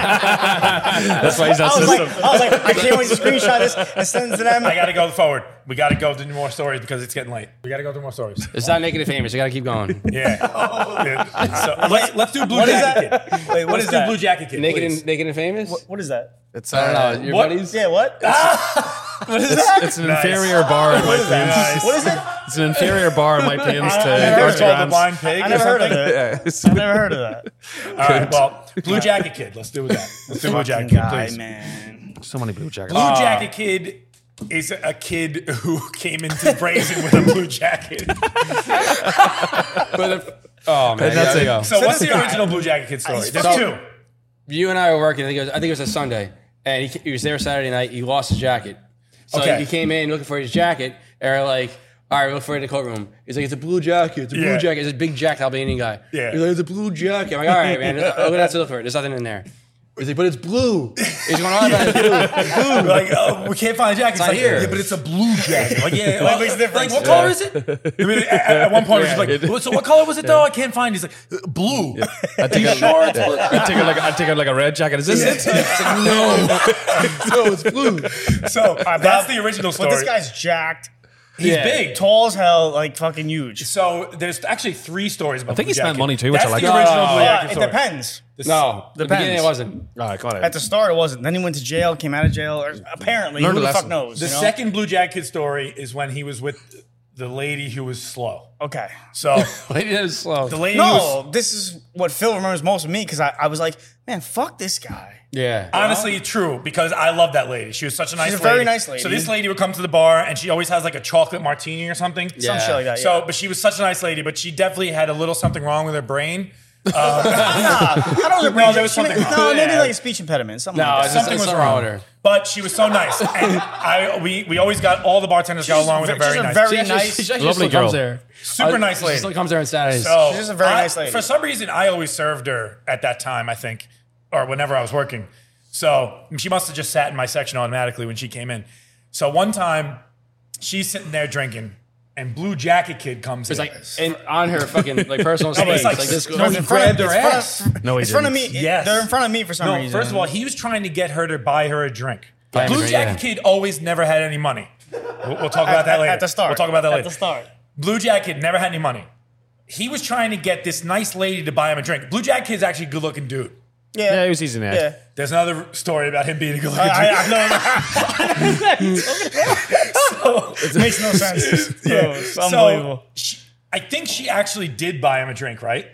[SPEAKER 6] That's why he's
[SPEAKER 5] I
[SPEAKER 6] that
[SPEAKER 5] was, like,
[SPEAKER 6] system.
[SPEAKER 5] I was like, I can't wait to screenshot
[SPEAKER 6] [LAUGHS]
[SPEAKER 5] this and send it to them.
[SPEAKER 1] I got to go forward. We got to go to more stories because it's getting late. We got to go to more stories.
[SPEAKER 3] it's not making it famous. You got to
[SPEAKER 1] [LAUGHS]
[SPEAKER 3] keep going.
[SPEAKER 1] Yeah. Oh. Yeah. So let's, let's do Blue
[SPEAKER 5] What is
[SPEAKER 1] Jacket
[SPEAKER 5] that?
[SPEAKER 1] Kid.
[SPEAKER 5] Wait, what
[SPEAKER 1] Let's
[SPEAKER 5] is
[SPEAKER 1] do Blue
[SPEAKER 5] that?
[SPEAKER 1] Jacket Kid.
[SPEAKER 3] Naked
[SPEAKER 1] please.
[SPEAKER 3] and, naked and famous?
[SPEAKER 5] What is that?
[SPEAKER 6] It's,
[SPEAKER 3] I
[SPEAKER 6] uh,
[SPEAKER 5] [LAUGHS]
[SPEAKER 3] don't know. Your
[SPEAKER 1] what-
[SPEAKER 3] buddies?
[SPEAKER 5] Yeah, what?
[SPEAKER 6] what is that? It's an inferior bar in my plans.
[SPEAKER 1] Nice.
[SPEAKER 5] Ah, what is it?
[SPEAKER 6] It's an inferior bar in my plans
[SPEAKER 5] I- I
[SPEAKER 6] to
[SPEAKER 5] never
[SPEAKER 1] It's
[SPEAKER 6] Archie
[SPEAKER 1] called
[SPEAKER 5] heard
[SPEAKER 1] the
[SPEAKER 6] Grant's.
[SPEAKER 1] blind pig.
[SPEAKER 5] I
[SPEAKER 1] or
[SPEAKER 5] never heard of
[SPEAKER 1] something?
[SPEAKER 2] [LAUGHS]
[SPEAKER 5] that. I never heard of that.
[SPEAKER 1] All right. Well, Blue Jacket Kid. Let's do that. Let's do Blue Jacket Kid,
[SPEAKER 5] guy,
[SPEAKER 1] please.
[SPEAKER 5] man.
[SPEAKER 6] So many blue jackets.
[SPEAKER 1] Blue Jacket Kid is a kid who came into Brazen with a blue jacket.
[SPEAKER 3] But if- oh, man.
[SPEAKER 6] that's
[SPEAKER 3] there
[SPEAKER 6] it.
[SPEAKER 3] you go.
[SPEAKER 1] So what's the original Blue Jacket Kid story? There's
[SPEAKER 3] So-
[SPEAKER 1] two.
[SPEAKER 3] you and I were working. I think it was, I think it was a Sunday, and he, he was there Saturday night. He lost his jacket, so
[SPEAKER 1] Okay.
[SPEAKER 3] he came in looking for his jacket, and we're like, "All right, we'll look for it in the courtroom." He's like, "It's a blue jacket. It's a blue
[SPEAKER 1] Yeah.
[SPEAKER 3] jacket. It's a big jacket Albanian guy."
[SPEAKER 1] Yeah.
[SPEAKER 3] he's like, "It's a blue jacket." I'm like, "All right,
[SPEAKER 1] [LAUGHS]
[SPEAKER 3] man. I'm gonna have to look for it. There's nothing in there." He's like, "But it's blue." He's
[SPEAKER 1] [LAUGHS]
[SPEAKER 3] going on about it's blue.
[SPEAKER 1] We're like, oh, we can't find a jacket. It's,
[SPEAKER 3] not
[SPEAKER 1] like,
[SPEAKER 3] here.
[SPEAKER 1] yeah, but it's a blue jacket. Like, yeah,
[SPEAKER 5] What makes a difference?
[SPEAKER 1] Like, what color is it? I mean, at, at one point, it was just like, "Well, so what color was it though? I can't find. it." He's like, "Uh, blue.
[SPEAKER 6] I take out
[SPEAKER 1] Short.
[SPEAKER 6] I take out like I take out like a red jacket. Is this it? It's like, no, no, it's blue.
[SPEAKER 1] So uh, that's the original story.
[SPEAKER 5] But this guy's jacked.
[SPEAKER 1] He's big.
[SPEAKER 5] tall as hell, like fucking huge.
[SPEAKER 1] So there's actually three stories about. I
[SPEAKER 6] think he spent money too, which I
[SPEAKER 1] That's
[SPEAKER 6] like.
[SPEAKER 1] the original Blue
[SPEAKER 5] Uh,
[SPEAKER 1] Jacket
[SPEAKER 5] it
[SPEAKER 1] story.
[SPEAKER 5] depends.
[SPEAKER 1] [LAUGHS]
[SPEAKER 3] No, the
[SPEAKER 5] Depends.
[SPEAKER 3] beginning it [LAUGHS] wasn't.
[SPEAKER 6] All right, got it.
[SPEAKER 5] At the start, it wasn't. Then he went to jail, came out of jail. Or apparently,
[SPEAKER 6] Learned
[SPEAKER 5] who
[SPEAKER 6] a
[SPEAKER 5] the fuck
[SPEAKER 6] lesson.
[SPEAKER 5] knows?
[SPEAKER 1] The
[SPEAKER 5] you know?
[SPEAKER 1] second Blue Jacket story is when he was with the lady who was slow.
[SPEAKER 5] okay.
[SPEAKER 1] So
[SPEAKER 3] Lady Dead is slow.
[SPEAKER 1] the lady. who was,
[SPEAKER 5] No, this is what Phil remembers most of me because I, I was like, man, fuck this guy.
[SPEAKER 3] yeah.
[SPEAKER 1] Honestly, true because I love that lady. She was such a nice.
[SPEAKER 5] a very
[SPEAKER 1] lady.
[SPEAKER 5] nice lady.
[SPEAKER 1] So this lady would come to the bar, and she always has like a chocolate martini or something.
[SPEAKER 3] Yeah.
[SPEAKER 5] Some shit like
[SPEAKER 1] [LAUGHS]
[SPEAKER 5] that.
[SPEAKER 1] So,
[SPEAKER 5] yeah.
[SPEAKER 1] but she was such a nice lady, but she definitely had a little something wrong with her brain.
[SPEAKER 5] I don't remember.
[SPEAKER 1] No, there was something
[SPEAKER 5] No,
[SPEAKER 1] wrong.
[SPEAKER 5] maybe
[SPEAKER 1] Yeah.
[SPEAKER 5] like a speech impediment. Something
[SPEAKER 3] no,
[SPEAKER 5] like
[SPEAKER 3] it's
[SPEAKER 5] that.
[SPEAKER 1] Something
[SPEAKER 3] something
[SPEAKER 1] was
[SPEAKER 3] was
[SPEAKER 1] wrong.
[SPEAKER 3] wrong with her.
[SPEAKER 1] But she was so nice, and I we we always got all the bartenders got along with her
[SPEAKER 5] She's
[SPEAKER 1] very
[SPEAKER 5] a
[SPEAKER 1] nice,
[SPEAKER 5] very
[SPEAKER 3] She actually-
[SPEAKER 5] nice.
[SPEAKER 3] she actually
[SPEAKER 6] lovely
[SPEAKER 3] still
[SPEAKER 6] girl.
[SPEAKER 3] Comes there.
[SPEAKER 1] super
[SPEAKER 3] Uh,
[SPEAKER 1] nice
[SPEAKER 3] she
[SPEAKER 1] lady.
[SPEAKER 3] still comes there on Saturdays.
[SPEAKER 1] So
[SPEAKER 5] She's just a very
[SPEAKER 1] I-
[SPEAKER 5] nice lady.
[SPEAKER 1] For some reason, I always served her at that time. I think, or whenever I was working. So she must have just sat in my section automatically when she came in. So one time, she's sitting there drinking, and Blue Jacket Kid comes
[SPEAKER 3] it's
[SPEAKER 1] in.
[SPEAKER 3] like and on her fucking like
[SPEAKER 1] [LAUGHS]
[SPEAKER 3] personal space.
[SPEAKER 1] like,
[SPEAKER 3] like, this
[SPEAKER 1] no, he
[SPEAKER 5] In front of-
[SPEAKER 1] grabbed her
[SPEAKER 5] it's front of-
[SPEAKER 6] No, he
[SPEAKER 5] it's in front of me.
[SPEAKER 6] didn't.
[SPEAKER 1] Yes.
[SPEAKER 5] They're in front of me for some
[SPEAKER 1] no,
[SPEAKER 5] reason.
[SPEAKER 1] first of all, he was trying to get her to buy her a drink.
[SPEAKER 3] Buy him a
[SPEAKER 1] Blue
[SPEAKER 3] drink,
[SPEAKER 1] Jacket
[SPEAKER 3] yeah.
[SPEAKER 1] Kid always never had any money. We'll, we'll talk about
[SPEAKER 5] at,
[SPEAKER 1] that
[SPEAKER 5] at-
[SPEAKER 1] later.
[SPEAKER 5] at the start.
[SPEAKER 1] We'll talk about that later.
[SPEAKER 5] At the start.
[SPEAKER 1] Blue Jacket never had any money. He was trying to get this nice lady to buy him a drink. Blue Jacket Kid's actually a good looking dude.
[SPEAKER 5] Yeah.
[SPEAKER 6] yeah, he was easy now.
[SPEAKER 5] Yeah.
[SPEAKER 1] There's another story about him being a good looking
[SPEAKER 5] I,
[SPEAKER 1] dude.
[SPEAKER 5] I, I know. it makes no
[SPEAKER 1] [LAUGHS]
[SPEAKER 5] sense. yeah. It's unbelievable.
[SPEAKER 1] So she, I think she actually did buy him a drink, right?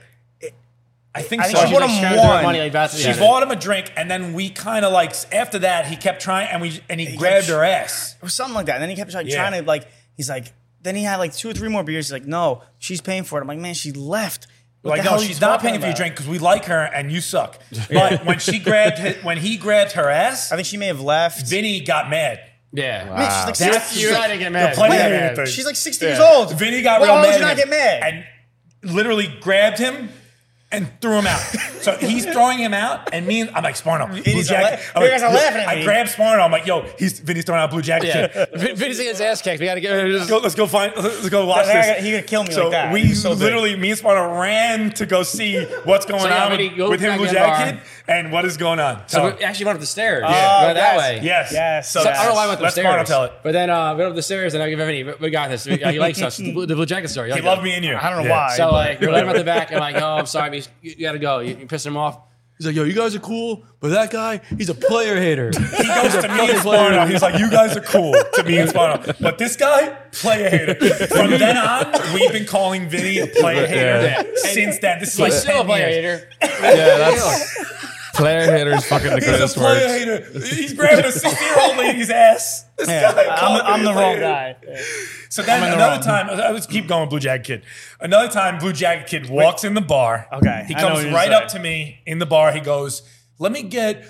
[SPEAKER 1] I think
[SPEAKER 5] I think
[SPEAKER 1] so.
[SPEAKER 5] she bought him one.
[SPEAKER 3] money like that's
[SPEAKER 1] She bought him a drink, and then we kind of like after that he kept trying, and we and he, grabbed her ass.
[SPEAKER 5] or something like that. And then he kept like,
[SPEAKER 1] Yeah.
[SPEAKER 5] trying to like, he's like, then he had like two or three more beers. He's like, no, she's paying for it. I'm like, man, she left. What
[SPEAKER 1] Like
[SPEAKER 5] the hell
[SPEAKER 1] no,
[SPEAKER 5] are you
[SPEAKER 1] she's not
[SPEAKER 5] talking
[SPEAKER 1] paying for your
[SPEAKER 5] about?
[SPEAKER 1] drink because we like her and you
[SPEAKER 5] [LAUGHS]
[SPEAKER 1] suck. But when she grabbed hi- when he grabbed her ass,
[SPEAKER 5] [LAUGHS] I think she may have left.
[SPEAKER 1] Vinny got mad.
[SPEAKER 3] Yeah.
[SPEAKER 5] Man, she's like,
[SPEAKER 1] That's
[SPEAKER 5] sixty-
[SPEAKER 1] you
[SPEAKER 5] she's
[SPEAKER 1] gotta
[SPEAKER 5] like-
[SPEAKER 3] get
[SPEAKER 1] mad.
[SPEAKER 5] Wait,
[SPEAKER 1] Yeah, yeah, yeah.
[SPEAKER 5] she's like 60 years old.
[SPEAKER 1] Oh. Vinny got
[SPEAKER 5] Why
[SPEAKER 1] real
[SPEAKER 5] would
[SPEAKER 1] mad.
[SPEAKER 5] you not
[SPEAKER 1] at
[SPEAKER 5] get
[SPEAKER 1] him
[SPEAKER 5] mad?
[SPEAKER 1] And literally grabbed him and threw him out. So he's throwing him out, and me and I'm like Sparno, Blue
[SPEAKER 5] guys are
[SPEAKER 1] Jacket.
[SPEAKER 5] la-
[SPEAKER 1] I'm
[SPEAKER 5] you guys are laughing at
[SPEAKER 1] I
[SPEAKER 5] me.
[SPEAKER 1] grabbed Sparno. I'm like, yo, he's Vinny's throwing out Blue Jacket.
[SPEAKER 3] Yeah. [LAUGHS] Vin- Vinny's getting his ass kicked. We gotta get rid of
[SPEAKER 1] Let's go, let's go find. Let's go watch
[SPEAKER 5] That guy-
[SPEAKER 1] this.
[SPEAKER 5] he could kill me
[SPEAKER 1] So
[SPEAKER 5] like that.
[SPEAKER 1] we
[SPEAKER 5] He's so big.
[SPEAKER 1] literally, me and Sparta ran to go see what's going
[SPEAKER 3] So, yeah,
[SPEAKER 1] on
[SPEAKER 3] Vinny,
[SPEAKER 1] with,
[SPEAKER 3] go
[SPEAKER 1] with him,
[SPEAKER 3] back
[SPEAKER 1] Blue
[SPEAKER 3] in the bar.
[SPEAKER 1] Jacket, and what is going on.
[SPEAKER 3] So
[SPEAKER 1] So,
[SPEAKER 3] we actually went up the stairs.
[SPEAKER 5] Oh,
[SPEAKER 3] Yeah. Went that
[SPEAKER 5] yes.
[SPEAKER 3] way.
[SPEAKER 1] yes,
[SPEAKER 5] Yes,
[SPEAKER 1] So
[SPEAKER 5] yes.
[SPEAKER 3] I don't know why I went
[SPEAKER 1] Let's
[SPEAKER 3] upstairs.
[SPEAKER 1] Sparta tell it.
[SPEAKER 3] But then uh, we went up the stairs, and I give him any. We we got this. We, uh, he likes us. The blue, the blue jacket story.
[SPEAKER 1] He loved me and you.
[SPEAKER 5] I don't know
[SPEAKER 1] Yeah.
[SPEAKER 5] why.
[SPEAKER 3] So like, we're him at the back. I'm like, oh, I'm sorry, but you, you gotta go. You, you pissing him off. He's like, yo, you guys are cool, but that guy, he's a player hater.
[SPEAKER 1] He goes to me and Sparno. He's like, "You guys are cool." To me and Sparno, but this guy, player hater.
[SPEAKER 5] [LAUGHS]
[SPEAKER 1] From then on, we've been calling Vinny a player hater
[SPEAKER 3] Yeah.
[SPEAKER 1] since then. This is like
[SPEAKER 3] He's still a
[SPEAKER 1] 10
[SPEAKER 3] player
[SPEAKER 1] years.
[SPEAKER 3] hater.
[SPEAKER 2] [LAUGHS]
[SPEAKER 6] Yeah, that's player haters. Fucking the
[SPEAKER 1] He's
[SPEAKER 6] greatest
[SPEAKER 1] a player
[SPEAKER 6] word.
[SPEAKER 1] hater. He's grabbing a sixty-year-old lady's ass. This guy called
[SPEAKER 5] I'm, I'm
[SPEAKER 1] me a
[SPEAKER 5] the
[SPEAKER 1] player
[SPEAKER 5] wrong
[SPEAKER 1] hater.
[SPEAKER 5] guy.
[SPEAKER 1] So then
[SPEAKER 5] in the
[SPEAKER 1] another
[SPEAKER 5] wrong.
[SPEAKER 1] time, uh, let's keep going, with Blue Jacket Kid. Another time, Blue Jacket Kid walks in the bar.
[SPEAKER 5] Okay,
[SPEAKER 1] He
[SPEAKER 5] I know
[SPEAKER 1] comes
[SPEAKER 5] what you're
[SPEAKER 1] right up to
[SPEAKER 5] saying.
[SPEAKER 1] me in the bar. He goes, Let me get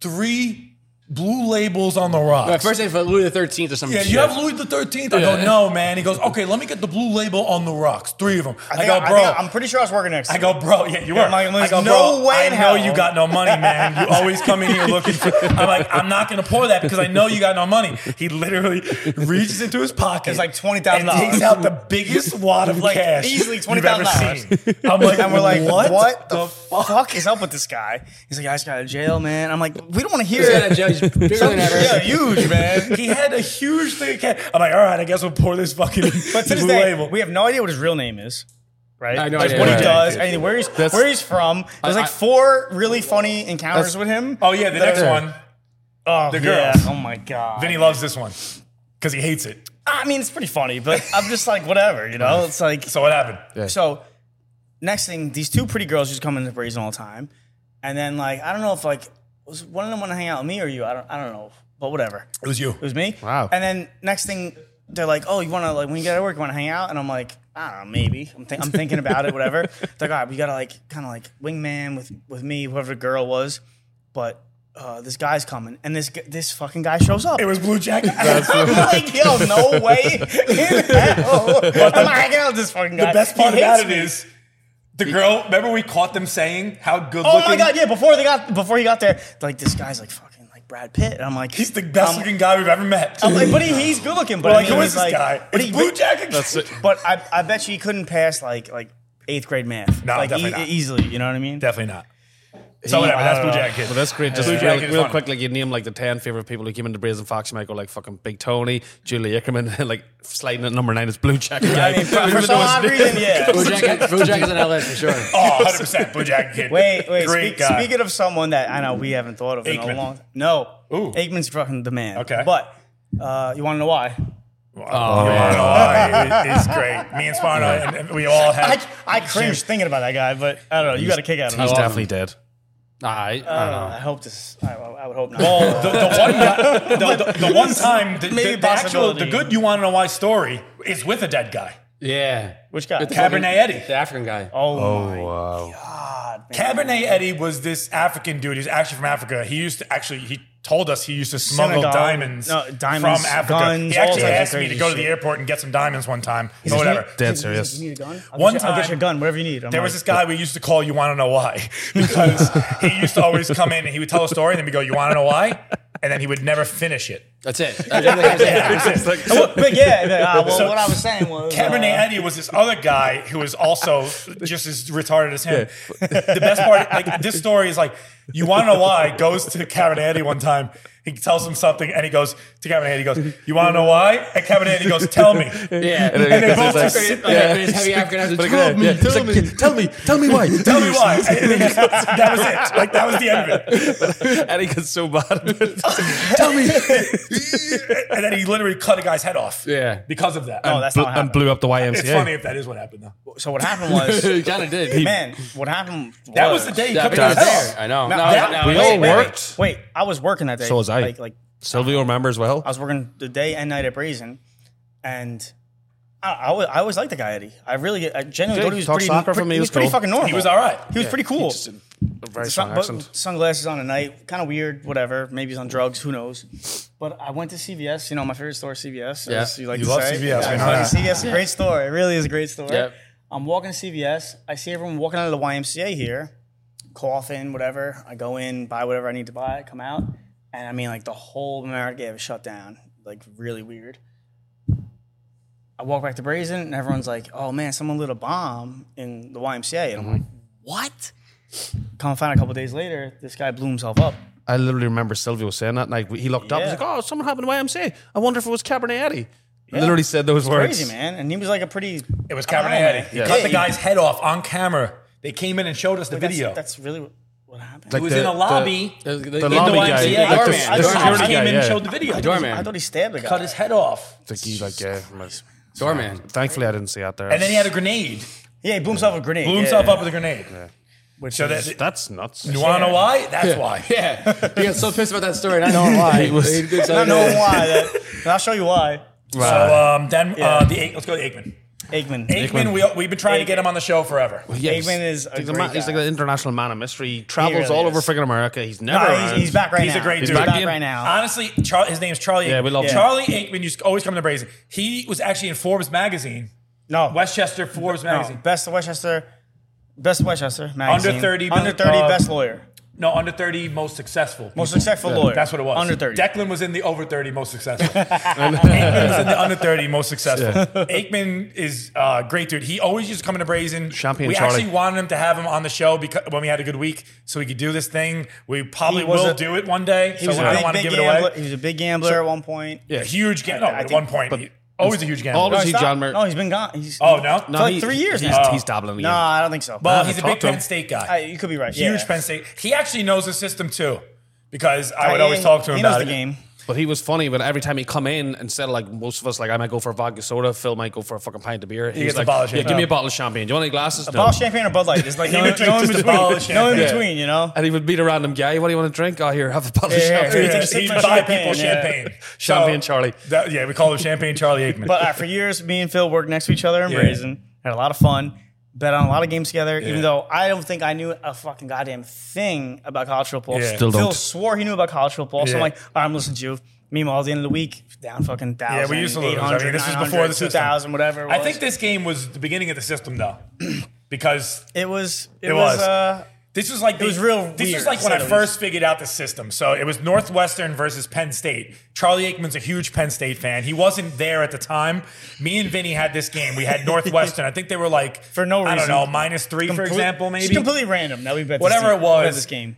[SPEAKER 1] three blue labels on the rocks.
[SPEAKER 3] But first, if Louis the Thirteenth or something.
[SPEAKER 1] yeah, you have Louis the 13th. I go,
[SPEAKER 3] Yeah.
[SPEAKER 1] No, man. He goes, Okay, let me get the blue label on the rocks. Three of them. I,
[SPEAKER 5] I
[SPEAKER 1] go,
[SPEAKER 5] think-
[SPEAKER 1] Bro.
[SPEAKER 5] I am pretty sure I was working next. to
[SPEAKER 1] I
[SPEAKER 5] him.
[SPEAKER 1] go, bro. Yeah, you were.
[SPEAKER 5] my-
[SPEAKER 1] I go,
[SPEAKER 5] no
[SPEAKER 1] bro.
[SPEAKER 5] way
[SPEAKER 1] I
[SPEAKER 5] in
[SPEAKER 1] know
[SPEAKER 5] hell."
[SPEAKER 1] you got no money, man. You always come in here looking for. I'm like, I'm not gonna pour that because I know you got no money. He literally reaches into his pocket.
[SPEAKER 5] It's like $20,000.
[SPEAKER 1] and Takes out the biggest wad of
[SPEAKER 5] Like,
[SPEAKER 1] cash
[SPEAKER 5] easily
[SPEAKER 1] you've ever
[SPEAKER 5] $20,000.
[SPEAKER 1] seen. I'm like,
[SPEAKER 5] and we're like, what, the,
[SPEAKER 1] f-
[SPEAKER 5] fuck is up with this guy? He's like, I just got out of jail, man. I'm like, we don't want to hear
[SPEAKER 3] He's got a
[SPEAKER 5] it.
[SPEAKER 3] jail. He's bigger than ever.
[SPEAKER 5] [LAUGHS] Yeah, huge, man.
[SPEAKER 1] He had a huge thing of cash. I'm like, all right, I guess we'll pour this fucking
[SPEAKER 5] But to this
[SPEAKER 1] blue
[SPEAKER 5] day,
[SPEAKER 1] label.
[SPEAKER 5] we have no idea what his real name is. Right?
[SPEAKER 3] I have no
[SPEAKER 5] Like,
[SPEAKER 3] idea.
[SPEAKER 5] What
[SPEAKER 1] Yeah.
[SPEAKER 5] he does,
[SPEAKER 1] Yeah.
[SPEAKER 5] and where he's where he's from. There's
[SPEAKER 3] I-
[SPEAKER 5] like four really funny encounters with him.
[SPEAKER 1] oh yeah, the
[SPEAKER 5] that
[SPEAKER 1] next
[SPEAKER 5] are-
[SPEAKER 1] one.
[SPEAKER 5] Oh,
[SPEAKER 1] the
[SPEAKER 5] yeah.
[SPEAKER 1] girls.
[SPEAKER 5] Oh my god.
[SPEAKER 1] Vinny loves this one because he hates it.
[SPEAKER 5] I mean, it's pretty funny, but I'm just like, whatever, you know? It's like
[SPEAKER 1] So what happened?
[SPEAKER 5] So next thing, these two pretty girls just come into Brazen all the time, and then like I don't know if like was one of them want to hang out with me or you. I don't I don't know, but whatever.
[SPEAKER 1] It was you.
[SPEAKER 5] It was me.
[SPEAKER 6] Wow.
[SPEAKER 5] And then next thing, they're like, "Oh, you want to like when you get out of work, you want to hang out?" And I'm like, "I don't know, maybe." I'm, think I'm thinking about it, whatever.
[SPEAKER 1] [LAUGHS]
[SPEAKER 5] They're like, "All right, we gotta like kind of like wingman with with me, whoever the girl was, but." Uh, this guy's coming, and this g- this fucking guy shows up.
[SPEAKER 1] It was Blue Jacket.
[SPEAKER 5] [LAUGHS] I'm like, yo, no way! in hell am I hanging out with this fucking guy?
[SPEAKER 1] The best
[SPEAKER 5] He
[SPEAKER 1] part
[SPEAKER 5] hates
[SPEAKER 1] about it
[SPEAKER 5] me.
[SPEAKER 1] is the girl. Remember we caught them saying how good
[SPEAKER 5] Oh
[SPEAKER 1] looking.
[SPEAKER 5] my god, yeah, before they got before he got there, like this guy's like fucking like Brad Pitt. And I'm like,
[SPEAKER 1] He's the best
[SPEAKER 5] I'm-
[SPEAKER 1] looking guy we've ever met.
[SPEAKER 5] Um, I'm like, but he, he's good looking,
[SPEAKER 1] We're
[SPEAKER 5] but I
[SPEAKER 1] like,
[SPEAKER 5] mean,
[SPEAKER 1] who
[SPEAKER 5] he's
[SPEAKER 1] is this
[SPEAKER 5] like-
[SPEAKER 1] guy?
[SPEAKER 5] But,
[SPEAKER 1] it's
[SPEAKER 5] he,
[SPEAKER 1] Blue Jacket.
[SPEAKER 6] That's it.
[SPEAKER 5] but I, I bet you he couldn't pass like like eighth grade math.
[SPEAKER 1] No,
[SPEAKER 5] like,
[SPEAKER 1] definitely not.
[SPEAKER 5] easily, you know what I mean?
[SPEAKER 1] Definitely not. So whatever, that's
[SPEAKER 5] uh,
[SPEAKER 1] Blue Jacket.
[SPEAKER 2] But Uh, that's great. Just
[SPEAKER 1] Blue
[SPEAKER 2] real,
[SPEAKER 1] Jacket is
[SPEAKER 2] real
[SPEAKER 1] fun.
[SPEAKER 2] quick, like you name like the ten favorite people who came into Brazen Fox. You might go like fucking Big Tony, Julie Ickerman, [LAUGHS] and like sliding at number nine is Blue Jacket.
[SPEAKER 5] I
[SPEAKER 2] [LAUGHS]
[SPEAKER 5] mean, for, for some odd [LAUGHS] reason, yeah.
[SPEAKER 3] Blue Jacket, Blue Jacket's on that list for sure.
[SPEAKER 1] [LAUGHS] Oh, 100% Blue Jacket kid.
[SPEAKER 5] Wait, wait.
[SPEAKER 1] Great
[SPEAKER 5] speak,
[SPEAKER 1] guy.
[SPEAKER 5] Speaking of someone that I know we haven't thought of in
[SPEAKER 1] Aikman.
[SPEAKER 5] a long time. No.
[SPEAKER 1] Ooh.
[SPEAKER 5] Aikman's fucking the man.
[SPEAKER 1] Okay.
[SPEAKER 5] But uh, you want to know why?
[SPEAKER 1] Oh, yeah. Oh, he's great. Me and Sparno, and- and we all had.
[SPEAKER 5] I, I cringe thinking about that guy, but I don't know. You got a kick out of him.
[SPEAKER 2] He's definitely dead. I,
[SPEAKER 1] Uh,
[SPEAKER 5] I don't know. I hope this. I, I would hope not.
[SPEAKER 1] Well, the, the one guy, the, the, the
[SPEAKER 5] [LAUGHS]
[SPEAKER 1] one time, the, the,
[SPEAKER 5] Maybe
[SPEAKER 1] the actual, the
[SPEAKER 5] possibility.
[SPEAKER 1] good you want to know why story is with a dead guy.
[SPEAKER 3] Yeah.
[SPEAKER 5] Which guy?
[SPEAKER 3] With the
[SPEAKER 1] Cabernet
[SPEAKER 3] fucking-
[SPEAKER 1] Eddie.
[SPEAKER 3] The African guy.
[SPEAKER 5] oh, my
[SPEAKER 2] wow.
[SPEAKER 5] god. man.
[SPEAKER 1] Cabernet Eddie was this African dude. He's actually from Africa. He used to actually he told us he used to smuggle
[SPEAKER 5] Senegal.
[SPEAKER 1] diamonds,
[SPEAKER 5] No, diamonds,
[SPEAKER 1] from Africa.
[SPEAKER 5] guns,
[SPEAKER 1] he actually
[SPEAKER 5] all types of
[SPEAKER 1] asked me to
[SPEAKER 5] crazy
[SPEAKER 1] go to the
[SPEAKER 5] shit.
[SPEAKER 1] airport and get some diamonds one time. Or whatever.
[SPEAKER 2] Dead serious.
[SPEAKER 5] You need a gun? I'll
[SPEAKER 1] One
[SPEAKER 5] get you, I'll get
[SPEAKER 1] time-
[SPEAKER 5] you a gun, whatever you need. I'm
[SPEAKER 1] There
[SPEAKER 5] like,
[SPEAKER 1] was this guy we used to call You Wanna Know Why [LAUGHS] because he used to always come in and he would tell a story and then we go, You Wanna Know Why? And then he would never finish it. [LAUGHS]
[SPEAKER 3] That's it. That's it.
[SPEAKER 1] Yeah,
[SPEAKER 2] [LAUGHS]
[SPEAKER 1] that's it.
[SPEAKER 5] but yeah, uh, well,
[SPEAKER 1] So-
[SPEAKER 5] what I was saying was
[SPEAKER 1] Cabernet
[SPEAKER 5] uh,
[SPEAKER 1] Eddie was this other guy who was also just as retarded as him. [LAUGHS] the best part, like this story is like, you want to know why? Goes to Cabernet Eddie one time. He tells him something, and he goes to Cabernet. Eddie, He goes, "You want to know why?" And Cabernet Eddie goes, "Tell me."
[SPEAKER 3] Yeah.
[SPEAKER 1] And they both
[SPEAKER 2] like-
[SPEAKER 1] just sit there.
[SPEAKER 3] Yeah, but it's heavy African accent. Tell me, tell me.
[SPEAKER 2] tell me, tell me why.
[SPEAKER 1] Tell me why. And they just- that was it. Like that was the end of it.
[SPEAKER 2] [LAUGHS] Eddie gets so bad. [LAUGHS] tell me.
[SPEAKER 1] And then he literally cut a guy's head off.
[SPEAKER 3] Yeah.
[SPEAKER 1] Because of that.
[SPEAKER 5] No, that's not what
[SPEAKER 2] and
[SPEAKER 5] happened.
[SPEAKER 2] blew up the YMCA.
[SPEAKER 1] it's funny if that is what happened though.
[SPEAKER 5] So what happened
[SPEAKER 2] [LAUGHS]
[SPEAKER 5] was,
[SPEAKER 3] He kind of did.
[SPEAKER 5] man, what happened?
[SPEAKER 1] That was the day he
[SPEAKER 3] Yeah,
[SPEAKER 1] cut
[SPEAKER 3] but
[SPEAKER 1] the
[SPEAKER 3] he was
[SPEAKER 1] guy's head
[SPEAKER 3] there.
[SPEAKER 1] off.
[SPEAKER 3] I know.
[SPEAKER 5] No,
[SPEAKER 3] No,
[SPEAKER 1] that-
[SPEAKER 3] no,
[SPEAKER 2] We
[SPEAKER 3] wait,
[SPEAKER 2] all
[SPEAKER 3] wait.
[SPEAKER 2] worked.
[SPEAKER 5] Wait, I was working that day.
[SPEAKER 2] So was I.
[SPEAKER 5] Like, like
[SPEAKER 2] Silvio remember as well.
[SPEAKER 5] I was working the day and night at Brazen, and I, I, was, I always liked the guy Eddie. I really, I genuinely
[SPEAKER 2] Did
[SPEAKER 5] thought he was
[SPEAKER 2] talk
[SPEAKER 5] pretty.
[SPEAKER 2] soccer for
[SPEAKER 5] pre-
[SPEAKER 2] me,
[SPEAKER 5] he
[SPEAKER 2] it
[SPEAKER 5] was
[SPEAKER 2] was
[SPEAKER 5] pretty
[SPEAKER 2] cool.
[SPEAKER 5] fucking normal.
[SPEAKER 1] He was all right.
[SPEAKER 5] He was pretty cool.
[SPEAKER 2] Just in a very
[SPEAKER 5] Sun-
[SPEAKER 2] strong
[SPEAKER 5] but
[SPEAKER 2] accent.
[SPEAKER 5] sunglasses on at night, kind of weird, whatever. Maybe he's on drugs, who knows? But I went to CVS. You know, my favorite store, is CVS.
[SPEAKER 3] Yeah.
[SPEAKER 5] as you like
[SPEAKER 1] You
[SPEAKER 5] to
[SPEAKER 1] love
[SPEAKER 5] say.
[SPEAKER 1] CVS,
[SPEAKER 5] Yeah,
[SPEAKER 1] we know
[SPEAKER 5] fucking
[SPEAKER 1] that.
[SPEAKER 5] CVS is a great store. It really is a great store.
[SPEAKER 3] Yep.
[SPEAKER 5] I'm walking to CVS. I see everyone walking out of the YMCA here, coughing, whatever. I go in, buy whatever I need to buy, come out, and I mean, like the whole America area shut down. Like really weird. I walk back to Brazen, and everyone's like, "Oh man, someone lit a bomb in the YMCA," and I'm like, "What?" Come find out a couple days later, this guy blew himself up.
[SPEAKER 2] I literally remember Silvio saying that. Like he looked up,
[SPEAKER 5] Yeah.
[SPEAKER 2] he's like, "Oh, something happened to YMCA. I wonder if it was Cabernet Eddie." Literally said those words.
[SPEAKER 5] Crazy man, and he was like a pretty.
[SPEAKER 1] It was
[SPEAKER 5] I
[SPEAKER 1] Cabernet
[SPEAKER 5] don't know,
[SPEAKER 1] Eddie.
[SPEAKER 5] man.
[SPEAKER 1] He
[SPEAKER 5] Yeah.
[SPEAKER 1] cut
[SPEAKER 5] Yeah,
[SPEAKER 1] the
[SPEAKER 5] you-
[SPEAKER 1] guy's head off on camera. They came in and showed us the
[SPEAKER 5] That's,
[SPEAKER 1] video.
[SPEAKER 5] that's really what, what happened.
[SPEAKER 1] He was in a lobby.
[SPEAKER 3] The, the,
[SPEAKER 2] The lobby
[SPEAKER 1] the YMCA.
[SPEAKER 2] guy, like
[SPEAKER 3] Doorman.
[SPEAKER 2] the, the
[SPEAKER 5] I thought-
[SPEAKER 2] security
[SPEAKER 5] I
[SPEAKER 2] guy,
[SPEAKER 1] Came in and
[SPEAKER 2] yeah.
[SPEAKER 1] showed the video.
[SPEAKER 3] doorman.
[SPEAKER 5] I thought he stabbed the guy.
[SPEAKER 1] Cut his head off.
[SPEAKER 2] I think he, like, yeah, was-
[SPEAKER 3] Doorman.
[SPEAKER 2] Thankfully, I didn't see out there.
[SPEAKER 1] And then he had a grenade.
[SPEAKER 5] Yeah, he blew himself with a grenade.
[SPEAKER 1] Blew
[SPEAKER 5] yeah.
[SPEAKER 1] himself up with a grenade.
[SPEAKER 5] Which
[SPEAKER 1] So
[SPEAKER 5] is-
[SPEAKER 1] that
[SPEAKER 2] That's nuts.
[SPEAKER 1] you want to know why? That's why.
[SPEAKER 3] Yeah. He got so pissed about that story, and I know why. He was,
[SPEAKER 5] I don't know why. That,
[SPEAKER 1] [LAUGHS]
[SPEAKER 5] and I'll show you why.
[SPEAKER 1] So um, then uh,
[SPEAKER 5] Yeah.
[SPEAKER 1] the eight, let's go to Aikman.
[SPEAKER 5] Aikman.
[SPEAKER 1] Aikman, We, we've been trying to get him on the show forever.
[SPEAKER 2] Yeah,
[SPEAKER 5] Eggman is a
[SPEAKER 2] he's,
[SPEAKER 5] great
[SPEAKER 2] man- he's
[SPEAKER 5] guy.
[SPEAKER 2] like an international man of mystery. He travels
[SPEAKER 5] really
[SPEAKER 2] all over
[SPEAKER 5] is.
[SPEAKER 2] freaking America. He's never.
[SPEAKER 5] Nah, Ah, he's,
[SPEAKER 2] around.
[SPEAKER 5] he's back right
[SPEAKER 1] He's
[SPEAKER 5] now.
[SPEAKER 1] a great
[SPEAKER 5] he's
[SPEAKER 1] dude.
[SPEAKER 5] back,
[SPEAKER 2] Back in.
[SPEAKER 5] right now.
[SPEAKER 1] Honestly, Char- his name's Charlie.
[SPEAKER 2] Yeah, we love
[SPEAKER 1] Aikman.
[SPEAKER 2] him.
[SPEAKER 1] Charlie Aikman used to always come to Brazen. He was actually in Forbes magazine,
[SPEAKER 5] no,
[SPEAKER 1] Westchester Forbes
[SPEAKER 5] no,
[SPEAKER 1] magazine.
[SPEAKER 5] best of Westchester. Best of Westchester magazine.
[SPEAKER 1] 30,
[SPEAKER 5] Under
[SPEAKER 1] uh,
[SPEAKER 5] thirty. best lawyer.
[SPEAKER 1] No, under thirty, most successful.
[SPEAKER 5] Most successful lawyer.
[SPEAKER 1] That's what it was.
[SPEAKER 5] Under thirty.
[SPEAKER 1] Declan was in the over thirty most successful.
[SPEAKER 2] [LAUGHS]
[SPEAKER 5] [LAUGHS]
[SPEAKER 1] Aikman was in the under thirty most successful. Aikman is uh, great dude. He always used to come into Brazen.
[SPEAKER 2] Champion
[SPEAKER 1] We
[SPEAKER 2] Charlie.
[SPEAKER 1] actually wanted him to have him on the show because when we had a good week, so we could do this thing. We probably
[SPEAKER 5] He was
[SPEAKER 1] will
[SPEAKER 5] a-
[SPEAKER 1] do it one day.
[SPEAKER 5] he
[SPEAKER 1] So
[SPEAKER 5] was
[SPEAKER 1] I
[SPEAKER 5] a
[SPEAKER 1] don't
[SPEAKER 5] big,
[SPEAKER 1] want to
[SPEAKER 5] big
[SPEAKER 1] give it
[SPEAKER 5] gambler.
[SPEAKER 1] away.
[SPEAKER 5] He was a big gambler at one point.
[SPEAKER 1] A huge gam. No,
[SPEAKER 5] I
[SPEAKER 1] at
[SPEAKER 5] think-
[SPEAKER 1] one point, he- always a huge gambler.
[SPEAKER 2] All of his
[SPEAKER 5] He's not-
[SPEAKER 2] John Mer-
[SPEAKER 5] No, he's been gone. He's,
[SPEAKER 1] oh no,
[SPEAKER 2] No,
[SPEAKER 5] for like
[SPEAKER 2] he-
[SPEAKER 5] three years
[SPEAKER 2] He's,
[SPEAKER 5] now.
[SPEAKER 2] he's dabbling again.
[SPEAKER 5] no, I don't think so.
[SPEAKER 1] Well, he's a big
[SPEAKER 2] I talked to him.
[SPEAKER 1] Penn State guy.
[SPEAKER 5] I- you could be right.
[SPEAKER 1] huge
[SPEAKER 5] yeah.
[SPEAKER 1] Penn State. He actually knows the system too, because I would
[SPEAKER 5] He-
[SPEAKER 1] always talk to him
[SPEAKER 5] He
[SPEAKER 1] about
[SPEAKER 5] knows the
[SPEAKER 1] it.
[SPEAKER 5] game.
[SPEAKER 2] But he was funny. But every time he come in, instead of like most of us, like I might go for a vodka soda, Phil might go for a fucking pint of beer. He,
[SPEAKER 1] gets
[SPEAKER 2] was
[SPEAKER 1] a
[SPEAKER 2] like,
[SPEAKER 1] bottle of
[SPEAKER 2] "Yeah,
[SPEAKER 1] champagne.
[SPEAKER 2] give me a bottle of champagne. Do you want any glasses?"
[SPEAKER 5] Bottle of champagne or Bud Light.
[SPEAKER 1] [LAUGHS]
[SPEAKER 5] There's like no,
[SPEAKER 1] would drink
[SPEAKER 5] no in
[SPEAKER 1] just a bottle of
[SPEAKER 5] between. No in
[SPEAKER 1] champagne.
[SPEAKER 5] between. You know.
[SPEAKER 2] And he would beat a random guy. What do you want to drink? Oh, here, have a bottle of
[SPEAKER 5] Yeah,
[SPEAKER 2] champagne.
[SPEAKER 5] yeah,
[SPEAKER 1] Yeah,
[SPEAKER 5] Just
[SPEAKER 1] he'd
[SPEAKER 5] sip my
[SPEAKER 1] buy
[SPEAKER 5] champagne,
[SPEAKER 1] people
[SPEAKER 5] yeah.
[SPEAKER 1] champagne.
[SPEAKER 2] Champagne Charlie.
[SPEAKER 1] That- yeah, we call him Champagne Charlie Aikman.
[SPEAKER 5] But uh, for years, me and Phil worked next to each other in
[SPEAKER 1] Yeah.
[SPEAKER 5] Brazen. Had a lot of fun. Bet on a lot of games together,
[SPEAKER 1] Yeah.
[SPEAKER 5] even though I don't think I knew a fucking goddamn thing about college football.
[SPEAKER 1] Yeah. Still
[SPEAKER 5] Phil
[SPEAKER 2] don't.
[SPEAKER 5] swore he knew about college football. So
[SPEAKER 1] Yeah.
[SPEAKER 5] I'm like, all right, I'm listening to you. Meanwhile, at the end of the week, down fucking
[SPEAKER 1] yeah,
[SPEAKER 5] thousand.
[SPEAKER 1] we used to lose.
[SPEAKER 5] 800,
[SPEAKER 1] I mean, this was
[SPEAKER 5] 900,
[SPEAKER 1] before the system.
[SPEAKER 5] 2000, whatever. it
[SPEAKER 1] I
[SPEAKER 5] was.
[SPEAKER 1] think this game was the beginning of the system, though, [CLEARS THROAT] because
[SPEAKER 5] it was. It,
[SPEAKER 1] It
[SPEAKER 5] was.
[SPEAKER 1] was.
[SPEAKER 5] Uh,
[SPEAKER 1] This was like it
[SPEAKER 5] was real
[SPEAKER 1] This was
[SPEAKER 5] weird,
[SPEAKER 1] like
[SPEAKER 5] to
[SPEAKER 1] when
[SPEAKER 5] say
[SPEAKER 1] I
[SPEAKER 5] the
[SPEAKER 1] first figured out the system. So it was Northwestern versus Penn State. Charlie Aikman's a huge Penn State fan. He wasn't there at the time. Me and Vinny had this game. We
[SPEAKER 5] [LAUGHS]
[SPEAKER 1] had Northwestern. I think they were like
[SPEAKER 5] For no
[SPEAKER 1] I don't
[SPEAKER 5] reason.
[SPEAKER 1] know minus three for
[SPEAKER 5] Complete-
[SPEAKER 1] example.
[SPEAKER 5] It's
[SPEAKER 1] Maybe
[SPEAKER 5] completely random that we bet.
[SPEAKER 1] Whatever
[SPEAKER 5] this
[SPEAKER 1] it was.
[SPEAKER 5] bet this game.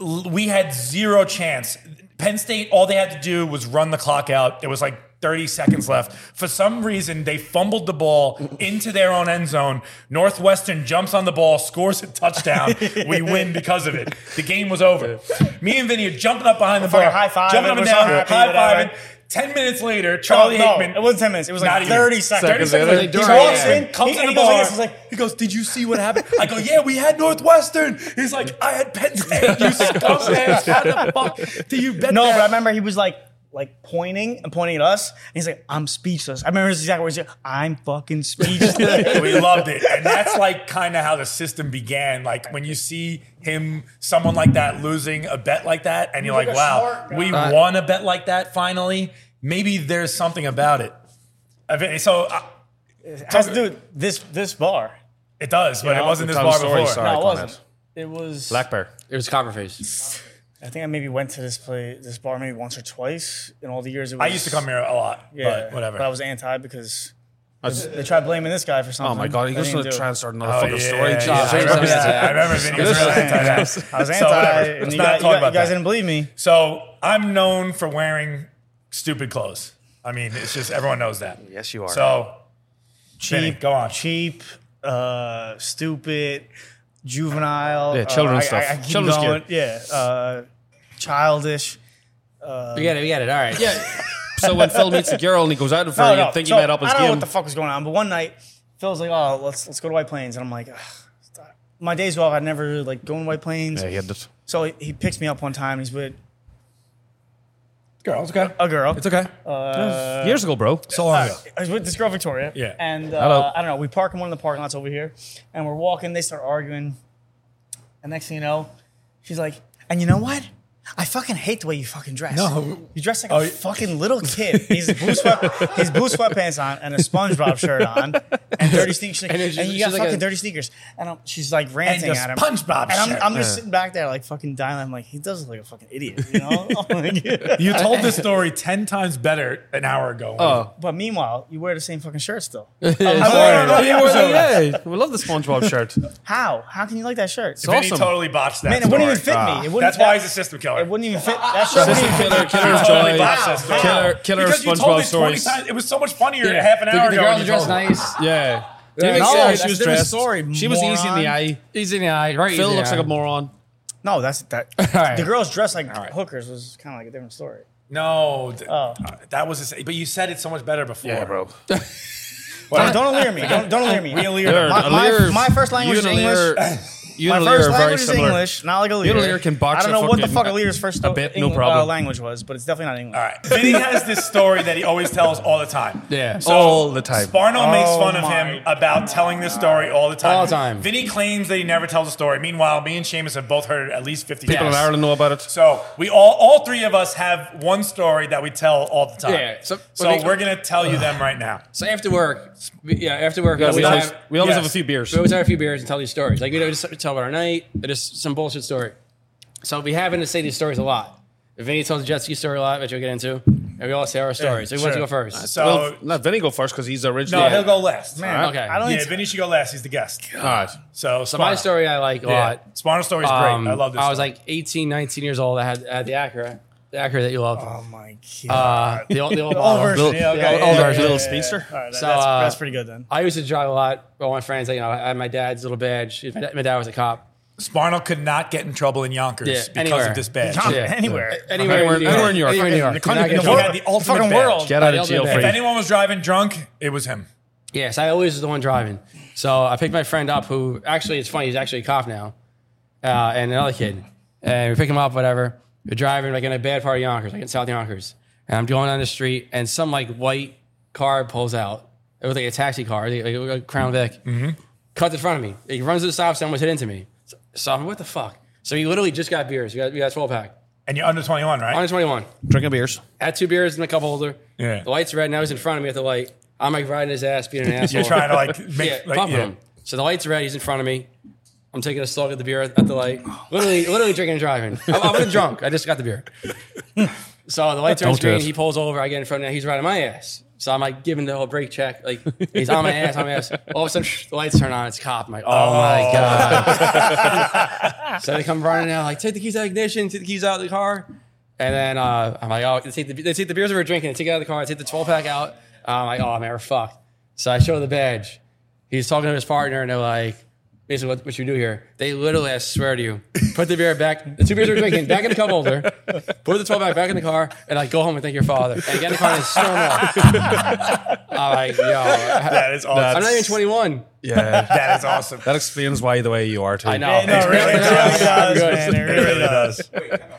[SPEAKER 1] we had zero chance. Penn State, all they had to do was run the clock out. It was like 30 seconds left. For some reason, they fumbled the ball into their own end zone. Northwestern jumps on the ball, scores a
[SPEAKER 5] [LAUGHS]
[SPEAKER 1] touchdown. we win because of it. The game was over. Me and Vinny are jumping up behind the
[SPEAKER 5] Fucking
[SPEAKER 1] bar,
[SPEAKER 5] high five,
[SPEAKER 1] jumping up and
[SPEAKER 5] we're so
[SPEAKER 1] down,
[SPEAKER 5] happy,
[SPEAKER 1] high
[SPEAKER 5] whatever. Oh,
[SPEAKER 1] fiving. Ten minutes later, Charlie
[SPEAKER 5] no,
[SPEAKER 1] Hickman.
[SPEAKER 5] it wasn't 10 minutes. It was like 30 seconds.
[SPEAKER 1] 30 seconds.
[SPEAKER 6] Like
[SPEAKER 1] He
[SPEAKER 6] during
[SPEAKER 1] walks
[SPEAKER 5] the
[SPEAKER 1] in,
[SPEAKER 5] game.
[SPEAKER 1] comes
[SPEAKER 5] He-
[SPEAKER 1] in the
[SPEAKER 5] he goes like
[SPEAKER 1] bar.
[SPEAKER 5] this, he's like-
[SPEAKER 1] he goes, "Did you see what happened?" I go, "Yeah, we had Northwestern." He's like, "I had Penn
[SPEAKER 5] [LAUGHS]
[SPEAKER 1] State." You scumbags! How the fuck do you bet?
[SPEAKER 5] No,
[SPEAKER 1] that?
[SPEAKER 5] but I remember he was like, like pointing and pointing at us, and he's like, "I'm speechless." I remember his exact words: "I'm fucking [LAUGHS] speechless."
[SPEAKER 1] we loved it. And that's like kind of how the system began. Like when you see him, someone like that losing a bet like that, and you're like,
[SPEAKER 5] a
[SPEAKER 1] wow,
[SPEAKER 5] smart guy."
[SPEAKER 1] we
[SPEAKER 3] Uh,
[SPEAKER 1] won a bet like that finally. Maybe there's something about it. I mean, So uh,
[SPEAKER 5] That's dude. This this bar.
[SPEAKER 1] it does, but it
[SPEAKER 5] know,
[SPEAKER 1] wasn't this
[SPEAKER 6] Tom
[SPEAKER 1] bar
[SPEAKER 6] Story,
[SPEAKER 1] before.
[SPEAKER 6] sorry.
[SPEAKER 5] no, it
[SPEAKER 6] Icon
[SPEAKER 5] wasn't.
[SPEAKER 6] Head.
[SPEAKER 5] It was.
[SPEAKER 6] Black Bear.
[SPEAKER 3] It was Copperface.
[SPEAKER 5] I think I maybe went to this play, this bar maybe once or twice in all the years. It was,
[SPEAKER 1] I used to come here a lot, but whatever.
[SPEAKER 5] But I was anti because they tried blaming this guy for something.
[SPEAKER 6] Oh my god, he
[SPEAKER 5] I
[SPEAKER 6] goes
[SPEAKER 5] didn't
[SPEAKER 6] to
[SPEAKER 5] do
[SPEAKER 6] try
[SPEAKER 5] it.
[SPEAKER 6] and start another
[SPEAKER 1] Oh,
[SPEAKER 6] fucking story. Jesus.
[SPEAKER 1] I remember
[SPEAKER 3] Jesus.
[SPEAKER 1] that. I remember Vinny was really anti that.
[SPEAKER 5] [LAUGHS] I was anti,
[SPEAKER 1] whatever.
[SPEAKER 5] and
[SPEAKER 1] Let's
[SPEAKER 5] you
[SPEAKER 1] not
[SPEAKER 5] guys,
[SPEAKER 1] talk
[SPEAKER 5] you guys-
[SPEAKER 1] about
[SPEAKER 5] you guys
[SPEAKER 1] that.
[SPEAKER 5] didn't believe me.
[SPEAKER 1] So I'm known for wearing stupid clothes. I mean, it's just everyone knows that.
[SPEAKER 6] Yes, you are.
[SPEAKER 1] So
[SPEAKER 5] Cheap,
[SPEAKER 1] Vinny, go on.
[SPEAKER 5] Cheap, uh, stupid, juvenile.
[SPEAKER 6] Yeah, children
[SPEAKER 5] uh, I-
[SPEAKER 6] stuff.
[SPEAKER 5] I, I keep
[SPEAKER 6] Children's
[SPEAKER 5] going. Yeah, uh, childish.
[SPEAKER 3] We get it. We get it. All right.
[SPEAKER 6] Yeah. so when Phil meets the girl and he goes out in front,
[SPEAKER 5] No,
[SPEAKER 6] of you
[SPEAKER 5] no.
[SPEAKER 6] think
[SPEAKER 5] so,
[SPEAKER 6] he met up his
[SPEAKER 5] I don't know
[SPEAKER 6] game.
[SPEAKER 5] what the fuck was going on, but one night Phil's like, "Oh, let's let's go to White Plains," and I'm like, Ugh, stop. "My days off, I never really like going to White Plains."
[SPEAKER 6] yeah, he had this.
[SPEAKER 5] So he, he picks me up one time. He's with
[SPEAKER 1] Girl, it's okay.
[SPEAKER 5] a girl.
[SPEAKER 6] It's okay. years ago, bro.
[SPEAKER 1] So long ago.
[SPEAKER 5] I was with this girl Victoria.
[SPEAKER 1] Yeah.
[SPEAKER 5] And
[SPEAKER 6] Hello.
[SPEAKER 5] uh, I don't know. We park in one of the parking lots over here, and we're walking. They start arguing, and next thing you know, she's like, "And you know what? I fucking hate the way you fucking dress.
[SPEAKER 1] No.
[SPEAKER 5] you dress like
[SPEAKER 1] Oh,
[SPEAKER 5] a
[SPEAKER 1] yeah.
[SPEAKER 5] fucking little kid. He's blue sweat, he's blue sweatpants on, and a SpongeBob shirt on, and dirty sneakers. And,
[SPEAKER 3] then she's-
[SPEAKER 5] you got
[SPEAKER 3] she's like
[SPEAKER 5] fucking
[SPEAKER 3] a-
[SPEAKER 5] dirty sneakers. And I'm, she's like ranting
[SPEAKER 1] a
[SPEAKER 5] at him.
[SPEAKER 1] SpongeBob
[SPEAKER 5] And I'm,
[SPEAKER 1] shirt.
[SPEAKER 5] I'm just sitting back there like fucking dying. I'm like, he does look like a fucking idiot, you know? [LAUGHS] Like- [LAUGHS]
[SPEAKER 1] You told this story 10 times better an hour ago.
[SPEAKER 6] Oh,
[SPEAKER 5] but meanwhile, you wear the same fucking shirt still.
[SPEAKER 1] Sorry.
[SPEAKER 6] yeah. We love the SpongeBob shirt.
[SPEAKER 5] How? How can you like that shirt?
[SPEAKER 1] Vinny
[SPEAKER 6] awesome.
[SPEAKER 1] totally botched that.
[SPEAKER 5] Man, it wouldn't even
[SPEAKER 1] story.
[SPEAKER 5] fit me. It wouldn't.
[SPEAKER 1] That's
[SPEAKER 5] that-
[SPEAKER 1] why he's a system killer.
[SPEAKER 5] It wouldn't even fit. That shirt. wouldn't even fit.
[SPEAKER 6] Killer, killer
[SPEAKER 2] Oh,
[SPEAKER 1] He
[SPEAKER 6] of
[SPEAKER 1] totally
[SPEAKER 6] joy.
[SPEAKER 1] botched that story.
[SPEAKER 6] Killer, killer of
[SPEAKER 1] Because you told it
[SPEAKER 6] SpongeBob
[SPEAKER 1] 20
[SPEAKER 6] stories.
[SPEAKER 1] times. It was so much funnier in half an
[SPEAKER 3] The,
[SPEAKER 1] hour
[SPEAKER 3] the
[SPEAKER 1] ago. when
[SPEAKER 3] girl
[SPEAKER 1] you
[SPEAKER 3] dressed
[SPEAKER 1] told it.
[SPEAKER 3] nice.
[SPEAKER 6] Yeah.
[SPEAKER 3] Yeah,
[SPEAKER 6] Didn't make
[SPEAKER 3] no,
[SPEAKER 6] sense.
[SPEAKER 3] that's
[SPEAKER 6] She was
[SPEAKER 3] a different
[SPEAKER 6] dressed.
[SPEAKER 5] story,
[SPEAKER 6] she was easy in the
[SPEAKER 5] moron.
[SPEAKER 6] eye.
[SPEAKER 3] He's in the eye. Right.
[SPEAKER 6] Phil
[SPEAKER 3] easy
[SPEAKER 6] looks
[SPEAKER 3] eye.
[SPEAKER 6] like a moron.
[SPEAKER 5] No, that's that.
[SPEAKER 3] right.
[SPEAKER 5] The girls dressed like hookers was kind of like a different story.
[SPEAKER 1] No. th- uh,
[SPEAKER 5] Oh.
[SPEAKER 1] That was, a, but you said it so much better before.
[SPEAKER 5] Don't, don't allure me. Don't, don't allure me.
[SPEAKER 6] They're-
[SPEAKER 5] My, my,
[SPEAKER 6] Lear-
[SPEAKER 5] my first language
[SPEAKER 6] you
[SPEAKER 5] is
[SPEAKER 6] and Lear-
[SPEAKER 5] English.
[SPEAKER 6] You
[SPEAKER 5] My
[SPEAKER 6] and Lear
[SPEAKER 5] first
[SPEAKER 6] are very
[SPEAKER 5] language is
[SPEAKER 6] similar.
[SPEAKER 5] English, not like a leader.
[SPEAKER 6] Lear can box
[SPEAKER 5] I don't
[SPEAKER 6] a
[SPEAKER 5] know what the
[SPEAKER 6] fucking-
[SPEAKER 5] fuck a leader's first
[SPEAKER 6] a bit, no
[SPEAKER 5] Engli-
[SPEAKER 6] problem.
[SPEAKER 5] Uh, language was, but it's definitely not English.
[SPEAKER 1] All right. Vinny has this story that he always tells all the time.
[SPEAKER 3] Yeah.
[SPEAKER 6] All the time.
[SPEAKER 1] Sparno
[SPEAKER 5] Oh
[SPEAKER 1] makes fun of
[SPEAKER 5] my
[SPEAKER 1] him about telling this story all the time.
[SPEAKER 3] All the time.
[SPEAKER 1] Vinny claims that he never tells the story. Meanwhile, me and Seamus have both heard it at least 50
[SPEAKER 6] People
[SPEAKER 1] times.
[SPEAKER 6] in Ireland know about it.
[SPEAKER 1] So we all, all three of us have one story that we tell all the time.
[SPEAKER 3] Yeah,
[SPEAKER 1] So,
[SPEAKER 3] so- let me-
[SPEAKER 1] we're gonna tell you them right
[SPEAKER 3] [SIGHS]
[SPEAKER 1] now.
[SPEAKER 3] So after work, yeah, after work,
[SPEAKER 6] we
[SPEAKER 3] we,
[SPEAKER 6] always,
[SPEAKER 3] have,
[SPEAKER 6] we always
[SPEAKER 1] yes.
[SPEAKER 6] have a few beers.
[SPEAKER 3] we always have a few beers and tell these stories. Like we don't just tell about our night, but just some bullshit story. So we happen to say these stories a lot. Vinny tells the jet ski story a lot, which we'll get into, and we all say our stories. so we want to
[SPEAKER 5] sure.
[SPEAKER 3] go first.
[SPEAKER 1] So
[SPEAKER 6] Well, let Vinny go first because he's
[SPEAKER 1] no,
[SPEAKER 6] originally.
[SPEAKER 1] he'll go last.
[SPEAKER 5] Man,
[SPEAKER 3] Okay.
[SPEAKER 5] I don't
[SPEAKER 1] Yeah,
[SPEAKER 5] need to-
[SPEAKER 1] Vinny should go last. He's the guest.
[SPEAKER 6] All right.
[SPEAKER 1] So,
[SPEAKER 3] So my story I like a
[SPEAKER 1] Yeah.
[SPEAKER 3] lot.
[SPEAKER 1] Sparno story is
[SPEAKER 3] Um,
[SPEAKER 1] great. I love this.
[SPEAKER 3] I was like 18, 19 years old. I had, I had the Acura, the Acura that you love.
[SPEAKER 5] Oh my god.
[SPEAKER 3] Uh, the old, the old
[SPEAKER 5] [LAUGHS] Old
[SPEAKER 3] model.
[SPEAKER 5] version.
[SPEAKER 6] Little-
[SPEAKER 5] yeah, okay,
[SPEAKER 3] old-
[SPEAKER 5] yeah,
[SPEAKER 3] old
[SPEAKER 5] yeah,
[SPEAKER 3] version.
[SPEAKER 5] yeah,
[SPEAKER 6] Little
[SPEAKER 5] yeah,
[SPEAKER 6] speedster.
[SPEAKER 5] yeah. All right, that-
[SPEAKER 3] So,
[SPEAKER 5] that's,
[SPEAKER 3] uh,
[SPEAKER 5] that's pretty good then.
[SPEAKER 3] I used to drive a lot with all my friends. Like, you know, I had my dad's little badge. My dad, my dad was a cop.
[SPEAKER 1] Sparno could not get in trouble in Yonkers
[SPEAKER 3] Yeah,
[SPEAKER 1] because
[SPEAKER 3] anywhere.
[SPEAKER 1] of this badge.
[SPEAKER 5] Tom,
[SPEAKER 3] yeah.
[SPEAKER 5] anywhere.
[SPEAKER 3] Anywhere,
[SPEAKER 6] Anywhere-
[SPEAKER 3] in New York.
[SPEAKER 6] anywhere in New York.
[SPEAKER 3] Anywhere in New York.
[SPEAKER 5] The
[SPEAKER 3] You're not
[SPEAKER 5] country,
[SPEAKER 3] gonna
[SPEAKER 1] He
[SPEAKER 5] the
[SPEAKER 3] get
[SPEAKER 5] world.
[SPEAKER 1] had the ultimate
[SPEAKER 5] fucking
[SPEAKER 1] badge.
[SPEAKER 5] world.
[SPEAKER 6] Get out of
[SPEAKER 3] I'll do
[SPEAKER 6] jail
[SPEAKER 3] that.
[SPEAKER 1] If
[SPEAKER 6] free.
[SPEAKER 1] anyone was driving drunk, it was him.
[SPEAKER 3] Yes, I always was the one driving. So I picked my friend up, who actually it's funny, he's actually a cop now, uh, and another kid. And we pick him up, whatever. We're driving like in a bad part of Yonkers, like in South Yonkers. And I'm going down the street, and some like white car pulls out. It was like a taxi car, like a a Crown Vic.
[SPEAKER 1] Mm-hmm.
[SPEAKER 3] Cuts in front of me. He runs to the stop sign, almost hit into me. So, so I'm what the fuck? So he literally just got beers. We got, we got a 12 pack.
[SPEAKER 1] And you're under 21, right?
[SPEAKER 3] Under 21.
[SPEAKER 6] Drinking beers.
[SPEAKER 3] Had two beers and a cup holder.
[SPEAKER 1] Yeah.
[SPEAKER 3] The light's red. Now he's in front of me at the light.
[SPEAKER 1] [LAUGHS]
[SPEAKER 3] I'm like riding his ass, being an asshole
[SPEAKER 1] You're trying to like make
[SPEAKER 3] yeah,
[SPEAKER 1] like,
[SPEAKER 3] bump
[SPEAKER 1] yeah.
[SPEAKER 3] him. So the light's red. He's in front of me. I'm taking a slug of the beer at the light. Literally, literally drinking and driving. I'm, I'm gonna drunk. [LAUGHS] I just got the beer. So the light turns
[SPEAKER 2] Don't do
[SPEAKER 3] green.
[SPEAKER 2] it.
[SPEAKER 3] He pulls over. I get in front of him. He's right on my ass. So I'm like giving the whole brake check. Like he's on my ass, on my ass. All of a sudden, [LAUGHS] the lights turn on. It's a cop. I'm like, oh, my god. [LAUGHS] so they come running out. Like take the keys out of the ignition. Take the keys out of the car. And then uh, I'm like, oh, they take, the, they take the beers we were drinking. They take it out of the car. They take the 12 pack out. I'm like, oh man, we're fucked. So I show the badge. He's talking to his partner, and they're like, basically, what, what you do here? They literally, I swear to you, put the beer back, the two beers we were drinking, back in the cup holder, put the 12 pack back in the car, and like go home and thank your father. And [LAUGHS] get in the car and storm off. I'm like, yo,
[SPEAKER 1] That is awesome.
[SPEAKER 3] I'm not even 21.
[SPEAKER 6] [LAUGHS]
[SPEAKER 2] Yeah.
[SPEAKER 1] That is awesome.
[SPEAKER 2] That explains why the way you are too.
[SPEAKER 3] I know.
[SPEAKER 5] Yeah,
[SPEAKER 1] [LAUGHS] no, it really
[SPEAKER 5] It
[SPEAKER 1] does.
[SPEAKER 5] does,
[SPEAKER 3] Good.
[SPEAKER 5] man.
[SPEAKER 1] It
[SPEAKER 5] It really
[SPEAKER 1] really does.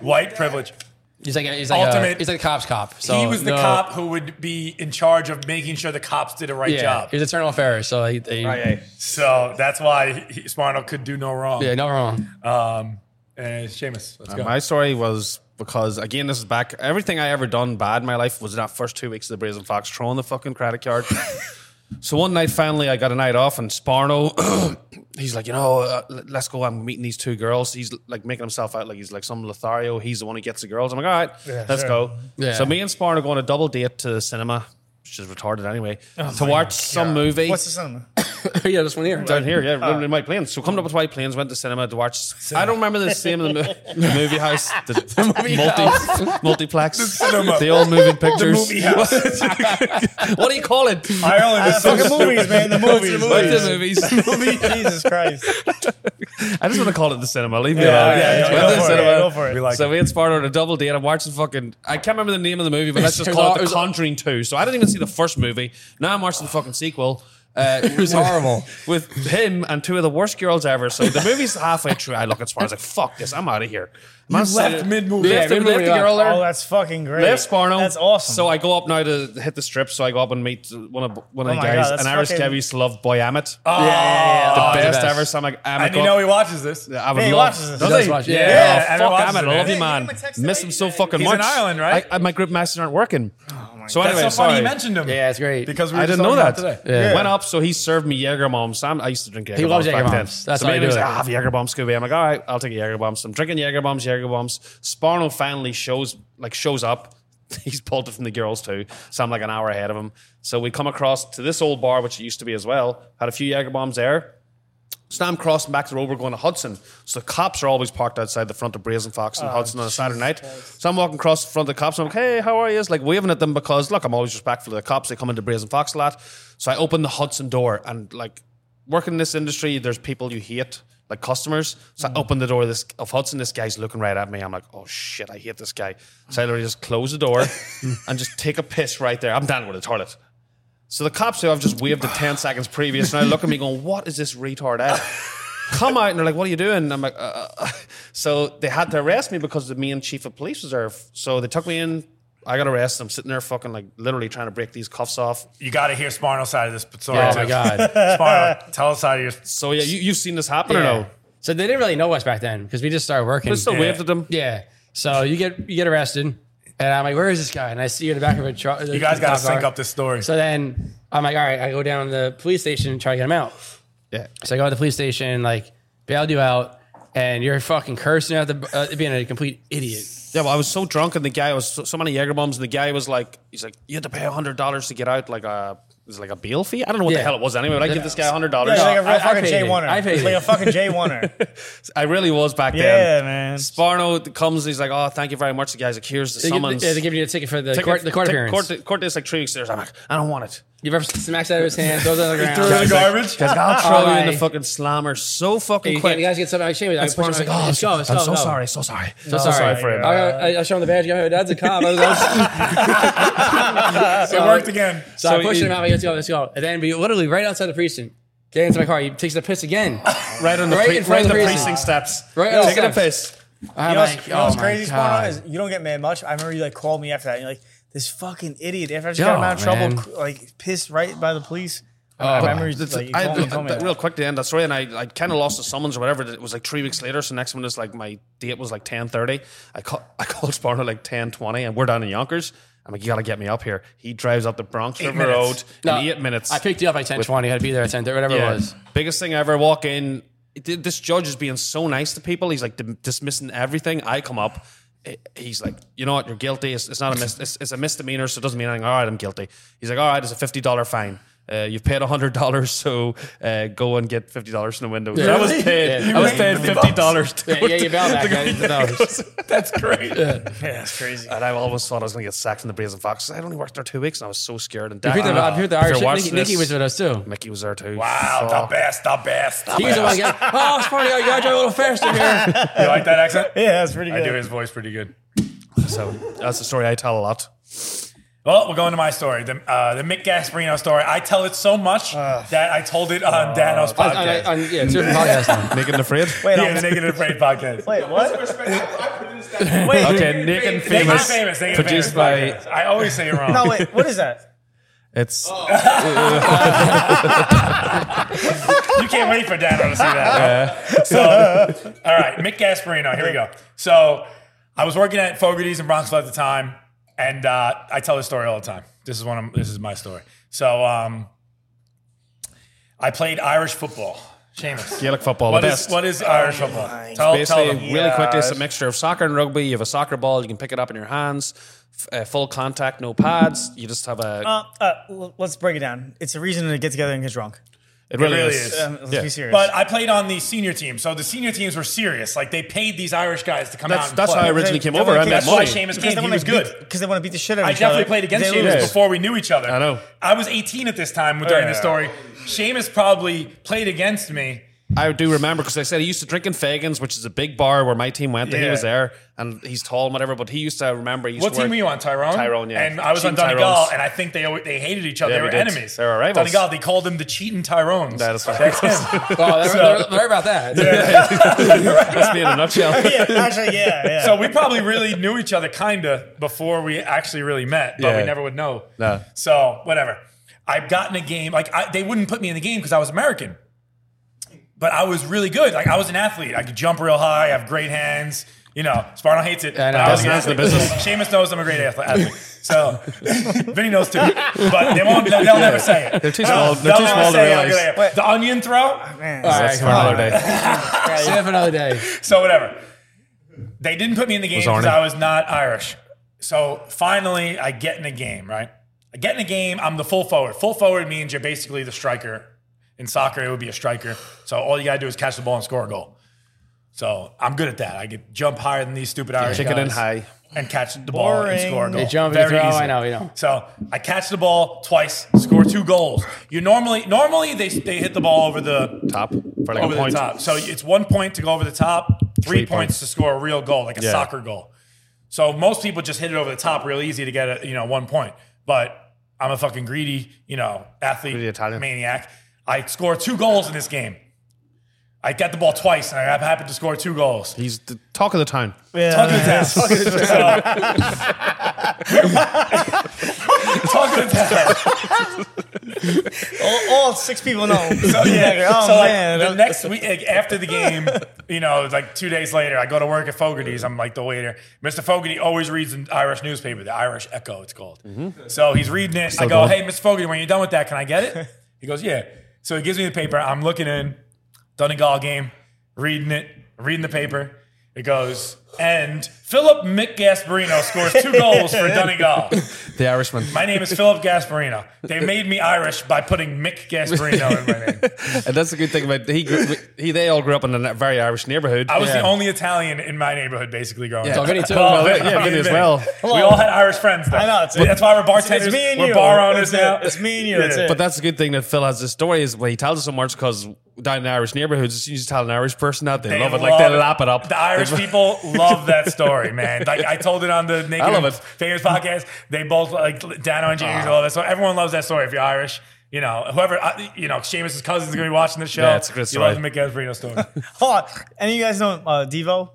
[SPEAKER 1] White privilege.
[SPEAKER 3] He's like, a, he's like, a,
[SPEAKER 1] Ultimate-
[SPEAKER 3] he's like a cop's cop. So
[SPEAKER 1] he was the
[SPEAKER 3] no.
[SPEAKER 1] cop who would be in charge of making sure the cops did a right
[SPEAKER 3] Yeah,
[SPEAKER 1] job.
[SPEAKER 3] he was a eternal affairer. So he, they,
[SPEAKER 1] So that's why he, Smarno could do no wrong.
[SPEAKER 3] yeah, no wrong.
[SPEAKER 1] Um, and Seamus, let's go.
[SPEAKER 2] Uh, My story was because again, this is back. Everything I ever done bad in my life was in that first two weeks of the Brazen Fox throwing the fucking credit
[SPEAKER 1] [LAUGHS]
[SPEAKER 2] card. so one night, finally, I got a night off, and Sparno, [CLEARS THROAT] he's like, you know, uh, l- let's go. I'm meeting these two girls. He's like making himself out like he's like some Lothario. He's the one who gets the girls. I'm like, all right, let's
[SPEAKER 1] sure.
[SPEAKER 2] go.
[SPEAKER 3] Yeah.
[SPEAKER 2] So me and Sparno go on a double date to the cinema, which is retarded anyway,
[SPEAKER 1] Oh
[SPEAKER 2] to watch some movie
[SPEAKER 5] What's the cinema?
[SPEAKER 3] [LAUGHS] yeah, this one here.
[SPEAKER 2] down here, yeah,
[SPEAKER 1] Ah.
[SPEAKER 2] in White Plains. So coming up with White Plains, went to cinema to watch. I don't remember the
[SPEAKER 1] [LAUGHS]
[SPEAKER 2] same of the mo- movie house, the, multi, multiplex, the,
[SPEAKER 1] cinema.
[SPEAKER 2] old moving pictures.
[SPEAKER 1] movie house.
[SPEAKER 2] what do you call it?
[SPEAKER 1] Ireland is so
[SPEAKER 5] Fucking movies, man. The movies.
[SPEAKER 2] [LAUGHS] Like
[SPEAKER 5] man.
[SPEAKER 2] the movies.
[SPEAKER 5] [LAUGHS] Jesus Christ.
[SPEAKER 2] I just want to call it the cinema. Leave me
[SPEAKER 1] Yeah,
[SPEAKER 2] alone.
[SPEAKER 1] yeah, yeah,
[SPEAKER 2] Went
[SPEAKER 1] go
[SPEAKER 2] to the
[SPEAKER 1] for it,
[SPEAKER 2] cinema.
[SPEAKER 5] yeah, go for it.
[SPEAKER 1] We like
[SPEAKER 2] so
[SPEAKER 1] it.
[SPEAKER 2] we had Sparta on a double date. I'm watching fucking. I can't remember the name of the movie, but let's just
[SPEAKER 3] It was
[SPEAKER 2] call
[SPEAKER 3] all-
[SPEAKER 2] it
[SPEAKER 3] it
[SPEAKER 2] The
[SPEAKER 3] was-
[SPEAKER 2] Conjuring Two. So I didn't even see the first movie. Now I'm watching the fucking sequel. Uh, it was
[SPEAKER 3] horrible.
[SPEAKER 2] with him and two of the worst girls ever. So the movie's halfway through. I look at Sparta. I was like, "Fuck this! I'm out of here." Man,
[SPEAKER 1] left mid movie.
[SPEAKER 2] left,
[SPEAKER 3] Yeah,
[SPEAKER 2] the- left
[SPEAKER 3] mid-movie,
[SPEAKER 2] the girl there.
[SPEAKER 5] Oh, that's fucking great.
[SPEAKER 2] Left Sparno.
[SPEAKER 5] That's awesome.
[SPEAKER 2] So I go up now to hit the strip. So I go up and meet one of one of
[SPEAKER 5] Oh
[SPEAKER 2] the
[SPEAKER 5] my God,
[SPEAKER 2] guys.
[SPEAKER 5] that's
[SPEAKER 2] an Irish guy
[SPEAKER 5] fucking-
[SPEAKER 2] we used to love, Boy Ammett.
[SPEAKER 1] Oh,
[SPEAKER 2] the best
[SPEAKER 3] best.
[SPEAKER 2] ever. So I'm like, I'm
[SPEAKER 1] And you know he watches this. Yeah,
[SPEAKER 2] I would
[SPEAKER 5] Yeah, he
[SPEAKER 2] love-
[SPEAKER 5] watches this.
[SPEAKER 2] Does
[SPEAKER 3] He does
[SPEAKER 2] he?
[SPEAKER 3] watch it.
[SPEAKER 2] yeah,
[SPEAKER 1] Yeah, I
[SPEAKER 2] fuck,
[SPEAKER 1] watch
[SPEAKER 2] I'm
[SPEAKER 1] it,
[SPEAKER 2] at
[SPEAKER 1] man.
[SPEAKER 2] love you, man.
[SPEAKER 7] Give him a text
[SPEAKER 2] Miss
[SPEAKER 7] tonight,
[SPEAKER 2] him so
[SPEAKER 7] man.
[SPEAKER 2] fucking
[SPEAKER 1] He's
[SPEAKER 2] much.
[SPEAKER 1] in Ireland, right?
[SPEAKER 2] I, I- my group messages aren't working. so
[SPEAKER 1] That's so
[SPEAKER 2] anyway,
[SPEAKER 1] funny
[SPEAKER 2] sorry.
[SPEAKER 1] you mentioned him.
[SPEAKER 3] Yeah, it's great.
[SPEAKER 1] Because we were
[SPEAKER 2] I
[SPEAKER 1] just
[SPEAKER 2] didn't know that.
[SPEAKER 1] talking about it today.
[SPEAKER 3] Yeah.
[SPEAKER 2] Went up, so he served me Jaeger bombs. Sam, I used to drink Jaeger
[SPEAKER 3] He
[SPEAKER 2] bombs.
[SPEAKER 3] loves Jager
[SPEAKER 2] back then.
[SPEAKER 3] bombs. That's
[SPEAKER 2] so
[SPEAKER 3] how I
[SPEAKER 2] maybe he's
[SPEAKER 3] do
[SPEAKER 2] like,
[SPEAKER 3] it.
[SPEAKER 2] "Ah, have Jaeger bombs, Scooby. I'm like, all right, I'll take a Jaeger bombs. So I'm drinking Jaeger bombs, Jaeger bombs. Sparno finally shows, like, shows up. [LAUGHS] He's pulled it from the girls too, so I'm like an hour ahead of him. So we come across to this old bar, which it used to be as well. Had a few Jaeger bombs there. So now I'm crossing back the road. We're going to Hudson. So the cops are always parked outside the front of Brazen Fox and Hudson on a Saturday night. So I'm walking across the front of the cops. I'm like, hey, how are you? Like waving at them because, look, I'm always respectful of the cops. They come into Brazen Fox a lot. So I open the Hudson door and, like, working in this industry, there's people you hate, like customers. So I open the door of, this, of Hudson. This guy's looking right at me. I'm like, oh shit, I hate this guy. So I literally just close the door and just take a piss right there. I'm down with the toilet. So the cops who I've just waved at 10 seconds previous now look at me going, what is this retard at? Come out and they're like, what are you doing? And I'm like, uh, uh, so they had to arrest me because the main chief of police was there. So they took me in. I got arrested. I'm sitting there fucking like literally trying to break these cuffs off.
[SPEAKER 1] You got to hear Sparno's side of this. But sorry,
[SPEAKER 3] Oh
[SPEAKER 1] too. [LAUGHS]
[SPEAKER 3] my god.
[SPEAKER 1] Sparno, tell us how you.
[SPEAKER 2] So yeah, you, you've seen this happen or
[SPEAKER 3] Yeah.
[SPEAKER 2] no?
[SPEAKER 3] So they didn't really know us back then because we just started working.
[SPEAKER 2] They still waved at them.
[SPEAKER 3] yeah. So you get you get arrested, and I'm like, "Where is this guy?" And I see you in the back of a truck.
[SPEAKER 1] You guys got to sync up this story.
[SPEAKER 3] So then I'm like, "All right," I go down to the police station and try to get him out.
[SPEAKER 2] Yeah.
[SPEAKER 3] So I go to the police station, like bailed you out, and you're fucking cursing at the uh, being a complete idiot.
[SPEAKER 2] Yeah, well, I was so drunk, and the guy was so, so many Jaeger bombs, and the guy was like, he's like, you had to pay hundred dollars to get out, like a, it was like a bail fee. I don't know what
[SPEAKER 3] Yeah.
[SPEAKER 2] the hell it was anyway. But I
[SPEAKER 3] Yeah.
[SPEAKER 2] give this guy hundred
[SPEAKER 5] Yeah,
[SPEAKER 2] dollars.
[SPEAKER 5] it's like a
[SPEAKER 3] I-
[SPEAKER 5] real
[SPEAKER 3] I
[SPEAKER 5] fucking
[SPEAKER 3] paid
[SPEAKER 5] Jay
[SPEAKER 3] it.
[SPEAKER 5] Wonder.
[SPEAKER 3] I paid
[SPEAKER 5] It's like
[SPEAKER 3] it.
[SPEAKER 5] a fucking Jay Wonder.
[SPEAKER 2] I really was back then.
[SPEAKER 5] yeah, man.
[SPEAKER 2] Sparno comes, he's like, oh, thank you very much. The guy's like, here's the
[SPEAKER 3] They, give,
[SPEAKER 2] summons.
[SPEAKER 3] they give you a ticket for the
[SPEAKER 2] Take
[SPEAKER 3] court,
[SPEAKER 2] it-
[SPEAKER 3] the court
[SPEAKER 2] take-
[SPEAKER 3] appearance.
[SPEAKER 2] Court, court date's like three weeks later. So I'm like, I don't want it.
[SPEAKER 3] you ever smacks out of his hand, throws it
[SPEAKER 2] [LAUGHS]
[SPEAKER 3] on the ground.
[SPEAKER 1] Threw it in the garbage.
[SPEAKER 2] Guys, I'll throw you in
[SPEAKER 3] my.
[SPEAKER 2] the fucking slammer so fucking
[SPEAKER 3] "Oh, You
[SPEAKER 2] quick.
[SPEAKER 3] can't- you guys get something. I shame it. I
[SPEAKER 2] and
[SPEAKER 3] push him.
[SPEAKER 2] Sparno's like,
[SPEAKER 3] I'm
[SPEAKER 2] oh,
[SPEAKER 3] let's go, let's
[SPEAKER 2] I'm
[SPEAKER 3] go,
[SPEAKER 2] so
[SPEAKER 3] go."
[SPEAKER 2] sorry, so sorry, so,
[SPEAKER 3] sorry.
[SPEAKER 2] sorry for him.
[SPEAKER 3] I, I, I show him the badge. Go, dad's a cop. I was like,
[SPEAKER 1] [LAUGHS] It worked again.
[SPEAKER 3] So,
[SPEAKER 2] So
[SPEAKER 3] I push
[SPEAKER 2] you-
[SPEAKER 3] him out. Like, let's go, let's go. And then we literally right outside the precinct. Get into my car. He takes the piss again.
[SPEAKER 2] Right on the,
[SPEAKER 3] Right
[SPEAKER 2] pre-
[SPEAKER 3] in front
[SPEAKER 2] right
[SPEAKER 3] of
[SPEAKER 2] on
[SPEAKER 3] the
[SPEAKER 2] the
[SPEAKER 3] precinct.
[SPEAKER 2] precinct steps.
[SPEAKER 3] Right on the
[SPEAKER 2] Taking a
[SPEAKER 3] steps.
[SPEAKER 2] piss.
[SPEAKER 3] I'm
[SPEAKER 5] You know,
[SPEAKER 3] like,
[SPEAKER 5] what's- you know what's
[SPEAKER 3] oh
[SPEAKER 5] crazy,
[SPEAKER 3] my
[SPEAKER 5] Sparno,
[SPEAKER 3] god.
[SPEAKER 5] is you don't get mad much. I remember you like called me after that. And you're like, this fucking idiot. After I just
[SPEAKER 3] Yeah,
[SPEAKER 5] got him out of trouble,
[SPEAKER 3] man.
[SPEAKER 5] cr- like pissed right by the police.
[SPEAKER 3] Oh,
[SPEAKER 5] I
[SPEAKER 3] my-
[SPEAKER 5] remember you just, like, you
[SPEAKER 2] I,
[SPEAKER 5] called me, and told me
[SPEAKER 2] I-
[SPEAKER 5] that.
[SPEAKER 2] real quick to end that story, and I, I kind of lost the summons or whatever. It was like three weeks later, so next one is like my date was like ten thirty. I call, I called Sparno like ten twenty, and we're down in Yonkers. I'm like, you gotta get me up here. He drives up the Bronx River
[SPEAKER 1] minutes.
[SPEAKER 2] Road in
[SPEAKER 3] No,
[SPEAKER 2] eight
[SPEAKER 3] [LAUGHS]
[SPEAKER 2] minutes.
[SPEAKER 3] I picked you up at ten twenty. I'd be there at ten thirty, whatever it was.
[SPEAKER 2] Biggest thing I ever walk in. th- this judge is being so nice to people. He's like dim- dismissing everything. I come up. eh, He's like, you know what? You're guilty. It's, it's not a mis- it's, it's a misdemeanor, so it doesn't mean anything. All right, I'm guilty. He's like, all right, it's a fifty dollar fine. Uh, you've paid hundred dollars, so uh, go and get fifty dollars from the window. So I was
[SPEAKER 1] Really?
[SPEAKER 2] paid.
[SPEAKER 1] Yeah.
[SPEAKER 2] I was
[SPEAKER 1] You
[SPEAKER 2] paid
[SPEAKER 1] paid
[SPEAKER 2] fifty dollars.
[SPEAKER 3] Yeah, yeah, you bailed that guy. [LAUGHS]
[SPEAKER 1] That's great.
[SPEAKER 2] That's crazy. And I always thought I was going to get sacked from the Brazen Fox. I only worked there two weeks, and I was so scared. And
[SPEAKER 3] I
[SPEAKER 2] Dak,
[SPEAKER 3] heard the, I heard the
[SPEAKER 2] if you're
[SPEAKER 3] Irish. Nikki,
[SPEAKER 2] watching
[SPEAKER 3] Nikki
[SPEAKER 2] this-
[SPEAKER 3] was with us too. [LAUGHS]
[SPEAKER 2] Mickey was there too.
[SPEAKER 1] Wow,
[SPEAKER 2] Fuck.
[SPEAKER 1] the best, the best. The
[SPEAKER 3] He was the one.
[SPEAKER 1] best.
[SPEAKER 3] [LAUGHS] guy, Oh, it's funny. I gotta drive a little faster here.
[SPEAKER 1] You like that accent?
[SPEAKER 5] [LAUGHS] Yeah, that's pretty
[SPEAKER 1] I
[SPEAKER 5] good.
[SPEAKER 1] do his voice pretty good.
[SPEAKER 2] So that's the story I tell a lot.
[SPEAKER 1] Well, we're going to my story, the uh, the Mick Gasparino story. I tell it so much that I told it on Dano's
[SPEAKER 3] On- on-
[SPEAKER 1] podcast.
[SPEAKER 3] on- yeah, it's your podcast now.
[SPEAKER 2] Naked and afraid.
[SPEAKER 5] Wait,
[SPEAKER 1] yeah,
[SPEAKER 5] I'm-
[SPEAKER 1] the Naked and Afraid podcast.
[SPEAKER 5] wait, what?
[SPEAKER 8] Respect, I, I put in this that.
[SPEAKER 5] Wait,
[SPEAKER 2] Okay, Nick and
[SPEAKER 1] Naked and
[SPEAKER 2] famous.
[SPEAKER 1] Famous. Naked and
[SPEAKER 2] produced
[SPEAKER 1] Famous
[SPEAKER 2] by-
[SPEAKER 1] podcast. I always say it wrong.
[SPEAKER 5] [LAUGHS] no, wait, what is that?
[SPEAKER 2] It's
[SPEAKER 1] You can't wait for Dano to see that. So, all right, Mick Gasparino. Here we go. So, I was working at Fogarty's in Bronxville at the time, and uh, I tell this story all the time. This is one. Of, this is my story. So, um, I played Irish football. Seamus.
[SPEAKER 2] Gaelic football.
[SPEAKER 1] What
[SPEAKER 2] the
[SPEAKER 1] is
[SPEAKER 2] best.
[SPEAKER 1] what is Irish football? Tell, tell
[SPEAKER 2] Basically,
[SPEAKER 1] them.
[SPEAKER 2] really quickly, it's a mixture of soccer and rugby. You have a soccer ball. You can pick it up in your hands. f- Uh, full contact, no pads. You just have a.
[SPEAKER 5] Uh, uh, l- let's break it down. It's a reason to get together and get drunk.
[SPEAKER 2] it really,
[SPEAKER 1] really
[SPEAKER 2] is.
[SPEAKER 1] is.
[SPEAKER 5] Um, let's
[SPEAKER 2] Yeah.
[SPEAKER 5] be serious.
[SPEAKER 1] But I played on the senior team, so the senior teams were serious. Like they paid these Irish guys to come out.
[SPEAKER 2] That's,
[SPEAKER 1] And
[SPEAKER 2] that's
[SPEAKER 1] play.
[SPEAKER 2] how I originally
[SPEAKER 5] They-
[SPEAKER 2] came
[SPEAKER 5] they
[SPEAKER 2] over. I
[SPEAKER 5] wanna
[SPEAKER 2] met
[SPEAKER 1] That's why
[SPEAKER 2] money.
[SPEAKER 1] Seamus
[SPEAKER 5] Because
[SPEAKER 1] came.
[SPEAKER 5] they
[SPEAKER 1] He
[SPEAKER 5] wanna
[SPEAKER 1] was
[SPEAKER 5] beat-
[SPEAKER 1] good.
[SPEAKER 5] Because they want to beat the shit out of
[SPEAKER 1] I
[SPEAKER 5] each
[SPEAKER 1] definitely
[SPEAKER 5] other.
[SPEAKER 1] played against
[SPEAKER 5] They
[SPEAKER 1] Seamus
[SPEAKER 5] lose.
[SPEAKER 1] before we knew each other.
[SPEAKER 2] I know. Oh,
[SPEAKER 1] I was 18 at this time during the
[SPEAKER 5] Yeah.
[SPEAKER 1] story. Seamus probably played against me.
[SPEAKER 2] I do remember because I said he used to drink in Fagans, which is a big bar where my team went. And he
[SPEAKER 1] Yeah.
[SPEAKER 2] was there, and he's tall and whatever. But he used to I remember. He used
[SPEAKER 1] What
[SPEAKER 2] to
[SPEAKER 1] team
[SPEAKER 2] work-
[SPEAKER 1] were you on, Tyrone?
[SPEAKER 2] Tyrone, yeah.
[SPEAKER 1] And I was on
[SPEAKER 2] Cheating
[SPEAKER 1] Donegal,
[SPEAKER 2] Tyrones.
[SPEAKER 1] and I think they always- they hated each other.
[SPEAKER 2] Yeah,
[SPEAKER 1] they
[SPEAKER 2] we
[SPEAKER 1] were
[SPEAKER 2] did.
[SPEAKER 1] enemies.
[SPEAKER 2] They were rivals.
[SPEAKER 1] Donegal, they called them the cheating Tyrones.
[SPEAKER 2] That is
[SPEAKER 1] That's him.
[SPEAKER 3] Oh, they're, they're, they're about that.
[SPEAKER 2] That's me in
[SPEAKER 1] [LAUGHS]
[SPEAKER 2] a nutshell.
[SPEAKER 5] Yeah, actually, [LAUGHS] yeah, yeah.
[SPEAKER 1] so we probably really knew each other kinda before we actually really met, but we
[SPEAKER 2] Yeah.
[SPEAKER 1] never would know.
[SPEAKER 2] No.
[SPEAKER 1] So whatever. I've gotten a game like I, they wouldn't put me in the game because I was American, but I was really good. Like I was an athlete. I could jump real high. I have great hands. You know, Sparno hates it.
[SPEAKER 3] I know.
[SPEAKER 1] but was an
[SPEAKER 2] Best hands in the
[SPEAKER 1] athlete.
[SPEAKER 2] business.
[SPEAKER 1] Seamus knows I'm a great ath- athlete. So [LAUGHS] Vinny knows too, but they won't. They'll, they'll never say it. They're
[SPEAKER 2] too small- they're too small to realize.
[SPEAKER 1] The onion throw.
[SPEAKER 5] Man,
[SPEAKER 3] All right,
[SPEAKER 2] That's for
[SPEAKER 3] come on. [LAUGHS]
[SPEAKER 2] another day.
[SPEAKER 3] Sit up another day.
[SPEAKER 1] So whatever. They didn't put me in the game
[SPEAKER 2] Was Arnie.
[SPEAKER 1] because I was not Irish. So finally, I get in a game, right? I get in a game. I'm the full forward. Full forward means you're basically the striker. In soccer, it would be a striker. So all you got to do is catch the ball and score a goal. So I'm good at that. I could jump higher than these stupid Irish
[SPEAKER 2] [LAUGHS] Chicken and
[SPEAKER 1] guys
[SPEAKER 2] high.
[SPEAKER 1] and catch the ball and
[SPEAKER 5] Boring.
[SPEAKER 1] score a goal.
[SPEAKER 3] You jump, you
[SPEAKER 1] Very
[SPEAKER 3] throw.
[SPEAKER 1] easy.
[SPEAKER 3] I know, you know.
[SPEAKER 1] So I catch the ball twice, score two goals. You normally normally they, they hit the ball over the
[SPEAKER 2] Top for like
[SPEAKER 1] over
[SPEAKER 2] a
[SPEAKER 1] the
[SPEAKER 2] point.
[SPEAKER 1] top. So it's one point to go over the top, three,
[SPEAKER 2] Three
[SPEAKER 1] points,
[SPEAKER 2] points.
[SPEAKER 1] to score a real goal, like a
[SPEAKER 2] Yeah.
[SPEAKER 1] soccer goal. So most people just hit it over the top real easy to get a you know one point. But I'm a fucking greedy, you know, athlete
[SPEAKER 2] Greedy Italian.
[SPEAKER 1] maniac. I score two goals in this game. I got the ball twice, and I happened to score two goals.
[SPEAKER 2] He's the talk of the town.
[SPEAKER 5] yeah.
[SPEAKER 1] Talk to the test. Talk to the test. [LAUGHS] Talk to the test.
[SPEAKER 5] all, all six people know. so,
[SPEAKER 1] Yeah. [LAUGHS]
[SPEAKER 5] Oh
[SPEAKER 1] so like
[SPEAKER 5] man, that-
[SPEAKER 1] the next week like, after the game, you know, like two days later, I go to work at Fogarty's. I'm like the waiter. Mr. Fogarty always reads an Irish newspaper, the Irish Echo, it's called. So he's reading it. I go,
[SPEAKER 2] good.
[SPEAKER 1] hey, Mr. Fogarty, when you're done with that, can I get it? He goes, yeah. So he gives me the paper. I'm looking in Donegal game, reading it, reading the paper. It goes, and Philip Mick Gasparino scores two goals for Donegal.
[SPEAKER 2] The Irishman.
[SPEAKER 1] My name is Philip Gasparino. They made me Irish by putting Mick Gasparino in my name.
[SPEAKER 2] and that's the good thing about he. Grew, he they all grew up in a very Irish neighborhood.
[SPEAKER 1] I was
[SPEAKER 2] Yeah.
[SPEAKER 1] the only Italian in my neighborhood, basically growing
[SPEAKER 2] Yeah.
[SPEAKER 1] up.
[SPEAKER 3] Oh, Vinny too.
[SPEAKER 1] Well,
[SPEAKER 3] Vinny-
[SPEAKER 1] Vinny-
[SPEAKER 2] yeah,
[SPEAKER 1] I mean,
[SPEAKER 2] Vinny as
[SPEAKER 1] Vinny.
[SPEAKER 2] well.
[SPEAKER 1] We all had Irish friends. Though.
[SPEAKER 5] I know, it's-
[SPEAKER 1] But that's why we're bartenders.
[SPEAKER 5] it's me and
[SPEAKER 1] we're
[SPEAKER 5] you.
[SPEAKER 1] bar owners
[SPEAKER 5] It's it.
[SPEAKER 1] now.
[SPEAKER 5] It's
[SPEAKER 1] [LAUGHS]
[SPEAKER 5] me and you, that's it.
[SPEAKER 2] But that's the good thing that Phil has this story is when he tells us so much because down in Irish neighborhoods, you just tell an Irish person that they, love it, like they lap it up.
[SPEAKER 1] The Irish people
[SPEAKER 2] [LAUGHS]
[SPEAKER 1] love that story, man. Like I told it on the Naked
[SPEAKER 2] I love
[SPEAKER 1] and
[SPEAKER 2] it.
[SPEAKER 1] Famous podcast. They both like Dano and James all that. So everyone loves that story. If you're Irish, you know whoever I- you know Seamus' cousin is going to be watching the show.
[SPEAKER 2] Yeah, it's a good
[SPEAKER 1] You love the
[SPEAKER 2] story.
[SPEAKER 1] Mick Gasparino story.
[SPEAKER 5] hold on. Any of you guys know uh, Devo?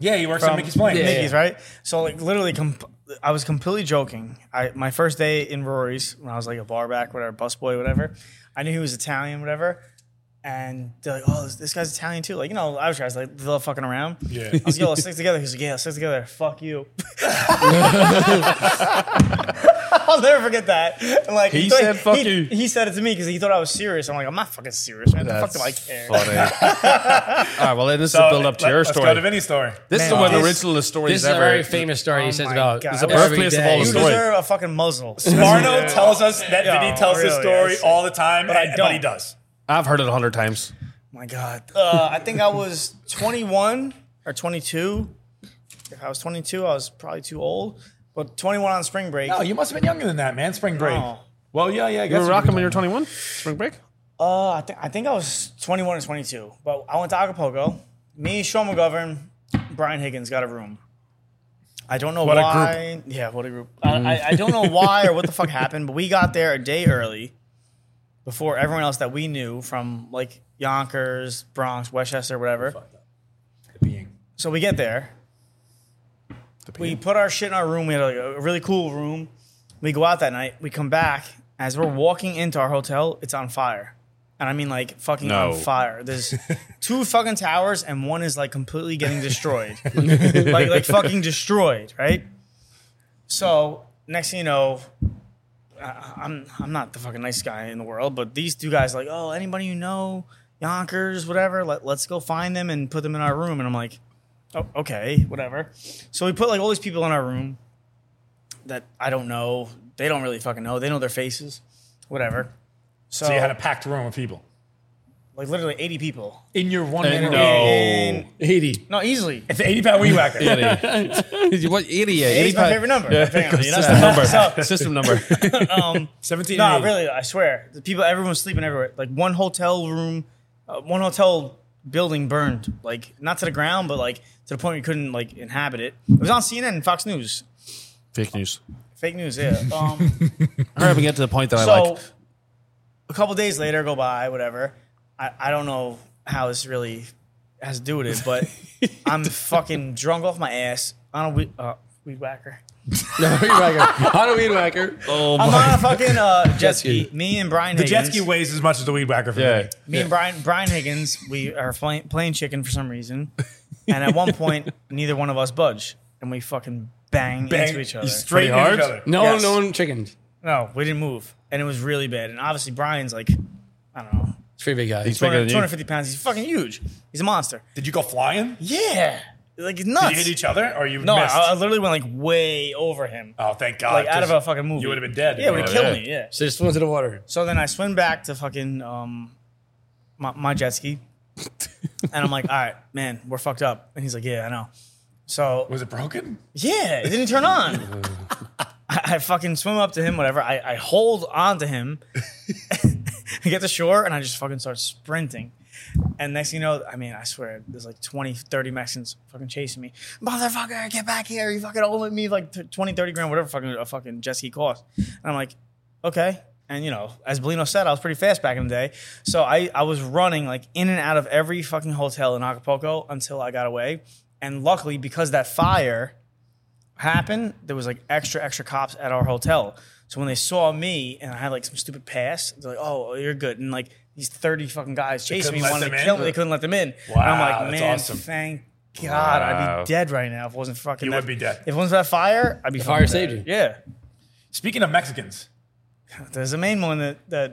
[SPEAKER 1] yeah, he works
[SPEAKER 5] From
[SPEAKER 1] at Mickey's Plain.
[SPEAKER 3] Yeah.
[SPEAKER 5] Mickey's, right? So like literally, comp- I was completely joking. I my first day in Rory's when I was like a bar back, whatever, busboy, whatever. I knew he was Italian, whatever. And they're like, "Oh, this, this guy's Italian too." Like you know, Irish guys like they love fucking around. Yeah. I was like, "Yo, let's stick together." He's like, "Yeah, let's stick together." Fuck you. [LAUGHS] I'll never forget that. And like
[SPEAKER 6] He
[SPEAKER 5] thought-
[SPEAKER 6] said, "Fuck
[SPEAKER 5] he,
[SPEAKER 6] you."
[SPEAKER 5] He said it to me because he thought I was serious. I'm like, I'm not fucking serious, man. The fuck do I care?
[SPEAKER 6] Funny. All right, well, then this is build up to
[SPEAKER 1] let-
[SPEAKER 6] your
[SPEAKER 1] let's
[SPEAKER 6] story.
[SPEAKER 1] Go to Vinny's story.
[SPEAKER 6] this is
[SPEAKER 5] Man,
[SPEAKER 6] one of the
[SPEAKER 5] this-
[SPEAKER 6] originalest stories
[SPEAKER 3] This is a
[SPEAKER 6] ever.
[SPEAKER 3] very famous story he
[SPEAKER 5] Oh
[SPEAKER 3] says
[SPEAKER 5] my
[SPEAKER 3] about
[SPEAKER 5] God.
[SPEAKER 3] it's
[SPEAKER 5] the
[SPEAKER 6] birthplace of all
[SPEAKER 5] You
[SPEAKER 6] the story.
[SPEAKER 5] deserve a fucking
[SPEAKER 6] [LAUGHS]
[SPEAKER 5] muzzle.
[SPEAKER 1] Barno tells us that
[SPEAKER 5] Yeah,
[SPEAKER 1] Vinny tells this
[SPEAKER 5] really,
[SPEAKER 1] story
[SPEAKER 5] yes.
[SPEAKER 1] all the time,
[SPEAKER 5] But I
[SPEAKER 1] and-
[SPEAKER 5] don't.
[SPEAKER 1] he does.
[SPEAKER 6] I've heard it a hundred times.
[SPEAKER 5] my god. Uh, I think I was 21 or 22. If I was 22, I was probably too old. But 21 on spring break.
[SPEAKER 1] Oh, you must have been younger than that, man. Spring break.
[SPEAKER 5] No.
[SPEAKER 1] Well, yeah, yeah. I
[SPEAKER 6] You
[SPEAKER 1] guess
[SPEAKER 6] were
[SPEAKER 1] you
[SPEAKER 6] rocking
[SPEAKER 1] were
[SPEAKER 6] when you were 21?
[SPEAKER 2] [LAUGHS]
[SPEAKER 6] Spring break?
[SPEAKER 5] Uh, I think I think I was 21 or 22, but I went to Acapulco. Me, Sean McGovern, Brian Higgins got a room. I don't know
[SPEAKER 1] What a
[SPEAKER 5] why. Yeah, what a group. I, I, I don't know why or what the fuck happened, but we got there a day early before everyone else that we knew from like Yonkers, Bronx, Westchester, whatever.
[SPEAKER 1] peeing.
[SPEAKER 5] So we get there. We put our shit in our room. We had like a really cool room. We go out that night. We come back. As we're walking into our hotel, it's on fire. And I mean like fucking
[SPEAKER 6] No.
[SPEAKER 5] on fire.
[SPEAKER 1] [LAUGHS]
[SPEAKER 5] There's two fucking towers and one is like completely getting destroyed. like like fucking destroyed, right? So next thing you know, I- I'm I'm not the fucking nice guy in the world, but these two guys are like, oh, anybody you know, Yonkers, whatever, let, let's go find them and put them in our room. And I'm like, oh, okay, whatever. So we put like all these people in our room that I don't know. They don't really fucking know. They know their faces, whatever. So,
[SPEAKER 1] So you had a packed room of people
[SPEAKER 5] like literally 80 people.
[SPEAKER 1] in your one
[SPEAKER 6] And
[SPEAKER 1] minute.
[SPEAKER 6] no.
[SPEAKER 5] And-
[SPEAKER 3] eighty.
[SPEAKER 5] no, easily.
[SPEAKER 1] It's an 80 pound weed
[SPEAKER 5] [LAUGHS]
[SPEAKER 1] whacker.
[SPEAKER 6] what idiot?
[SPEAKER 5] Eighty's [LAUGHS] my favorite number. apparently. That's the
[SPEAKER 6] number.
[SPEAKER 5] So-
[SPEAKER 6] System number.
[SPEAKER 1] 17
[SPEAKER 5] No,
[SPEAKER 1] and 80.
[SPEAKER 5] really, I swear. The people, everyone was sleeping everywhere. Like one hotel room, uh, one hotel building burned. Like not to the ground, but like to the point we couldn't like inhabit it. It was on CNN and Fox News.
[SPEAKER 6] [LAUGHS] Fake news.
[SPEAKER 5] Fake news, yeah. Um,
[SPEAKER 6] Hurry up and get to the point that I
[SPEAKER 5] so
[SPEAKER 6] like.
[SPEAKER 5] a couple days later, go by, whatever. I, I don't know how this really has to do with it, but I'm fucking drunk off my ass on a weed, uh, weed whacker.
[SPEAKER 3] [LAUGHS] No, weed whacker. On a weed whacker.
[SPEAKER 5] I'm on a
[SPEAKER 1] [LAUGHS]
[SPEAKER 5] fucking uh, jet
[SPEAKER 3] ski.
[SPEAKER 5] ski. Me and Brian
[SPEAKER 1] The jet
[SPEAKER 5] Higgins.
[SPEAKER 1] ski weighs as much as the weed whacker for
[SPEAKER 6] Yeah.
[SPEAKER 1] me.
[SPEAKER 5] Me and Brian Brian Higgins, we are playing, playing chicken for some reason,
[SPEAKER 1] [LAUGHS]
[SPEAKER 5] and at one point, neither one of us budge, and we fucking bang, into each other.
[SPEAKER 1] Straight into
[SPEAKER 6] hard?
[SPEAKER 1] each other.
[SPEAKER 3] No,
[SPEAKER 5] Yes.
[SPEAKER 3] no one chickened.
[SPEAKER 5] no, we didn't move, and it was really bad. And obviously, Brian's like, I don't know,
[SPEAKER 3] It's a pretty big guy.
[SPEAKER 6] He's bigger
[SPEAKER 5] 200,
[SPEAKER 6] than you.
[SPEAKER 5] 250 pounds. He's fucking huge. He's a monster.
[SPEAKER 1] Did you go flying? Did
[SPEAKER 5] Yeah, like it's
[SPEAKER 1] you hit
[SPEAKER 5] nuts.
[SPEAKER 1] each other or you
[SPEAKER 5] No, I,
[SPEAKER 1] missed?
[SPEAKER 5] I literally went like way over him,
[SPEAKER 1] oh, thank God.
[SPEAKER 5] like out of
[SPEAKER 1] 'cause
[SPEAKER 5] a fucking movie.
[SPEAKER 1] You would have been dead.
[SPEAKER 5] Yeah, it would have
[SPEAKER 6] Yeah,
[SPEAKER 5] killed
[SPEAKER 6] yeah.
[SPEAKER 5] me. Yeah.
[SPEAKER 3] So just swims in the water.
[SPEAKER 5] So then I swim back to fucking um, my, my jet
[SPEAKER 1] [LAUGHS]
[SPEAKER 5] ski. and I'm like, all right, man, we're fucked up. And he's like, yeah, I know. So,
[SPEAKER 1] Was it broken?
[SPEAKER 5] yeah, it didn't
[SPEAKER 1] [LAUGHS]
[SPEAKER 5] turn on. I, I fucking swim up to him, whatever. I, I hold on to him. [LAUGHS] I get to shore and I just fucking start sprinting. And next thing you know, I mean, I swear, there's like 20, 30 Mexicans fucking chasing me. Motherfucker, get back here. You fucking owe me like t- 20, 30 grand, whatever fucking a fucking jet ski cost. And I'm like, okay. And you know, as Bellino said, I was pretty fast back in the day. So I, I was running like in and out of every fucking hotel in Acapulco until I got away. And luckily, because that fire happened, there was like extra, extra cops at our hotel. So when they saw me and I had like some stupid pass, they're like, oh, you're good. And like these 30 fucking guys chasing
[SPEAKER 1] couldn't
[SPEAKER 5] me
[SPEAKER 1] let
[SPEAKER 5] wanted
[SPEAKER 1] them
[SPEAKER 5] to
[SPEAKER 1] in?
[SPEAKER 5] kill me. They couldn't let them in.
[SPEAKER 1] Wow,
[SPEAKER 5] And I'm like,
[SPEAKER 1] that's
[SPEAKER 5] man,
[SPEAKER 1] awesome.
[SPEAKER 5] thank God, I'd
[SPEAKER 6] Wow.
[SPEAKER 5] be dead right now if it wasn't for fucking
[SPEAKER 1] You
[SPEAKER 5] that-
[SPEAKER 1] would be dead.
[SPEAKER 5] If it wasn't for that fire, I'd be
[SPEAKER 3] fire
[SPEAKER 5] fucking
[SPEAKER 3] saved
[SPEAKER 5] dead.
[SPEAKER 3] you.
[SPEAKER 5] Yeah.
[SPEAKER 1] Speaking of Mexicans,
[SPEAKER 5] There's a main one that, [LAUGHS] that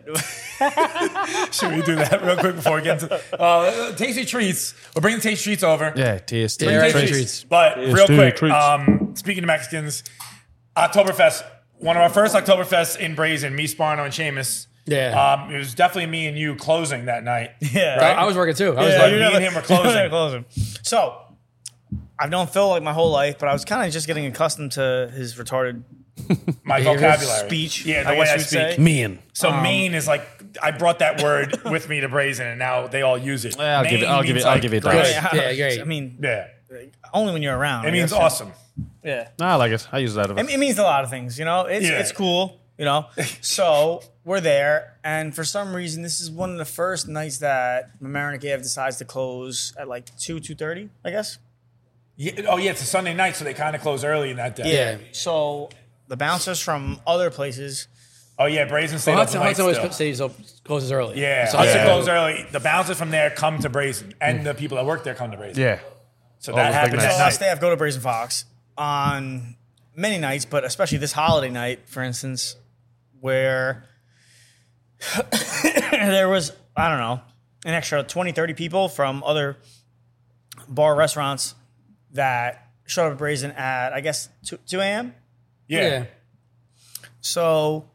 [SPEAKER 1] should we do that [LAUGHS] real quick before we get into uh, tasty treats? We're bringing tasty treats over.
[SPEAKER 6] Yeah, taste.
[SPEAKER 3] Yeah,
[SPEAKER 1] Tasty
[SPEAKER 3] right.
[SPEAKER 1] treats.
[SPEAKER 3] Treats.
[SPEAKER 1] But real
[SPEAKER 6] dude,
[SPEAKER 1] quick,
[SPEAKER 6] treats.
[SPEAKER 1] um, speaking of Mexicans, Oktoberfest, one of our first Oktoberfests in Brazen, me, Sparno, and Seamus.
[SPEAKER 3] Yeah.
[SPEAKER 1] Um, it was definitely me and you closing that night.
[SPEAKER 5] yeah,
[SPEAKER 3] I, I was working too. I was
[SPEAKER 1] Yeah,
[SPEAKER 3] like,
[SPEAKER 1] you
[SPEAKER 5] you're
[SPEAKER 1] me
[SPEAKER 5] not-
[SPEAKER 1] and him are
[SPEAKER 5] [LAUGHS]
[SPEAKER 1] closing.
[SPEAKER 5] We're closing. So I've known Phil like my whole life, but I was kind of just getting accustomed to his retarded
[SPEAKER 1] My
[SPEAKER 3] Behavior,
[SPEAKER 1] vocabulary.
[SPEAKER 5] speech.
[SPEAKER 1] Yeah, the
[SPEAKER 5] I
[SPEAKER 1] way
[SPEAKER 5] guess
[SPEAKER 1] I
[SPEAKER 5] you'd
[SPEAKER 1] speak.
[SPEAKER 5] say.
[SPEAKER 6] Mean.
[SPEAKER 1] So mean is like I brought that word [LAUGHS] with me to Brazen, and now they all use it.
[SPEAKER 6] I'll give
[SPEAKER 1] Mean
[SPEAKER 6] it. I'll give
[SPEAKER 1] means
[SPEAKER 6] it. I'll
[SPEAKER 1] like
[SPEAKER 6] give it.
[SPEAKER 1] great.
[SPEAKER 6] That.
[SPEAKER 3] Yeah, great.
[SPEAKER 5] I mean,
[SPEAKER 1] Yeah,
[SPEAKER 5] only when you're around.
[SPEAKER 1] it
[SPEAKER 5] I
[SPEAKER 1] means
[SPEAKER 5] guess.
[SPEAKER 1] awesome.
[SPEAKER 5] Yeah.
[SPEAKER 6] I like it. I use that.
[SPEAKER 5] It, it means a lot of things, you know. It's
[SPEAKER 1] Yeah.
[SPEAKER 5] it's cool, you
[SPEAKER 1] [LAUGHS]
[SPEAKER 5] know. so we're there, and for some reason, this is one of the first nights that Mamaroneck Ave decides to close at like two two thirty, I guess.
[SPEAKER 1] Yeah, oh yeah, it's a Sunday night, so they kind of close early in that day.
[SPEAKER 3] yeah.
[SPEAKER 5] So the bouncers from other places,
[SPEAKER 1] Oh yeah, Brazen stayed up
[SPEAKER 3] Hudson,
[SPEAKER 1] late
[SPEAKER 3] Hudson always
[SPEAKER 1] still.
[SPEAKER 3] stays up, closes early.
[SPEAKER 1] Yeah,
[SPEAKER 3] So
[SPEAKER 1] Hudson
[SPEAKER 3] Hudson
[SPEAKER 1] goes early. The bouncers from there come to Brazen,
[SPEAKER 2] Mm.
[SPEAKER 1] and the people that work there come to Brazen.
[SPEAKER 6] yeah.
[SPEAKER 2] Oh,
[SPEAKER 1] So that
[SPEAKER 6] Always big
[SPEAKER 1] happened
[SPEAKER 6] nights.
[SPEAKER 5] all
[SPEAKER 1] that
[SPEAKER 5] our
[SPEAKER 1] night.
[SPEAKER 5] staff go to Brazen Fox on many nights, but especially this holiday night, for instance, where [COUGHS] there was, I don't know, an extra 20, 30 people from other bar restaurants that showed up at Brazen at, I guess, 2, 2 a.m.
[SPEAKER 1] Yeah.
[SPEAKER 3] Yeah.
[SPEAKER 5] So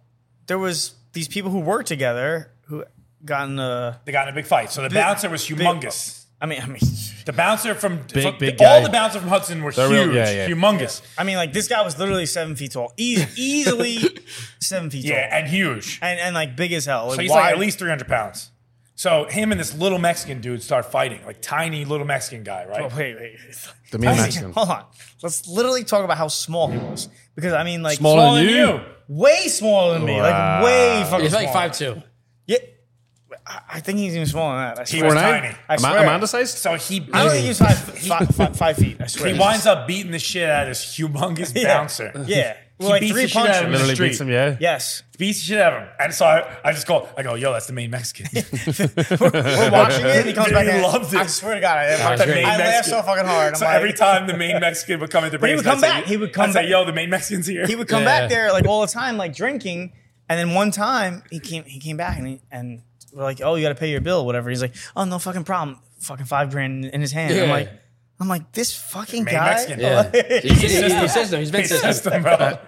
[SPEAKER 5] there was these people who worked together who got in the,
[SPEAKER 1] They got in a big fight. So the bouncer was humongous.
[SPEAKER 5] I mean, I mean,
[SPEAKER 1] The bouncer from, from-
[SPEAKER 2] big
[SPEAKER 1] all
[SPEAKER 2] guy.
[SPEAKER 1] the bouncers from Hudson were
[SPEAKER 2] They're
[SPEAKER 1] huge,
[SPEAKER 2] real- yeah, yeah.
[SPEAKER 1] humongous,
[SPEAKER 5] I mean, like this guy was literally seven feet tall,
[SPEAKER 1] [LAUGHS]
[SPEAKER 5] Eas easily seven feet
[SPEAKER 1] yeah.
[SPEAKER 5] tall,
[SPEAKER 1] and huge.
[SPEAKER 5] and and like big as hell.
[SPEAKER 1] So he's
[SPEAKER 5] wide.
[SPEAKER 1] like at least 300 pounds. So him and this little Mexican dude start fighting, like tiny little Mexican guy, right?
[SPEAKER 5] Wait, wait.
[SPEAKER 2] The mean
[SPEAKER 5] Let's-
[SPEAKER 2] Mexican.
[SPEAKER 5] Hold on. Let's literally talk about how small he was. Because I mean, like,
[SPEAKER 2] Smaller
[SPEAKER 1] Smaller than
[SPEAKER 2] you.
[SPEAKER 1] you.
[SPEAKER 5] way smaller than me.
[SPEAKER 2] Wow.
[SPEAKER 5] Like, way fucking.
[SPEAKER 3] He's like
[SPEAKER 5] smaller.
[SPEAKER 3] five two.
[SPEAKER 5] Yeah, I, I think he's even smaller than that. I
[SPEAKER 1] He
[SPEAKER 5] swear.
[SPEAKER 1] was
[SPEAKER 2] Am I-
[SPEAKER 1] tiny.
[SPEAKER 5] I
[SPEAKER 2] am I-
[SPEAKER 5] swear.
[SPEAKER 2] Amanda sized?
[SPEAKER 1] So he
[SPEAKER 5] I don't think he
[SPEAKER 2] [LAUGHS]
[SPEAKER 5] was five, five, five, five feet. I swear.
[SPEAKER 1] he winds up beating the shit out of this humongous
[SPEAKER 5] [LAUGHS] Yeah.
[SPEAKER 1] bouncer. [LAUGHS]
[SPEAKER 5] Yeah.
[SPEAKER 1] He
[SPEAKER 5] Well, like
[SPEAKER 1] beats
[SPEAKER 5] three
[SPEAKER 1] the shit out of
[SPEAKER 5] punches.
[SPEAKER 1] him.
[SPEAKER 2] Literally
[SPEAKER 1] street.
[SPEAKER 2] beats him, yeah.
[SPEAKER 5] Yes.
[SPEAKER 1] Beats the shit out of him. And so I, I just go, I go, yo, that's the main Mexican. [LAUGHS]
[SPEAKER 5] We're watching it and he comes
[SPEAKER 1] Dude,
[SPEAKER 5] back
[SPEAKER 1] [LAUGHS] he
[SPEAKER 5] in.
[SPEAKER 1] loves it.
[SPEAKER 5] I swear to God, I, I,
[SPEAKER 1] That's the main
[SPEAKER 5] laughed
[SPEAKER 1] Mexican.
[SPEAKER 5] so fucking hard. I'm
[SPEAKER 1] So
[SPEAKER 5] like,
[SPEAKER 1] every time the main Mexican would come into
[SPEAKER 5] he
[SPEAKER 1] the
[SPEAKER 5] would come back. He would come
[SPEAKER 1] I'd say,
[SPEAKER 5] back.
[SPEAKER 1] yo, the main Mexican's here.
[SPEAKER 5] he would come
[SPEAKER 2] Yeah.
[SPEAKER 5] back there like all the time, like drinking. And then one time he came, he came back and he, and we're like, oh, you got to pay your bill, whatever. He's like, oh, no fucking problem. Fucking five grand in his hand. I'm
[SPEAKER 3] Yeah.
[SPEAKER 5] like, I'm like this fucking
[SPEAKER 1] Main
[SPEAKER 5] guy.
[SPEAKER 1] Mexican.
[SPEAKER 5] [LAUGHS]
[SPEAKER 3] Yeah. He's he's- he's system. He's been
[SPEAKER 1] It's
[SPEAKER 3] system.
[SPEAKER 1] just the mo-
[SPEAKER 2] All right,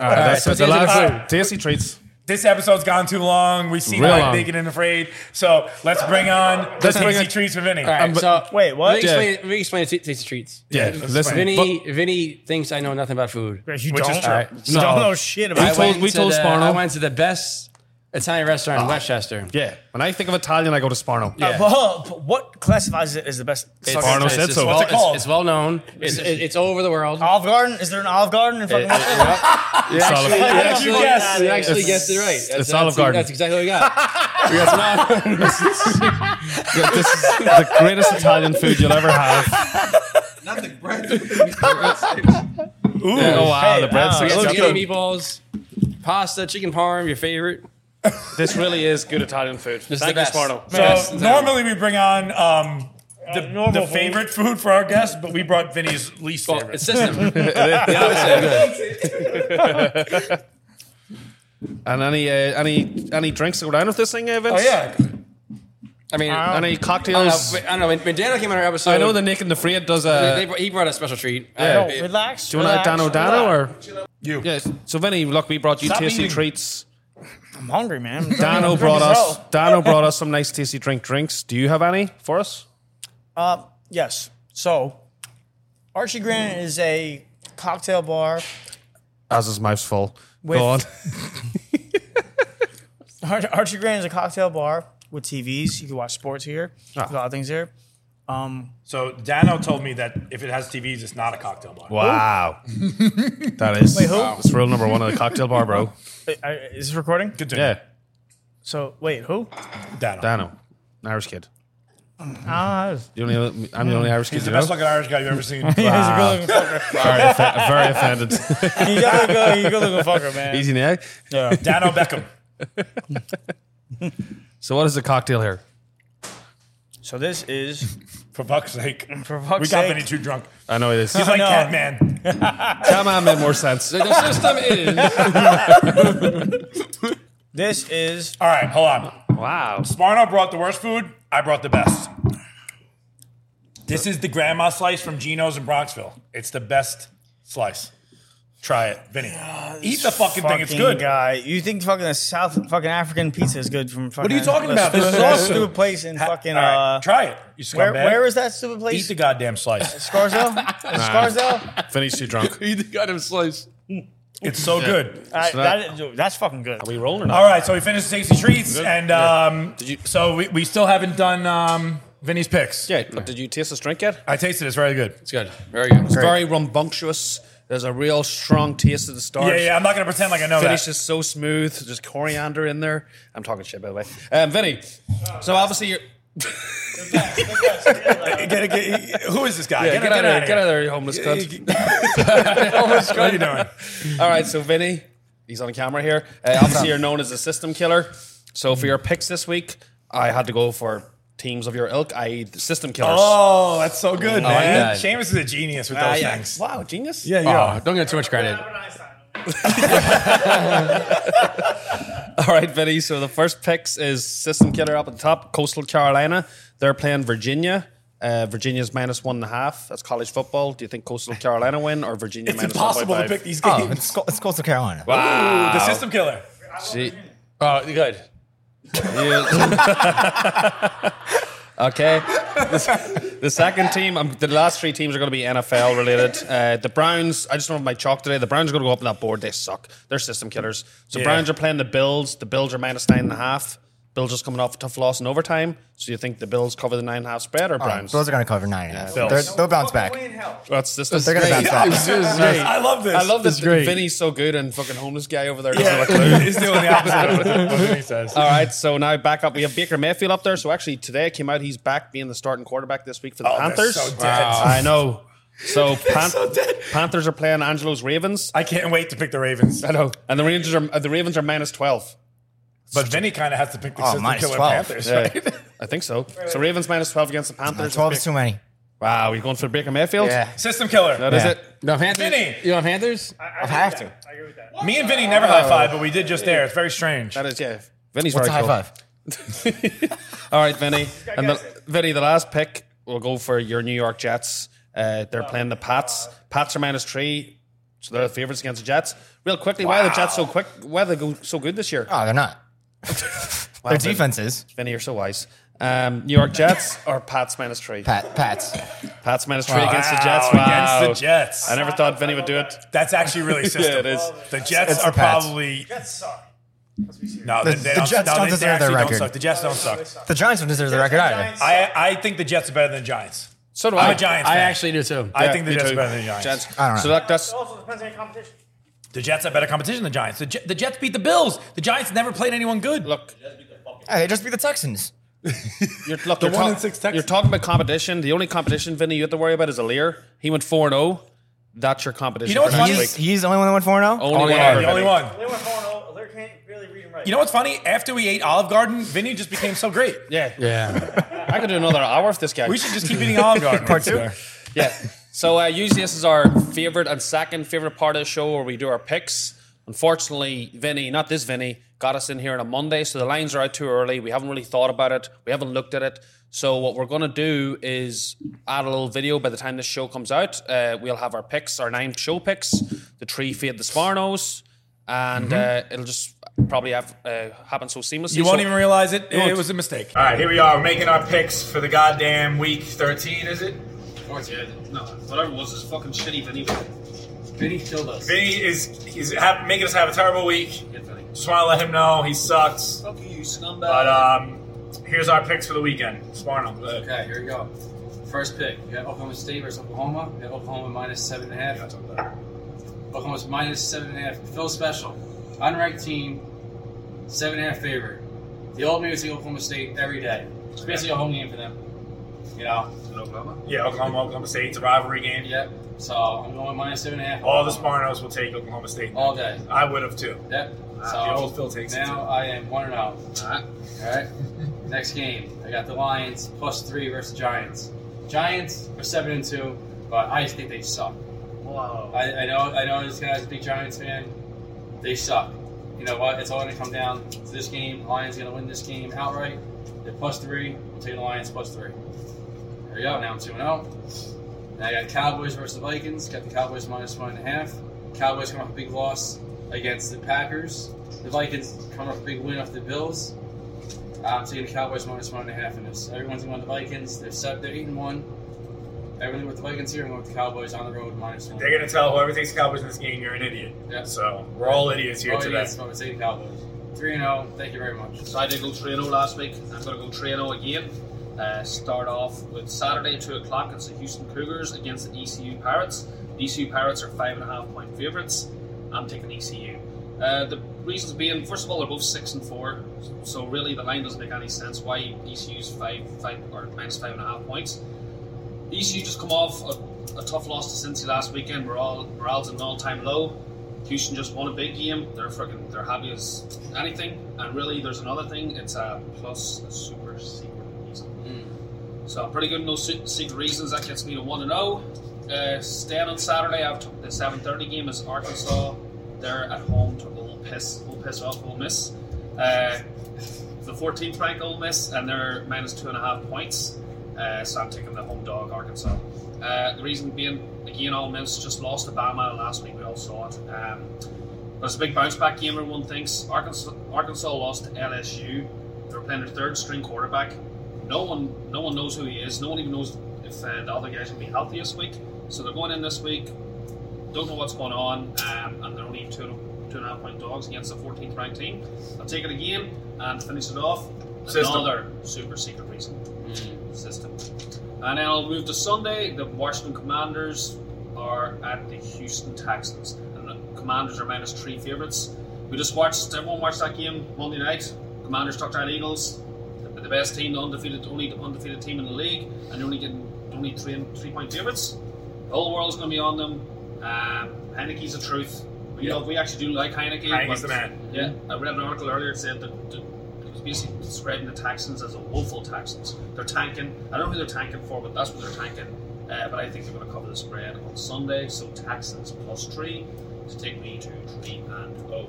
[SPEAKER 2] that's
[SPEAKER 3] so
[SPEAKER 2] it. the
[SPEAKER 3] these are
[SPEAKER 2] last
[SPEAKER 1] the-
[SPEAKER 2] one. Tasty treats.
[SPEAKER 1] this episode's gone too long. We seem
[SPEAKER 2] Real
[SPEAKER 1] like
[SPEAKER 2] long.
[SPEAKER 1] naked and afraid. So let's bring on the
[SPEAKER 2] Let's bring
[SPEAKER 1] tasty
[SPEAKER 2] on-
[SPEAKER 1] treats for Vinny.
[SPEAKER 3] All right,
[SPEAKER 2] but-
[SPEAKER 3] so
[SPEAKER 5] Wait, what?
[SPEAKER 3] Let me
[SPEAKER 5] Yeah.
[SPEAKER 3] explain, let me explain the taste of treats.
[SPEAKER 2] Yeah,
[SPEAKER 1] Yeah,
[SPEAKER 2] listen.
[SPEAKER 1] explain.
[SPEAKER 3] Vinny, Vinny thinks I know nothing about food.
[SPEAKER 5] But you
[SPEAKER 1] Which is
[SPEAKER 5] don't,
[SPEAKER 1] true.
[SPEAKER 5] you
[SPEAKER 2] No.
[SPEAKER 5] don't know shit
[SPEAKER 2] We
[SPEAKER 5] about
[SPEAKER 2] told-
[SPEAKER 3] went
[SPEAKER 2] we
[SPEAKER 3] to
[SPEAKER 2] told
[SPEAKER 3] the-
[SPEAKER 2] Sparno.
[SPEAKER 3] I went to the best Italian restaurant in Westchester.
[SPEAKER 2] Yeah. When I think of Italian, I go to Sparno.
[SPEAKER 5] Uh, but- but what classifies it as the best?
[SPEAKER 3] It's,
[SPEAKER 5] fucking-
[SPEAKER 2] Sparno
[SPEAKER 3] it's-
[SPEAKER 2] said
[SPEAKER 3] it's
[SPEAKER 2] so.
[SPEAKER 3] well,
[SPEAKER 2] What's it
[SPEAKER 3] it's-
[SPEAKER 1] called?
[SPEAKER 3] It's, well known. It's, it- it's all over the world.
[SPEAKER 5] Olive Garden? Is there an Olive Garden in fucking?
[SPEAKER 2] oh, Solid.
[SPEAKER 3] You actually,
[SPEAKER 5] You guessed.
[SPEAKER 3] you actually
[SPEAKER 2] It's-
[SPEAKER 3] guessed it right. That's,
[SPEAKER 2] it's
[SPEAKER 3] that's-
[SPEAKER 2] Olive Garden.
[SPEAKER 3] That's exactly what we got. we got some Olive-
[SPEAKER 2] Yeah, this is the greatest Italian food you'll ever have.
[SPEAKER 9] Not the bread. That's
[SPEAKER 1] Ooh.
[SPEAKER 2] Oh wow,
[SPEAKER 5] Hey,
[SPEAKER 2] the breadsticks.
[SPEAKER 5] wow.
[SPEAKER 3] we got
[SPEAKER 5] Looks
[SPEAKER 3] spaghetti meatballs, pasta, chicken parm, your favorite.
[SPEAKER 2] This really is good Italian food.
[SPEAKER 3] is
[SPEAKER 2] Thank
[SPEAKER 3] the
[SPEAKER 2] you,
[SPEAKER 3] best.
[SPEAKER 2] Sparno.
[SPEAKER 1] So normally we bring on um, the, the favorite food for our guests, but we brought Vinny's least
[SPEAKER 3] Well,
[SPEAKER 1] favorite.
[SPEAKER 3] it's [LAUGHS] system.
[SPEAKER 2] And any uh, any any drinks that go down with this thing, uh, Vince?
[SPEAKER 1] oh yeah,
[SPEAKER 3] I mean, I
[SPEAKER 2] Any
[SPEAKER 3] don't know.
[SPEAKER 2] cocktails?
[SPEAKER 3] but- Uh, I don't know. When, when Daniel came on our episode,
[SPEAKER 2] I know the Nick and the Fred does
[SPEAKER 3] they-
[SPEAKER 2] a.
[SPEAKER 3] they brought- he brought a special treat.
[SPEAKER 2] Yeah.
[SPEAKER 3] I- it-
[SPEAKER 5] Relax.
[SPEAKER 2] Do you want
[SPEAKER 5] relax,
[SPEAKER 2] to Dano Dano or?
[SPEAKER 1] you.
[SPEAKER 2] Yeah. So Vinny, look, we brought you
[SPEAKER 1] Stop
[SPEAKER 2] tasty
[SPEAKER 1] eating.
[SPEAKER 2] treats.
[SPEAKER 5] I'm hungry, man. I'm
[SPEAKER 2] Dano
[SPEAKER 5] drinking
[SPEAKER 2] brought us.
[SPEAKER 5] as well.
[SPEAKER 2] Dano brought us some nice tasty drink drinks. Do you have any for us?
[SPEAKER 5] Uh, yes. So, Archie Granite is a cocktail bar.
[SPEAKER 2] As his mouth's full.
[SPEAKER 5] With-
[SPEAKER 2] Go on.
[SPEAKER 5] Ar- Archie Granite is a cocktail bar with TVs. You can watch sports here.
[SPEAKER 1] Ah.
[SPEAKER 5] You can do a lot of things here. Um,
[SPEAKER 1] So Dano told me that if it has TVs, it's not a cocktail bar.
[SPEAKER 2] [LAUGHS] Wow. that is.
[SPEAKER 5] who?
[SPEAKER 2] That's rule number one of the cocktail bar, bro.
[SPEAKER 5] I- I- is this recording?
[SPEAKER 1] Continue.
[SPEAKER 2] Yeah.
[SPEAKER 5] So, wait, who?
[SPEAKER 1] Dano.
[SPEAKER 2] Dano, an Irish kid.
[SPEAKER 5] Ah, [LAUGHS]
[SPEAKER 2] The only, I'm Mm. the only Irish kid Ah.
[SPEAKER 1] He's the
[SPEAKER 2] you know.
[SPEAKER 1] best looking Irish guy you've ever
[SPEAKER 2] [LAUGHS]
[SPEAKER 1] seen.
[SPEAKER 5] he's a good looking
[SPEAKER 2] Very offe- very offended.
[SPEAKER 5] fucker. He's a good- he's a good looking fucker, man.
[SPEAKER 2] Easy now.
[SPEAKER 1] Dano Beckham.
[SPEAKER 2] So what is the cocktail here?
[SPEAKER 5] So, this is.
[SPEAKER 1] For fuck's sake.
[SPEAKER 5] For fuck's
[SPEAKER 1] we got
[SPEAKER 5] sake.
[SPEAKER 1] Vinny too drunk.
[SPEAKER 2] I know it is.
[SPEAKER 1] He's like
[SPEAKER 5] know.
[SPEAKER 1] Catman.
[SPEAKER 2] Come on, made more sense.
[SPEAKER 3] the system is.
[SPEAKER 5] This is.
[SPEAKER 1] All right, hold on.
[SPEAKER 2] Wow.
[SPEAKER 1] Sparno brought the worst food. I brought the best. This is the grandma slice from Geno's in Bronxville. It's the best slice. Try it, Vinny. Eat the fucking, thing. It's
[SPEAKER 5] fucking
[SPEAKER 1] good.
[SPEAKER 5] Guy. You think fucking the South fucking African pizza is good from fucking.
[SPEAKER 1] What are you talking about?
[SPEAKER 5] that
[SPEAKER 1] This is
[SPEAKER 5] stupid- that
[SPEAKER 1] awesome.
[SPEAKER 5] stupid place in fucking.
[SPEAKER 1] All right,
[SPEAKER 5] Uh,
[SPEAKER 1] try it. You
[SPEAKER 5] where,
[SPEAKER 1] scumbag.
[SPEAKER 5] where is that stupid
[SPEAKER 1] Eat
[SPEAKER 5] place?
[SPEAKER 1] the goddamn
[SPEAKER 5] [LAUGHS]
[SPEAKER 1] slice. [LAUGHS]
[SPEAKER 5] Scarsdale? Scarsdale?
[SPEAKER 2] Finished too drunk.
[SPEAKER 3] He got him sliced.
[SPEAKER 1] It's so good.
[SPEAKER 5] I-
[SPEAKER 2] So that-
[SPEAKER 5] that- dude, that's fucking good.
[SPEAKER 2] We rolling or not?
[SPEAKER 1] All right, so we finished the tasty treats, and um,
[SPEAKER 2] Did you-
[SPEAKER 1] so we, we still haven't done um, Vinny's picks.
[SPEAKER 2] Yeah, but did you taste this drink yet?
[SPEAKER 1] I tasted it. It's very good.
[SPEAKER 3] It's good. Very good.
[SPEAKER 2] It's very rumbunctious. There's a real strong taste at the start.
[SPEAKER 1] Yeah, yeah. I'm not gonna pretend like I know
[SPEAKER 2] Finish
[SPEAKER 1] that.
[SPEAKER 2] is so smooth. There's coriander in there. I'm talking shit, by the way. Um, Vinny, so obviously you're.
[SPEAKER 1] Get- get- [LAUGHS] who is this guy?
[SPEAKER 2] Yeah,
[SPEAKER 1] get,
[SPEAKER 2] get, out of here. Get out
[SPEAKER 1] of
[SPEAKER 2] of there, you homeless cunt.
[SPEAKER 1] here. What are you
[SPEAKER 2] [LAUGHS]
[SPEAKER 1] doing?
[SPEAKER 2] All right, so Vinny, he's on camera here. Uh, obviously, you're known as the system killer. So for your picks this week, I had to go for teams of your ilk, i.e., the system killers.
[SPEAKER 1] Oh, that's so good, man. Ah,
[SPEAKER 3] that.
[SPEAKER 1] Seamus is a genius with those things.
[SPEAKER 2] Wow, genius.
[SPEAKER 1] Yeah, you
[SPEAKER 3] Oh,
[SPEAKER 1] are.
[SPEAKER 3] don't get too much credit.
[SPEAKER 2] All right, Vinny. So the first picks is System Killer up at the top, Coastal Carolina. They're playing Virginia. Uh, Virginia's minus one and a half. That's college football. Do you think Coastal Carolina win or Virginia
[SPEAKER 1] It's
[SPEAKER 2] minus
[SPEAKER 1] impossible to
[SPEAKER 2] 1.5?
[SPEAKER 1] pick these
[SPEAKER 10] Oh,
[SPEAKER 1] games.
[SPEAKER 10] it's, Co- it's Coastal Carolina.
[SPEAKER 1] Ooh, the system killer.
[SPEAKER 2] Gee.
[SPEAKER 3] Oh, good.
[SPEAKER 2] Okay. The, the second team, um, the last three teams are going to be NFL
[SPEAKER 10] [LAUGHS]
[SPEAKER 2] related. Uh, the Browns, I just don't have my chalk today. The Browns are going to go up on that board. They suck. They're system killers. So
[SPEAKER 1] Yeah.
[SPEAKER 2] Browns are playing the Bills. The Bills are minus nine and a half. Bills just coming off a tough loss in overtime. So you think the Bills cover the nine and a half spread or
[SPEAKER 10] Oh,
[SPEAKER 2] Browns?
[SPEAKER 10] Those are going to cover nine and a half.
[SPEAKER 1] Bills.
[SPEAKER 10] They're- They'll bounce back.
[SPEAKER 5] Fucking Wayne Hell.
[SPEAKER 2] That's system.
[SPEAKER 10] They're going to bounce
[SPEAKER 2] [LAUGHS]
[SPEAKER 10] back.
[SPEAKER 1] I love this.
[SPEAKER 2] I love
[SPEAKER 3] That's
[SPEAKER 2] that
[SPEAKER 3] great.
[SPEAKER 2] Vinny's so good and fucking homeless guy over there. doesn't look
[SPEAKER 1] Yeah, [LAUGHS] he's doing the opposite of what [LAUGHS] he says.
[SPEAKER 2] All right, so now back up. We have Baker Mayfield up there. So actually, today it came out he's back being the starting quarterback this week for the
[SPEAKER 1] Oh, they're
[SPEAKER 2] Panthers.
[SPEAKER 1] so dead. Wow.
[SPEAKER 2] I know. So,
[SPEAKER 1] [LAUGHS]
[SPEAKER 2] Pan-
[SPEAKER 1] so dead.
[SPEAKER 2] Panthers are playing Angelo's Ravens.
[SPEAKER 1] I can't wait to pick the Ravens.
[SPEAKER 2] I know. And the Rangers are uh, the Ravens are minus twelve.
[SPEAKER 1] But Vinny kind of has to pick the
[SPEAKER 10] Oh,
[SPEAKER 1] system
[SPEAKER 10] minus
[SPEAKER 1] killer
[SPEAKER 10] 12.
[SPEAKER 1] Panthers,
[SPEAKER 2] Yeah,
[SPEAKER 1] right? [LAUGHS]
[SPEAKER 2] I think so. So Ravens minus twelve against the Panthers.
[SPEAKER 10] 12 is too many.
[SPEAKER 2] wow, you're going for Baker Mayfield?
[SPEAKER 10] Yeah.
[SPEAKER 1] System killer.
[SPEAKER 2] That is
[SPEAKER 10] Yeah.
[SPEAKER 2] it.
[SPEAKER 3] You want Panthers?
[SPEAKER 1] Vinny!
[SPEAKER 3] You want Panthers?
[SPEAKER 10] I have to.
[SPEAKER 1] Me and Vinny never high five, but we did just there. It's very strange.
[SPEAKER 2] That is yeah. Vinny's
[SPEAKER 10] What's a
[SPEAKER 2] very
[SPEAKER 10] high
[SPEAKER 2] cool.
[SPEAKER 10] five?
[SPEAKER 2] All right, Vinny. And the, Vinny, the last pick will go for your New York Jets. Uh, they're playing the Pats. Pats are minus three, so they're the favorites against the Jets. Real quickly, why are the Jets so quick? Why are they go so good this year?
[SPEAKER 10] Oh, they're not.
[SPEAKER 2] Wow,
[SPEAKER 10] Their
[SPEAKER 2] Vinny-
[SPEAKER 10] defense is
[SPEAKER 2] Vinny, you're so wise. Um, New
[SPEAKER 1] [LAUGHS]
[SPEAKER 2] York Jets or Pats minus three?
[SPEAKER 10] Pat, Pats.
[SPEAKER 2] Pats minus three against the
[SPEAKER 1] Wow,
[SPEAKER 2] Jets. Wow.
[SPEAKER 1] Against the Jets.
[SPEAKER 2] I never thought Vinny would do it.
[SPEAKER 1] That's actually
[SPEAKER 10] [LAUGHS]
[SPEAKER 1] really system.
[SPEAKER 2] it is.
[SPEAKER 1] The Jets
[SPEAKER 10] It's the
[SPEAKER 1] are
[SPEAKER 10] Pats.
[SPEAKER 1] probably. No,
[SPEAKER 10] The-
[SPEAKER 1] they, they
[SPEAKER 10] the
[SPEAKER 1] don't,
[SPEAKER 10] Jets
[SPEAKER 1] no,
[SPEAKER 10] don't
[SPEAKER 1] they,
[SPEAKER 10] deserve
[SPEAKER 1] they actually
[SPEAKER 10] their
[SPEAKER 1] Don't
[SPEAKER 10] record.
[SPEAKER 1] suck. The Jets don't suck.
[SPEAKER 10] The Giants don't deserve the record either.
[SPEAKER 1] I, I think the Jets are better than the Giants.
[SPEAKER 2] So do
[SPEAKER 1] I'm
[SPEAKER 2] I.
[SPEAKER 1] a Giants
[SPEAKER 3] I
[SPEAKER 1] fan.
[SPEAKER 3] actually do too.
[SPEAKER 1] I think the
[SPEAKER 2] Me
[SPEAKER 1] Jets
[SPEAKER 2] too.
[SPEAKER 1] are better than the Giants.
[SPEAKER 2] Jets.
[SPEAKER 10] I don't
[SPEAKER 2] So
[SPEAKER 10] know.
[SPEAKER 2] that, that's
[SPEAKER 5] Also depends on your competition.
[SPEAKER 1] The Jets have better competition than the Giants. The, Je- the Jets beat the Bills. The Giants never played anyone good.
[SPEAKER 2] look.
[SPEAKER 10] Hey, they just beat the Texans.
[SPEAKER 2] You're, look, you're,
[SPEAKER 1] one
[SPEAKER 2] talk-
[SPEAKER 1] in six Texans.
[SPEAKER 2] you're talking about competition. The only competition, Vinny, you have to worry about is Aleer. He went 4 0. That's your competition.
[SPEAKER 1] You know what's
[SPEAKER 2] for next
[SPEAKER 1] funny?
[SPEAKER 2] week.
[SPEAKER 10] He's, he's the only one that went oh? 4 0.
[SPEAKER 3] Only
[SPEAKER 2] Only, one
[SPEAKER 3] one.
[SPEAKER 2] over
[SPEAKER 1] the only
[SPEAKER 2] Vinny.
[SPEAKER 1] one.
[SPEAKER 5] They went 4 0. Alert can't really read them right.
[SPEAKER 1] You know what's funny? After we ate Olive Garden, Vinny just became so great.
[SPEAKER 2] Yeah.
[SPEAKER 3] Yeah.
[SPEAKER 2] I could do another hour if this guy.
[SPEAKER 1] We should just keep eating Olive Garden. Part two.
[SPEAKER 2] Yeah. So uh, usually this is our favorite and second favorite part of the show where we do our picks. Unfortunately, Vinny, not this Vinny, got us in here on a Monday, so the lines are out too early. We haven't really thought about it. We haven't looked at it. So what we're gonna do is add a little video. By the time this show comes out, uh, we'll have our picks, our nine show picks, the tree fade the Sparnos, and uh, it'll just probably have uh, happen so seamlessly.
[SPEAKER 1] Mm-hmm. You won't
[SPEAKER 2] So-
[SPEAKER 1] even realize it. It,
[SPEAKER 2] won't.
[SPEAKER 1] was a mistake. All right, here we are. We're making our picks for the goddamn week 13, is it?
[SPEAKER 2] No, whatever it was, it's fucking shitty Vinny.
[SPEAKER 1] Vinny is he's ha- making us have a terrible week. Just want to let him know he sucks.
[SPEAKER 2] Fuck you, scumbag.
[SPEAKER 1] But um, here's our picks for the weekend. uh, Sparno. go ahead.
[SPEAKER 3] Okay, here we go. First pick. We have Oklahoma State versus Oklahoma. We have Oklahoma minus seven and a half. Oklahoma's minus seven and a half. Phil Special. Unranked team. Seven and a half favorite. The old man would take Oklahoma State every day. It's basically a home game for them. You know?
[SPEAKER 1] Yeah, Oklahoma, Oklahoma State. It's a rivalry game.
[SPEAKER 3] Yep. So I'm going minus seven and a half.
[SPEAKER 1] All the Sparnos will take Oklahoma State.
[SPEAKER 3] All day.
[SPEAKER 1] I would have too.
[SPEAKER 3] Yep.
[SPEAKER 1] Ah,
[SPEAKER 3] So
[SPEAKER 1] the old Phil takes it, too.
[SPEAKER 3] now I am one and zero. All right. [LAUGHS] Next game, I got the Lions plus three versus Giants. Giants are seven and two, but I just think they suck. Wow. I, I know. I know this guy's a big Giants fan. They suck. You know what? It's all going to come down to this game. Lions going to win this game outright. They're plus three. We'll take the Lions plus three. There we go. Now I'm two and oh. zero. Now I got Cowboys versus the Vikings. Got the Cowboys minus one and a half. Cowboys come off a big loss against the Packers. The Vikings come off a big win off the Bills. Um, I'm taking the Cowboys minus one and a half in this. Everyone's going with the Vikings. They're seven, they're eight and one. Everything with the Vikings here. I'm going with the Cowboys on the road minus one.
[SPEAKER 1] They're gonna tell whoever takes the Cowboys in this game, you're an idiot.
[SPEAKER 3] Yeah.
[SPEAKER 1] So we're all idiots here
[SPEAKER 3] oh,
[SPEAKER 1] today.
[SPEAKER 3] yes, I'm taking the Cowboys. Three and zero. Thank you very much.
[SPEAKER 4] So I did go 3 0 last week. I'm going to go 3 0 again. Uh, start off with Saturday, 2 o'clock. It's the Houston Cougars against the E ECU Pirates. The ECU Pirates are 5.5 point favourites. I'm taking ECU. Uh, the reasons being, first of all, they're both 6 and 4. So really, the line doesn't make any sense. Why ECU's 5, five or minus 5.5 points? ECU just come off a, a tough loss to Cincy last weekend. Morale, morale's at an all-time low. Houston just won a big game. They're freaking, they're happy as anything. And really, there's another thing. It's a plus a super secret
[SPEAKER 2] games. So I'm pretty good in those se- secret reasons. That gets me to one and zero. Uh, Staying on Saturday, I've took the seven thirty game is Arkansas. They're at home to Ole Piss, Ole Piss off Ole Miss. Uh, the 14th ranked Ole Miss, and they're minus two and a half points. Uh, so I'm taking the home dog, Arkansas. Uh, the reason being, again, Ole Miss just lost to Bama last week. We all saw it. Um, but it's a big bounce back game, everyone thinks. Arkansas, Arkansas lost to LSU. They're playing their third string quarterback. No one no one knows who he is. No one even knows if uh, the other guy's going to be healthy this week. So they're going in this week. Don't know what's going on. Um, and they're only two, two and a half point dogs against the 14th ranked team. I'll take it again and finish it off.
[SPEAKER 6] System.
[SPEAKER 2] Another super secret reason. System. And then I'll move to Sunday. The Washington Commanders are at the Houston Texans. And the Commanders are minus three favorites. We just watched, everyone watched that game Monday night. Commanders took down Eagles. The, the best team, the undefeated, only undefeated team in the league. And you're only getting only three, three point favorites. The whole world's going to be on them. Um, Heineke's the truth. We, know, we actually do like Heineke.
[SPEAKER 6] Heineke's
[SPEAKER 2] but-
[SPEAKER 6] the man.
[SPEAKER 2] Yeah, I read an article earlier that said that, that it was basically describing the Texans as a woeful Texans. They're tanking. I don't know who they're tanking for, but that's what they're tanking. Uh, but I think they're going to cover the spread on Sunday. So Texans plus three to take me to three and oh.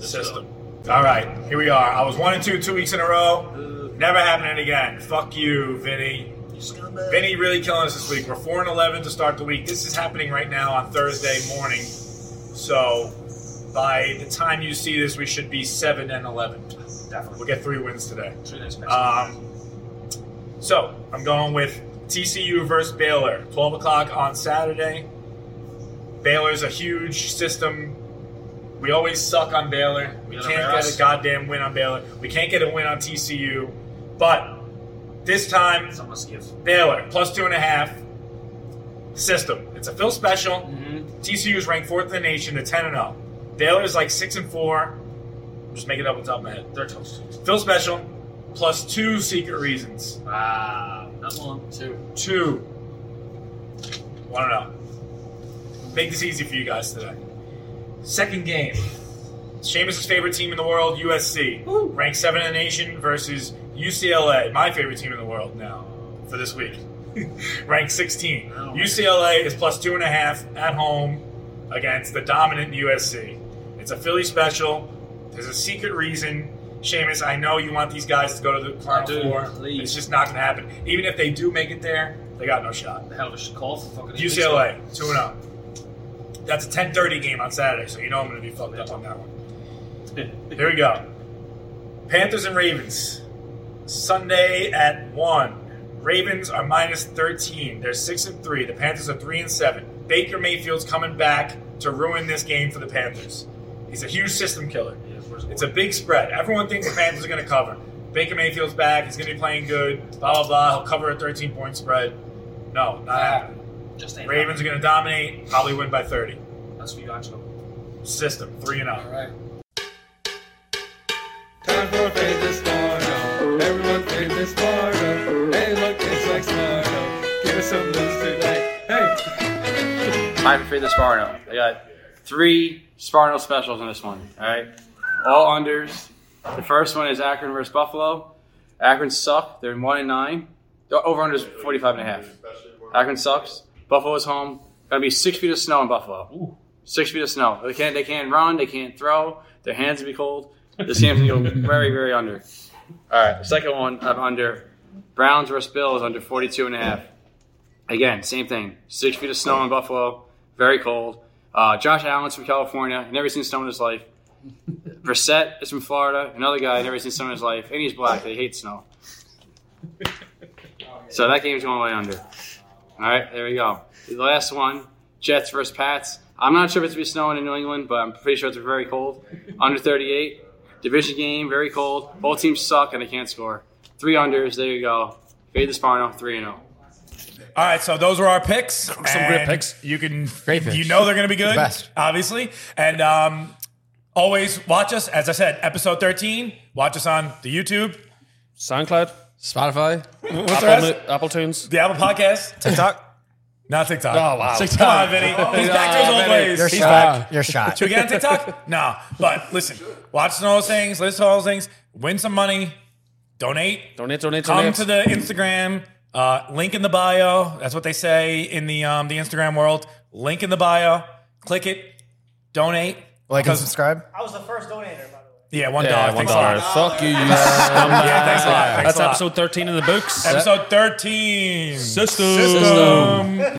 [SPEAKER 6] System. All right, here we are. I was one and two two weeks in a row. Never happening again. Fuck you, Vinny. Vinny really killing us this week. We're four and eleven to start the week. This is happening right now on Thursday morning. So by the time you see this, we should be seven and eleven. Definitely, we'll get three wins today.
[SPEAKER 2] Three days next.
[SPEAKER 6] Um, so I'm going with TCU versus Baylor, 12 o'clock on Saturday. Baylor's a huge system. We always suck on Baylor. We
[SPEAKER 2] Baylor
[SPEAKER 6] can't
[SPEAKER 2] Bears.
[SPEAKER 6] get a goddamn win on Baylor. We can't get a win on TCU. But this time,
[SPEAKER 2] It's a must give.
[SPEAKER 6] Baylor plus two and a half system. It's a Phil special.
[SPEAKER 2] Mm-hmm.
[SPEAKER 6] TCU is ranked fourth in the nation at 10 and 0. Baylor's like 6 and 4. I'm just making it up on top of my head.
[SPEAKER 2] They're toast.
[SPEAKER 6] Phil Special, plus two secret reasons.
[SPEAKER 2] Ah, not one.
[SPEAKER 3] Two.
[SPEAKER 6] Two. I don't know. oh. Make this easy for you guys today. Second game. Seamus' favorite team in the world, USC. Ranked seven in the nation versus UCLA, my favorite team in the world now for this week. [LAUGHS] Ranked 16.
[SPEAKER 2] Oh.
[SPEAKER 6] UCLA is plus two and a half at home against the dominant USC. It's a Philly special. There's a secret reason. Seamus, I know you want these guys to go to the Final
[SPEAKER 2] do,
[SPEAKER 6] Four.
[SPEAKER 2] please.
[SPEAKER 6] It's just not going to happen. Even if they do make it there, they got no shot.
[SPEAKER 2] The hell of a sh- call for fucking
[SPEAKER 6] UCLA, 2 0. oh. That's a 10.30 game on Saturday, so you know I'm going to be fucked up on that one. Here we go. Panthers and Ravens. Sunday at 1. Ravens are minus 13. They're 6 and 3. The Panthers are 3 and 7. Baker Mayfield's coming back to ruin this game for the Panthers. He's a huge system killer. It's a big spread. Everyone thinks the Panthers are going to cover. Baker Mayfield's back. He's going to be playing good. Blah, blah, blah. He'll cover a 13 point spread. No, not happening.
[SPEAKER 2] Just ain't
[SPEAKER 6] Ravens are going to dominate, probably win by 30.
[SPEAKER 2] happening. That's for you, actually.
[SPEAKER 6] System, 3 and oh. 0.
[SPEAKER 3] right. Time for Faith is Florida. Everyone's Faith is Florida. Hey, look, it's like Florida. Give us some news tonight. Hey. Time for Faith is Florida. I got three Sparno specials in this one. All right. All unders. The first one is Akron versus Buffalo. Akron suck. They're 1 and 9. The over under is 45 and a half. Akron sucks. Buffalo's home. Gonna be six feet of snow in Buffalo six feet of snow. They can't they can't run, they can't throw, their hands will be cold. This game's gonna go very, very under. All right, second one I'm under. Browns versus Bills under 42 and a half. Again, same thing. Six feet of snow in Buffalo, very cold. Uh, Josh Allen's from California, never seen snow in his life. Brissett is from Florida, another guy, never seen snow in his life, and he's black. They hate snow. So that game's going way under. All right, there we go. The last one, Jets versus Pats. I'm not sure if it's going to be snowing in New England, but I'm pretty sure it's very cold. Under 38, division game, very cold. Both teams suck and they can't score. Three unders, there you go. Fade the Sparno, 3 0.
[SPEAKER 6] All right, so those were our picks. Some
[SPEAKER 1] great picks.
[SPEAKER 6] You can,
[SPEAKER 10] Great picks.
[SPEAKER 6] you know they're going to be good,
[SPEAKER 10] best.
[SPEAKER 6] obviously. And um, always watch us. As I said, episode 13. Watch us on the YouTube,
[SPEAKER 1] SoundCloud,
[SPEAKER 3] Spotify?
[SPEAKER 6] What's
[SPEAKER 1] Apple,
[SPEAKER 6] the, rest?
[SPEAKER 1] Mu- Apple Tunes.
[SPEAKER 6] the Apple
[SPEAKER 2] [LAUGHS]
[SPEAKER 6] Podcast,
[SPEAKER 10] TikTok.
[SPEAKER 6] not TikTok.
[SPEAKER 1] Oh, wow. Oh,
[SPEAKER 6] Come on, Vinny. He's back to his old ways.
[SPEAKER 10] You're
[SPEAKER 6] He's
[SPEAKER 10] shot.
[SPEAKER 6] back.
[SPEAKER 10] You're shot.
[SPEAKER 6] Should we get on
[SPEAKER 2] [LAUGHS]
[SPEAKER 6] TikTok? no. But listen, watch all those things, listen to all those things, win some money,
[SPEAKER 1] donate.
[SPEAKER 2] Donate, donate,
[SPEAKER 1] Come
[SPEAKER 2] donate.
[SPEAKER 1] to the Instagram. Uh, link in the bio. That's what they say in the um, the Instagram world. Link in the bio. Click it. Donate.
[SPEAKER 10] Like and
[SPEAKER 1] Because-
[SPEAKER 10] subscribe.
[SPEAKER 5] I was the first donator, by the way.
[SPEAKER 1] Yeah, one dollar.
[SPEAKER 2] yeah, one
[SPEAKER 1] Thanks a
[SPEAKER 2] dollar.
[SPEAKER 1] lot.
[SPEAKER 2] Fuck you, you
[SPEAKER 1] Yeah, thanks a lot. Thanks
[SPEAKER 2] [LAUGHS] That's
[SPEAKER 1] a lot.
[SPEAKER 2] episode 13 in the books.
[SPEAKER 1] Episode 13.
[SPEAKER 2] System.
[SPEAKER 1] System.